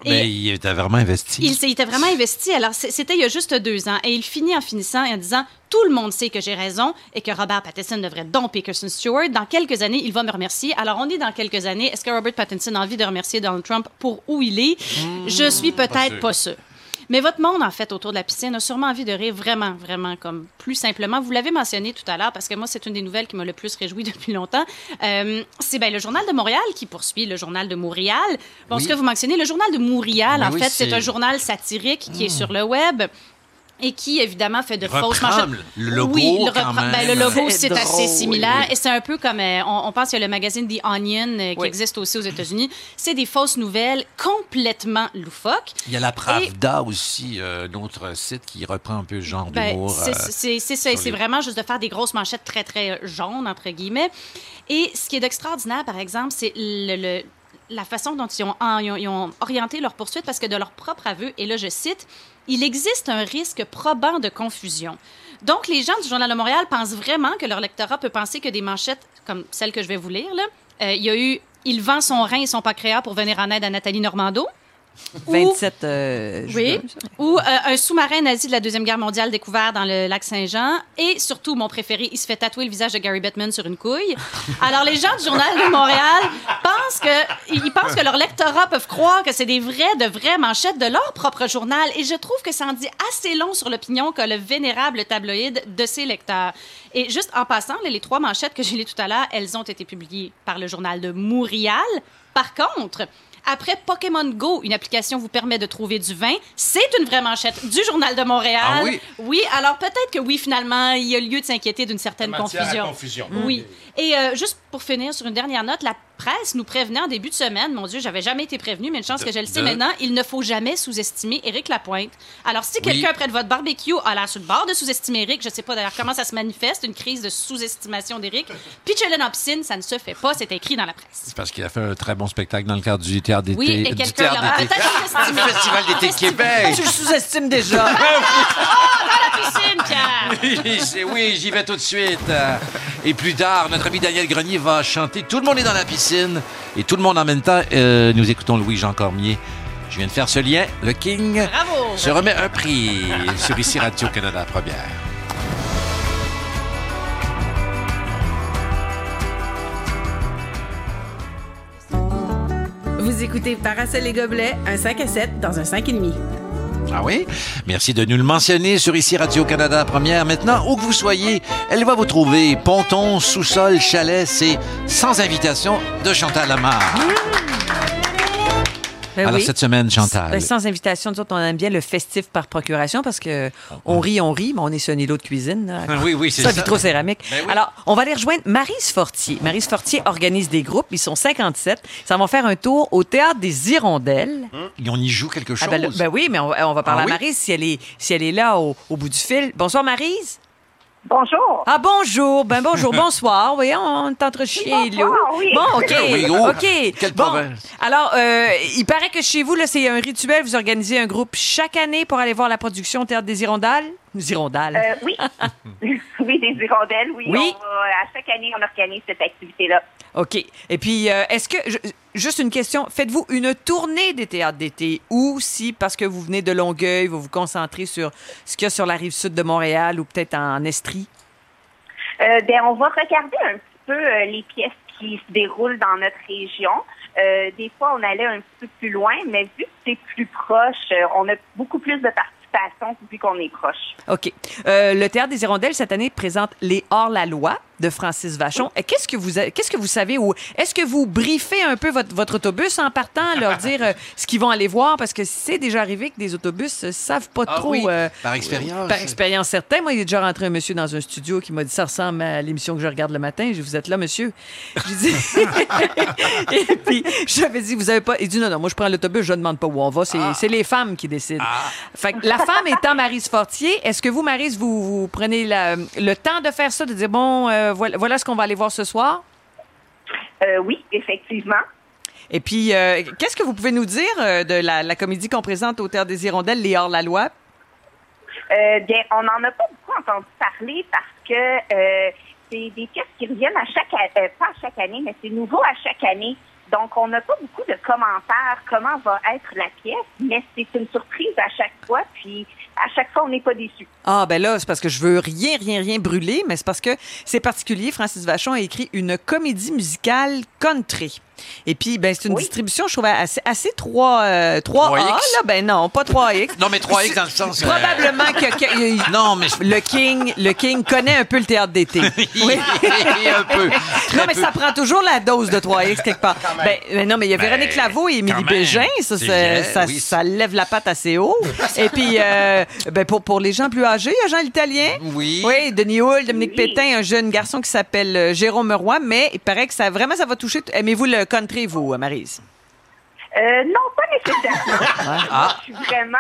Mais il était vraiment investi. Il, s'est- il était vraiment investi. Alors, c'est- c'était il y a juste deux ans. Et il finit en finissant et en disant Tout le monde sait que j'ai raison et que Robert Pattinson devrait domper Kirsten Stewart. Dans quelques années, il va me remercier. Alors, on est dans quelques années. Est-ce que Robert Pattinson a envie de remercier Donald Trump pour où il est Je suis peut-être sûr. pas sûre. Mais votre monde, en fait, autour de la piscine a sûrement envie de rire vraiment, vraiment, comme plus simplement. Vous l'avez mentionné tout à l'heure, parce que moi, c'est une des nouvelles qui m'a le plus réjoui depuis longtemps. Euh, c'est ben, le Journal de Montréal qui poursuit le Journal de Montréal. Bon, Oui. ce que vous mentionnez, le Journal de Montréal, Mais en oui, fait, c'est c'est- un journal satirique qui est Mm. sur le web. Et qui, évidemment, fait de fausses Hmm. Reprend manchettes. le logo, Oui, le, quand reprend- ben, même. le logo, C'est c'est assez drôle. similaire. Et c'est un peu comme, euh, on, on pense qu'il y a le magazine The Onion euh, qui Oui. existe aussi aux États-Unis. C'est des fausses nouvelles complètement loufoques. Il y a la Pravda aussi, euh, notre site qui reprend un peu ce genre Ben, d'humour. c'est- euh, C'est c'est ça, et sur c'est les- vraiment juste de faire des grosses manchettes très, très jaunes, entre guillemets. Et ce qui est d'extraordinaire, par exemple, c'est le- le- la façon dont ils ont, en- ils ont- ils ont orienté leur poursuite, parce que de leur propre aveu, et là je cite, il existe un risque probant de confusion. Donc, les gens du Journal de Montréal pensent vraiment que leur lectorat peut penser que des manchettes comme celle que je vais vous lire, là, euh, il y a eu Il vend son rein et son pancréas pour venir en aide à Nathalie Normando. Ou- 27 euh, oui. juin. Ou euh, un sous-marin nazi de la Deuxième Guerre mondiale découvert dans le lac Saint-Jean. Et surtout, mon préféré, il se fait tatouer le visage de Gary Bettman sur une couille. Alors, les gens du Journal de Montréal pensent que, ils pensent que leur lectorat peuvent croire que c'est des vrais, de vraies manchettes de leur propre journal. Et je trouve que ça en dit assez long sur l'opinion qu'a le vénérable tabloïd de ses lecteurs. Et juste en passant, là, les trois manchettes que j'ai lues tout à l'heure, elles ont été publiées par le Journal de Montréal. Par contre, après Pokémon Go, une application vous permet de trouver du vin. C'est une vraie manchette du Journal de Montréal. Ah oui? Oui, alors peut-être que oui, finalement, il y a lieu de s'inquiéter d'une certaine Matière à confusion. confusion. Mm. Oui. Et euh, juste pour finir sur une dernière note, la presse nous prévenait en début de semaine, mon Dieu, j'avais jamais été prévenue, mais une chance De- que je le sais de- maintenant, il ne faut jamais sous-estimer Éric Lapointe. Alors si Oui. quelqu'un près de votre barbecue a l'air sur le bord de sous-estimer Éric, je sais pas d'ailleurs comment ça se manifeste, une crise de sous-estimation d'Éric, pitchez-le dans la piscine, ça ne se fait pas, c'est écrit dans la presse. C'est parce qu'il a fait un très bon spectacle dans le cadre du théâtre d'été. Oui, et du quelqu'un théâtre l'aura d'été. peut-être sous-estimé. Le Festival Ah, d'été de Québec. Tu le sous-estimes déjà. Oh, Dans la piscine, Pierre! Oui, c'est- oui, j'y vais tout de suite. Euh, Et plus tard, notre ami Daniel Grenier va chanter Tout le monde est dans la piscine. Et tout le monde en même temps, euh, nous écoutons Louis-Jean Cormier. Je viens de faire ce lien. Le King Bravo. se remet un prix sur ici Radio-Canada Première. Vous écoutez Parasol et Gobelets, un 5 à 7 dans un 5,5. Ah oui? Euh, Merci de nous le mentionner sur ici Radio-Canada Première. Maintenant, où que vous soyez, elle va vous trouver. Ponton, sous-sol, chalet, c'est sans invitation de Chantal Lamar. Ben Alors oui. cette semaine, Chantal. Ben, sans invitation, nous autres, on aime bien le festif par procuration parce que on rit, on rit, mais on est sur un îlot de cuisine. là. Ah oui, oui, c'est ça. vitrocéramique. Ben oui. Alors, on va aller rejoindre Marise Fortier. Marise Fortier organise des groupes. Ils sont 57. Ils s'en vont faire un tour au Théâtre des Hirondelles. Et on y joue quelque chose. Ah ben, le- ben oui, mais on, va- on va parler Ah oui? à Marise si elle est, si elle est là au, au bout du fil. Bonsoir, Marise. Bonjour. Ah, bonjour. Ben, bonjour. bonsoir. Oui, on est entre chiens et Bonsoir, loups. oui. Bon, OK. Oui, oh, OK. quelle Bon, province. Alors, euh, il paraît que chez vous, là, c'est un rituel. Vous organisez un groupe chaque année pour aller voir la production au Théâtre des Hirondelles. Des Hirondelles. Euh, oui. oui, des hirondelles, oui. Oui. On va- à chaque année, on organise cette activité-là. OK. Et puis, euh, est-ce que, je- juste une question, faites-vous une tournée des théâtres d'été ou si, parce que vous venez de Longueuil, vous vous concentrez sur ce qu'il y a sur la rive sud de Montréal ou peut-être en Estrie? Euh, ben, on va regarder un petit peu euh, les pièces qui se déroulent dans notre région. Euh, des fois, on allait un petit peu plus loin, mais vu que c'est plus proche, euh, on a beaucoup plus de participation vu qu'on est proche. OK. Euh, le Théâtre des Hirondelles, cette année, présente Les Hors-la-Loi de Francis Vachon. Et Qu'est-ce que vous a- qu'est-ce que vous savez ou est-ce que vous briefez un peu votre, votre autobus en partant, leur dire euh, ce qu'ils vont aller voir? Parce que c'est déjà arrivé que des autobus ne savent pas Ah trop... oui, euh, par expérience. Par expérience certaine. Moi, il est déjà rentré un monsieur dans un studio qui m'a dit ça ressemble à l'émission que je regarde le matin. Je dis, vous êtes là, monsieur. J'ai dit. Et puis, j'avais dit, vous avez pas. Il dit, non, non, moi, je prends l'autobus, je ne demande pas où on va. C'est Ah. c'est les femmes qui décident. Fait que la femme étant Marise Fortier, est-ce que vous, Marise, vous, vous prenez la- le temps de faire ça, de dire, bon, euh, voilà, voilà ce qu'on va aller voir ce soir? Euh, oui, effectivement. Et puis, euh, qu'est-ce que vous pouvez nous dire euh, de la, la comédie qu'on présente au Terre des Hirondelles, Les Hors-la-Loi? Euh, bien, on n'en a pas beaucoup entendu parler parce que euh, c'est des pièces qui reviennent à chaque a- euh, pas à chaque année, mais c'est nouveau à chaque année. Donc, on n'a pas beaucoup de commentaires comment va être la pièce, mais c'est une surprise à chaque fois, puis à chaque fois, on n'est pas déçu. Ah, ben là, c'est parce que je veux rien, rien, rien brûler, mais c'est parce que c'est particulier. Francis Vachon a écrit une comédie musicale country. Et puis, ben, c'est une distribution, je trouvais, assez, assez 3, euh, 3A. 3X? Là, ben non, pas 3X. Non, mais 3X dans le sens. euh, Probablement que, que- non, mais le King, le King connaît un peu le théâtre d'été. Oui, un peu. Non, mais ça prend toujours la dose de 3X quelque part. Ben, ben non, mais il y a Ben, Véronique Laveau et Émilie même. Bégin, ça, C'est ça- vrai, ça- oui. ça lève la patte assez haut. et puis, euh, ben pour, pour les gens plus âgés, il y a Jean l'Italien. Oui. Oui, Denis Hull, Dominique Pétain, un jeune garçon qui s'appelle euh, Jérôme Roy, mais il paraît que ça vraiment, ça va toucher. t- Aimez-vous le country, vous, euh, Maryse? Euh, non, pas nécessairement. Ah. Je suis vraiment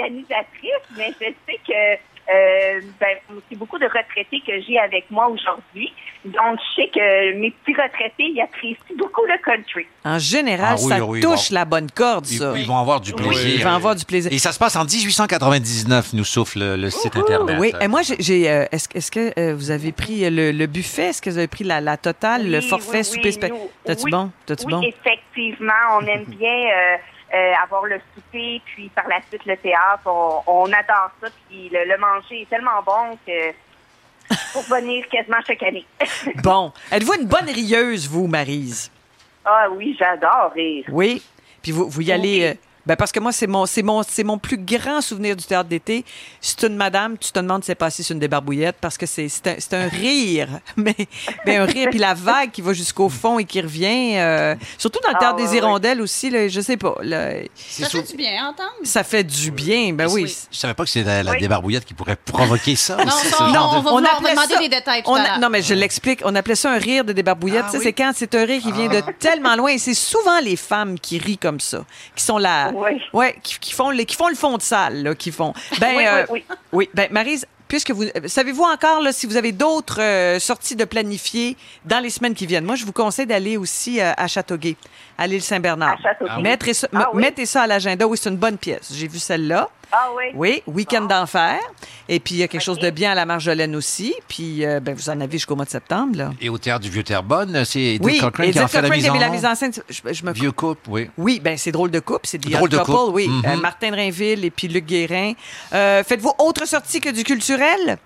l'organisatrice, mais je sais que euh, ben, c'est beaucoup de retraités que j'ai avec moi aujourd'hui. Donc, je sais que mes petits retraités, ils apprécient beaucoup le country. En général, Ah oui, ça oui, ils touche vont- la bonne corde, ça. Ils vont avoir du Oui. plaisir. Ils vont avoir du plaisir. Et ça se passe en 1899, nous souffle le site Internet. Oui, et moi, j'ai- j'ai. euh, Est-ce est-ce que euh, vous avez pris euh, le, le buffet? Est-ce que vous avez pris la, la totale, le Oui, forfait oui, souper oui, spec- nous- T'as-tu oui, bon? T'as-tu oui, bon? effectivement, on aime bien euh, euh, avoir le souper, puis par la suite le théâtre. On, on adore ça, puis le, le manger est tellement bon que pour venir quasiment chaque année. Bon. Êtes-vous une bonne rieuse, vous, Marise? ah oui, j'adore rire. Oui. Puis vous, vous y allez. euh, ben parce que moi, c'est mon, c'est mon, c'est mon plus grand souvenir du théâtre d'été. C'est une madame, tu te demandes si c'est passé sur une débarbouillette parce que c'est, c'est, un, c'est un rire. Mais, mais un rire, puis la vague qui va jusqu'au fond et qui revient. euh, surtout dans le Ah, théâtre des ouais, hirondelles aussi, là, je sais pas. là, Ça fait du bien à entendre. ça fait du bien. Ben oui. Je savais pas que c'était la, la Oui. débarbouillette qui pourrait provoquer ça. Non, aussi, ça, ce on- genre on de- va vouloir appelait demander ça- les détails tout on à a- l'heure. Ah Non, mais je l'explique. On appelait ça un rire de débarbouillette. Tu sais, C'est quand c'est un rire qui vient de tellement loin. Et c'est souvent les femmes qui rient comme ça, qui sont là. Ouais, qui, qui font les, qui font le fond de salle, là, qui font. Ben, Oui, oui, euh, oui. oui, ben, Maryse, puisque vous. euh, Savez-vous encore là, si vous avez d'autres euh, sorties de planifier dans les semaines qui viennent? Moi, je vous conseille d'aller aussi euh, à Châteauguay, à l'île Saint-Bernard. Châteauguay. Mettez ça, Ah oui? mettez ça à l'agenda. Oui, c'est une bonne pièce. J'ai vu celle-là. Ah oui? Oui, Week-end d'enfer. Et puis, il y a quelque chose de bien à la Marjolaine aussi. Puis, euh, ben, vous en avez jusqu'au mois de septembre. Là. Et au théâtre du Vieux Terrebonne, c'est Edith oui, Cochrane Edith qui en fait Cochrane qui avait la la mise mise en scène. Je, je me... Vieux couple, oui. Oui, ben c'est drôle de couple, c'est The Drôle Odd de Couple, couple. oui. Mhm. Euh, Martin Rainville et puis Luc Guérin. Euh, Faites-vous autre sortie que du culturel?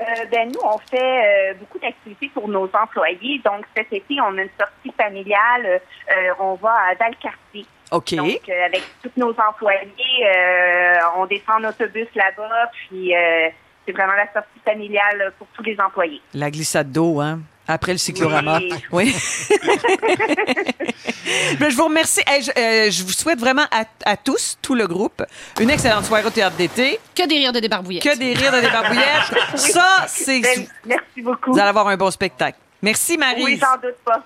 Euh, ben, nous, on fait euh, beaucoup d'activités pour nos employés. Donc, cet été, on a une sortie familiale. Euh, on va à Valcartier. OK. Donc, euh, avec tous nos employés, euh, on descend en autobus là-bas. Puis, euh, c'est vraiment la sortie familiale euh, pour tous les employés. La glissade d'eau, hein? Après le cyclorama. Oui. Oui. Ben, je vous remercie. Hey, je, euh, je vous souhaite vraiment à, à tous, tout le groupe, une excellente soirée au théâtre d'été. Que des rires de débarbouillette. Que des rires de débarbouillette. Ça, c'est. Ben, Merci beaucoup. Vous allez avoir un bon spectacle. Merci, Marie. Oui, j'en doute pas.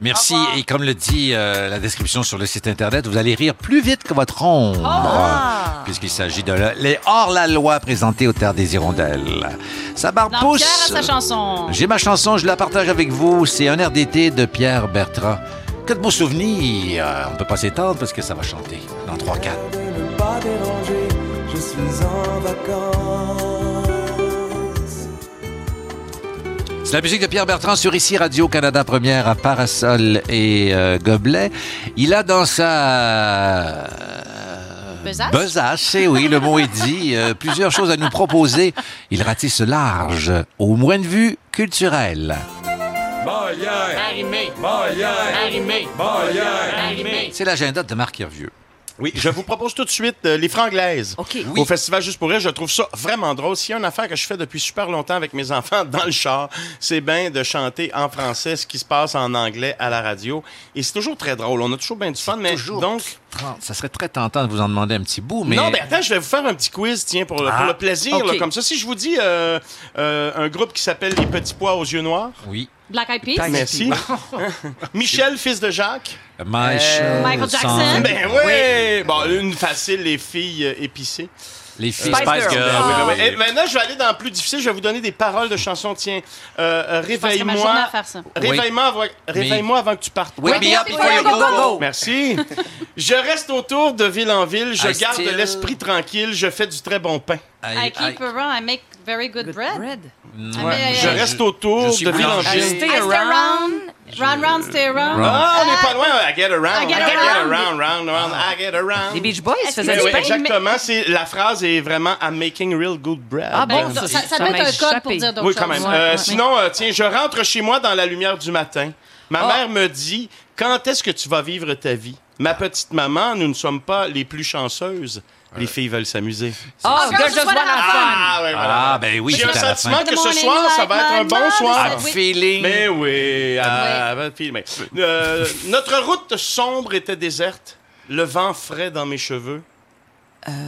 Merci. Et comme le dit euh, la description sur le site Internet, vous allez rire plus vite que votre Oh. ombre. Ah. Puisqu'il s'agit de la- les hors-la-loi présentés au Terre des Hirondelles. Ça barre Dans pousse. Pierre à sa chanson. J'ai ma chanson, je la partage avec vous. C'est un air d'été de Pierre Bertrand. Que de beaux souvenirs. Euh, on peut pas s'étendre parce que ça va chanter dans 3-4. Ne pas déranger, je suis en vacances. C'est la musique de Pierre Bertrand sur ici Radio-Canada Première à Parasol et euh, Gobelet. Il a dans sa... euh, Besace? Besace, eh oui, le mot est dit. euh, plusieurs choses à nous proposer. Il ratisse large, au moins de vue culturel. Molière. Arrimé. Molière. Arrimé. Molière. Arrimé. C'est l'agenda de Marc Hervieux. Oui, je vous propose tout de suite euh, les franglaises. Oui. Au festival Juste pour rire, je trouve ça vraiment drôle. S'il y a une affaire que je fais depuis super longtemps avec mes enfants dans le char, c'est bien de chanter en français ce qui se passe en anglais à la radio. Et c'est toujours très drôle. On a toujours bien du fun, mais donc. Ça serait très tentant de vous en demander un petit bout, mais... Non, mais attends, je vais vous faire un petit quiz, tiens, pour le, Ah, pour le plaisir. là, ok. comme ça, si je vous dis euh, euh, un groupe qui s'appelle Les Petits Pois aux yeux noirs, Oui. Black Eyed Peas. Merci. Michel, fils de Jacques. Michael Euh, Michael Jackson. Ben oui. Bon, une facile, les filles euh, épicées. Les Euh, filles Spice Spice Girls. Girls. Ah, oui, oui, oui. Ah. Et maintenant, je vais aller dans le plus difficile. Je vais vous donner des paroles de chansons. Tiens, euh, euh, Je passerai ma journée à réveille-moi. faire ça. Réveille-moi avant, réveille-moi avant que tu partes. Wake me up before you go, go, go. Merci. je reste autour de ville en ville. Je I garde still- l'esprit tranquille. Je fais du très bon pain. I mm, keep around, I make very good, bread. I Ouais. make- Je reste autour je suis de ville en boulanger. ville. I I stay around, round, round, stay around. Ah, on n'est pas loin. I get around. I get round, around. round, round. Ah. I get around. Les Beach Boys faisaient Ben du oui, pain. exactement. C'est, la phrase est vraiment I'm making real good bread. Ah bon, Euh, ça- Ça, ça doit m'a être un code pour échappé. dire d'autres oui, quand même. choses. Euh, Ouais, ouais. Sinon, euh, tiens, je rentre chez moi dans la lumière du matin. Ma Ah. mère me dit Quand est-ce que tu vas vivre ta vie Ma petite maman, nous ne sommes pas les plus chanceuses. Les Euh. filles veulent s'amuser. Oh, girls just wanna have fun. Ah, ouais, voilà. Ah, ben oui, J'ai un c'est à la sentiment fin. que The ce morning soir, ça va light, être un my bon mother soir. said we- feeling. Mais oui, ah, bad feeling. Euh, notre route sombre était déserte. Le vent frais dans mes cheveux.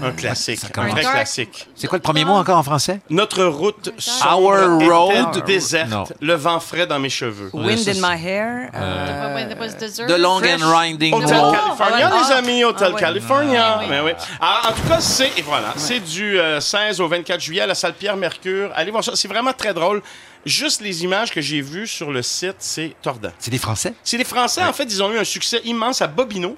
un classique, un Euh, commence. vrai Un dark- classique. C'est quoi le premier mot encore en français? Notre route sombre Our road. était déserte. Non. Le vent frais dans mes cheveux. Wind in my hair. Euh, When there was dessert, The long fresh. and winding Hotel road. California, Ah, ouais. les amis, Hotel Ah, ouais. California. Mais oui. Alors, en tout cas, c'est et voilà, c'est du euh, 16 au 24 juillet à la salle Pierre Mercure. Allez voir ça, c'est vraiment très drôle. Juste les images que j'ai vues sur le site, c'est tordant. C'est des Français? Mm-hmm. C'est les Français, en fait, ils ont eu un succès immense à Bobino.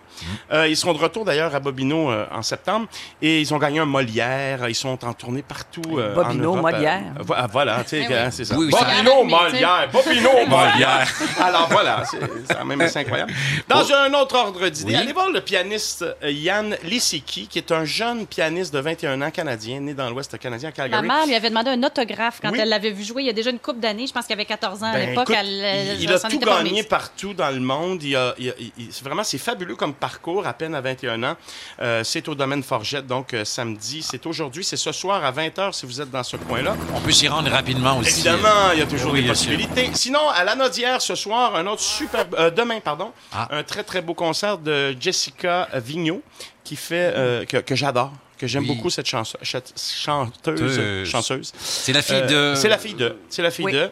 Euh, ils seront de retour d'ailleurs à Bobino euh, en septembre. Et ils ont gagné un Molière. Ils sont en tournée partout. euh, en Bobino, Europe. Molière. Euh, vo- ah, voilà, tu sais, Eh oui. hein, c'est ça. Oui, oui, ça- Bobino, Mais, tu sais. Molière. Bobino, Molière. Alors voilà, c'est c'est quand même assez incroyable. Dans un autre ordre d'idée, Oui. allez voir le pianiste euh, Yann Lissiki, qui est un jeune pianiste de 21 ans canadien, né dans l'Ouest canadien à Ma Calgary. mère lui avait demandé un autographe quand Ah, Oui. elle l'avait vu jouer il y a déjà une couple d'années. Je pense qu'il avait 14 ans à Ben, l'époque. écoute, elle, elle il, il a s'en tout était pas gagné remise. partout dans le monde. Il a- il a- il- il- c'est vraiment, c'est fabuleux comme parcours, à peine à 21 ans. Euh, c'est au domaine Forgette, donc euh, samedi. C'est aujourd'hui, c'est ce soir à 20h si vous êtes dans ce coin-là. On peut s'y rendre rapidement aussi. Évidemment, il y a toujours Oui, des bien sûr. possibilités. Sinon, à la Nodière ce soir, un autre super. euh, demain, pardon. Ah. Un très, très beau concert de Jessica Vigneault qui fait, euh, que, que j'adore. Que j'aime beaucoup cette chanson, cette chanteuse, Teuse. chanteuse. C'est la fille Euh, de- C'est la fille de. C'est la fille Oui. de. Euh,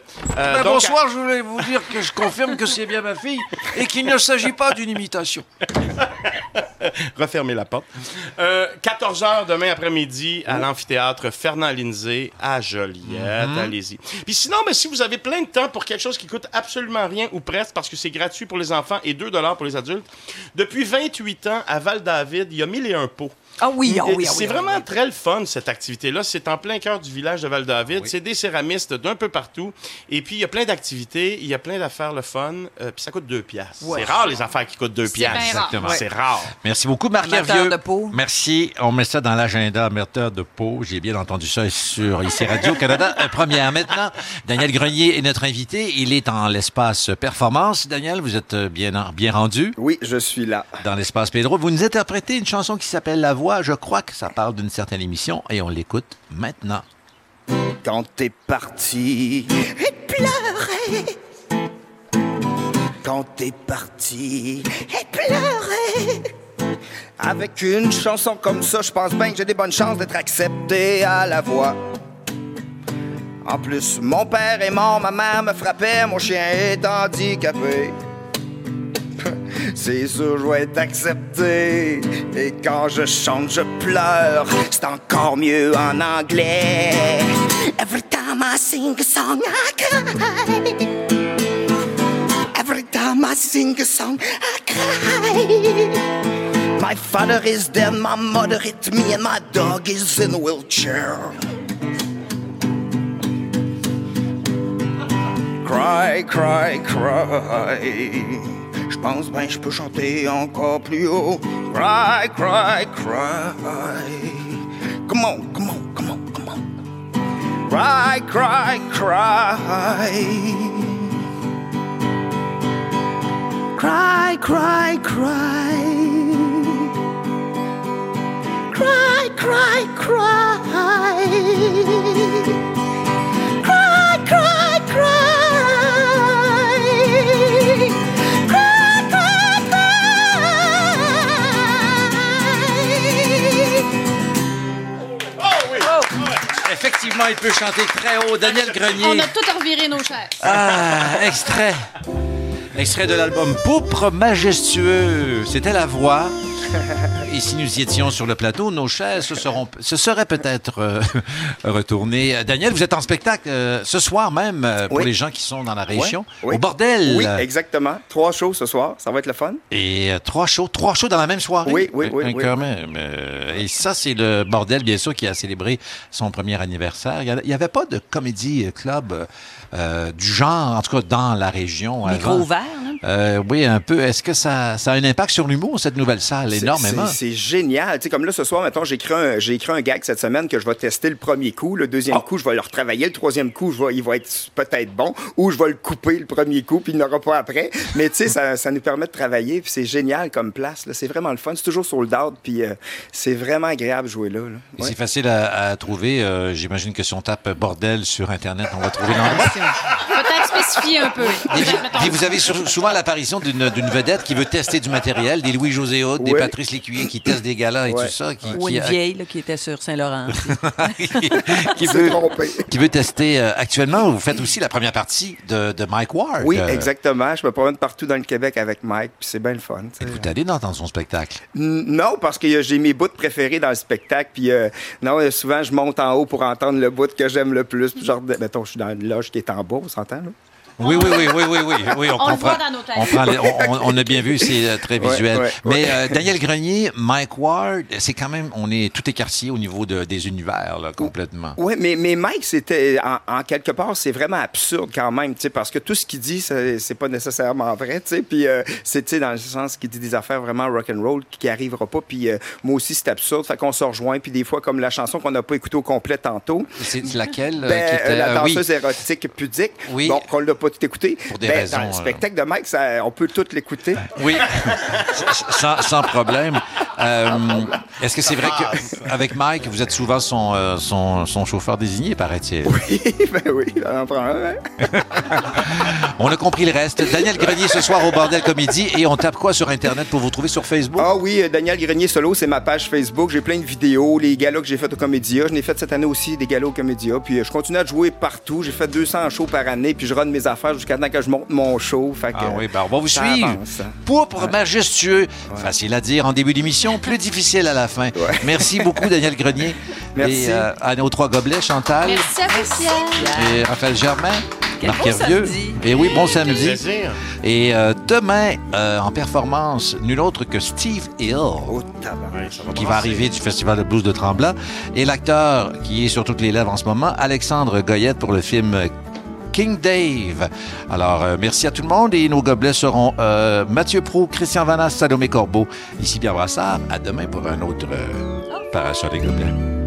Ben, donc, bonsoir, je voulais vous dire que je confirme que c'est bien ma fille et qu'il ne s'agit pas d'une imitation. refermer la porte. Euh, 14 h demain après-midi à l'amphithéâtre Fernand Lindsay à Joliette. Mm-hmm. Mhm. Allez-y. Puis sinon, ben, si vous avez plein de temps pour quelque chose qui coûte absolument rien ou presque parce que c'est gratuit pour les enfants et 2 pour les adultes, depuis 28 ans à Val-David, il y a 1001 pots. Ah oui, ah oui, ah oui, C'est ah oui. vraiment très le fun, cette activité-là. C'est en plein cœur du village de Val-David. C'est des céramistes d'un peu partout. Et puis, il y a plein d'activités, il y a plein d'affaires le fun. Euh, puis ça coûte 2 piastres. Ouais. C'est rare, les affaires qui coûtent 2 C'est bien piastres. rare. Exactement. C'est rare. Merci beaucoup, Marc Amateur Hervieux. de peau. Merci. On met ça dans l'agenda amateur de peau. J'ai bien entendu ça sur ici Radio-Canada. Euh, Première maintenant, Daniel Grenier est notre invité. Il est en l'espace performance. Daniel, vous êtes euh, bien, en- bien rendu. Oui, je suis là. Dans l'espace Pedro. Vous nous interprétez une chanson qui s'appelle La Voix. Je crois que ça parle d'une certaine émission et on l'écoute maintenant. Quand t'es parti, et pleurer, quand t'es parti, et pleurer, avec une chanson comme ça, je pense bien que j'ai des bonnes chances d'être accepté à la voix. En plus, mon père est mort, ma mère me frappait, mon chien est handicapé. C'est sûr, je vais être accepté. Et quand je chante, je pleure. C'est encore mieux en anglais. every time I sing a song I cry, every time I sing a song I cry, My father is dead, my mother hit me, and my dog is in a wheelchair. Cry, cry, cry. Je pense ben je peux chanter encore plus haut. Cry, cry, cry. Come on, come on, come on, come on. Cry, cry, cry. cry, cry, cry, cry, cry, cry. Cry, cry, cry. Cry, cry, cry. Oh oui! Ouais. Effectivement, il peut chanter très haut. Daniel Ah, On Grenier. a tout reviré nos chaises. Ah, extrait. Extrait de l'album Pourpre majestueux. C'était la voix. Et si nous y étions sur le plateau, nos chaises se, seront, se seraient peut-être euh, retournées. Euh, Daniel, vous êtes en spectacle euh, ce soir même euh, pour Oui. les gens qui sont dans la Ouais, région. oui. Au bordel. Oui, exactement. Trois shows ce soir. Ça va être le fun. Et euh, trois shows, trois shows dans la même soirée. Oui, oui, oui, Euh, oui. Quand même. Euh, et ça, c'est le bordel, bien sûr, qui a célébré son premier anniversaire. Il n'y avait pas de comédie club euh, du genre, en tout cas dans la région. Micro avant. ouvert, Euh, oui, un peu. Est-ce que ça, ça a un impact sur l'humour, cette nouvelle salle, C'est- énormément? C'est c'est génial. Tu sais, comme là, ce soir, maintenant, j'ai écrit, un- j'ai écrit un gag cette semaine que je vais tester le premier coup. Le deuxième coup, je vais le retravailler. Le troisième coup, je vais- il va être peut-être bon. Ou je vais le couper le premier coup, puis il n'aura pas après. Mais tu sais, ça, ça nous permet de travailler. Puis c'est génial comme place. là. C'est vraiment le fun. C'est toujours sold out. Puis euh, c'est vraiment agréable de jouer là. là. Et C'est facile à, à trouver. Euh, J'imagine que si on tape bordel sur Internet, on va trouver l'endroit. Peut-être spécifier un peu. Puis vous avez sur- souvent l'apparition d'une d'une vedette qui veut tester du matériel, des Louis-José Haute, des Ouais. Patrice Lécuyer qui testent des galas et tout ça. Qui, Ou qui- une vieille là, qui était sur Saint-Laurent. qui veut, qui veut tester euh, actuellement. Vous faites aussi la première partie de, de Mike Ward. Oui, Euh, exactement. Je me promène partout dans le Québec avec Mike, puis c'est bien le fun. tu sais. Vous êtes allé dans, dans son spectacle. N- Non, parce que euh, j'ai mes bouts préférés dans le spectacle. Puis euh, non, euh, souvent, je monte en haut pour entendre le bout que j'aime le plus. Puis genre, ben, mettons, je suis dans une loge qui est en bas, on s'entend, là? Oui, oui, oui, oui, oui, oui, oui, on, On le comprend. voit dans nos têtes. on, prend les- on- on- on a bien vu, c'est euh, très Ouais, visuel. ouais, Mais ouais. euh, Daniel Grenier, Mike Ward, c'est quand même, on est tout écartier au niveau de- des univers, là, complètement. Oui, mais, mais Mike, c'était en, en quelque part, c'est vraiment absurde quand même, tu sais, parce que tout ce qu'il dit, c'est c'est pas nécessairement vrai, tu sais, puis euh, c'est tu sais, dans le sens qu'il dit des affaires vraiment rock and roll qui arrivera pas, puis euh, moi aussi c'est absurde, fait qu'on se rejoint, puis des fois comme la chanson qu'on n'a pas écoutée au complet tantôt. C'est laquelle euh, Ben, qui était- euh, la euh, oui. danseuse érotique pudique. Oui. Bon, qu'on l'a pas tout écouté. Pour des Ben, raisons, Dans le euh, spectacle de Mike, ça- on peut tout l'écouter. Oui, sans, sans problème. Euh, Est-ce que c'est vrai qu'avec Mike, vous êtes souvent son, euh, son, son chauffeur désigné, paraît-il? ben oui, on en prend un. hein. On a compris le reste. Daniel Grenier ce soir au Bordel Comédie. Et on tape quoi sur Internet pour vous trouver sur Facebook? Ah oui, euh, Daniel Grenier Solo, c'est ma page Facebook. J'ai plein de vidéos, les galas que j'ai fait au Comédia. Je n'ai fait cette année aussi des galas au Comédia. Puis euh, je continue à jouer partout. J'ai fait 200 shows par année. Puis je run mes affaires jusqu'à temps que je monte mon show. Fait que, Ah oui, ben on va vous ça suivre. avance. hein. Pourpre majestueux. Facile à dire en début d'émission, plus difficile à la fin. Merci beaucoup, Daniel Grenier. Merci. Et euh, à nos trois gobelets, Chantal. Merci à vous, Pierre. Et Raphaël Germain, Quel Marc bon Hervieux. samedi. Et oui, bon Quel samedi. plaisir. Et euh, demain, euh, en performance, nul autre que Steve Hill, Oh, qui va arriver du Festival de blues de Tremblant, et l'acteur qui est sur toutes les lèvres en ce moment, Alexandre Goyette, pour le film King Dave. Alors, euh, merci à tout le monde et nos gobelets seront euh, Mathieu Prou, Christian Oh. Vanas, Salomé Corbeau, ici Pierre Brassard. À demain pour un autre euh, Parasol et Gobelets.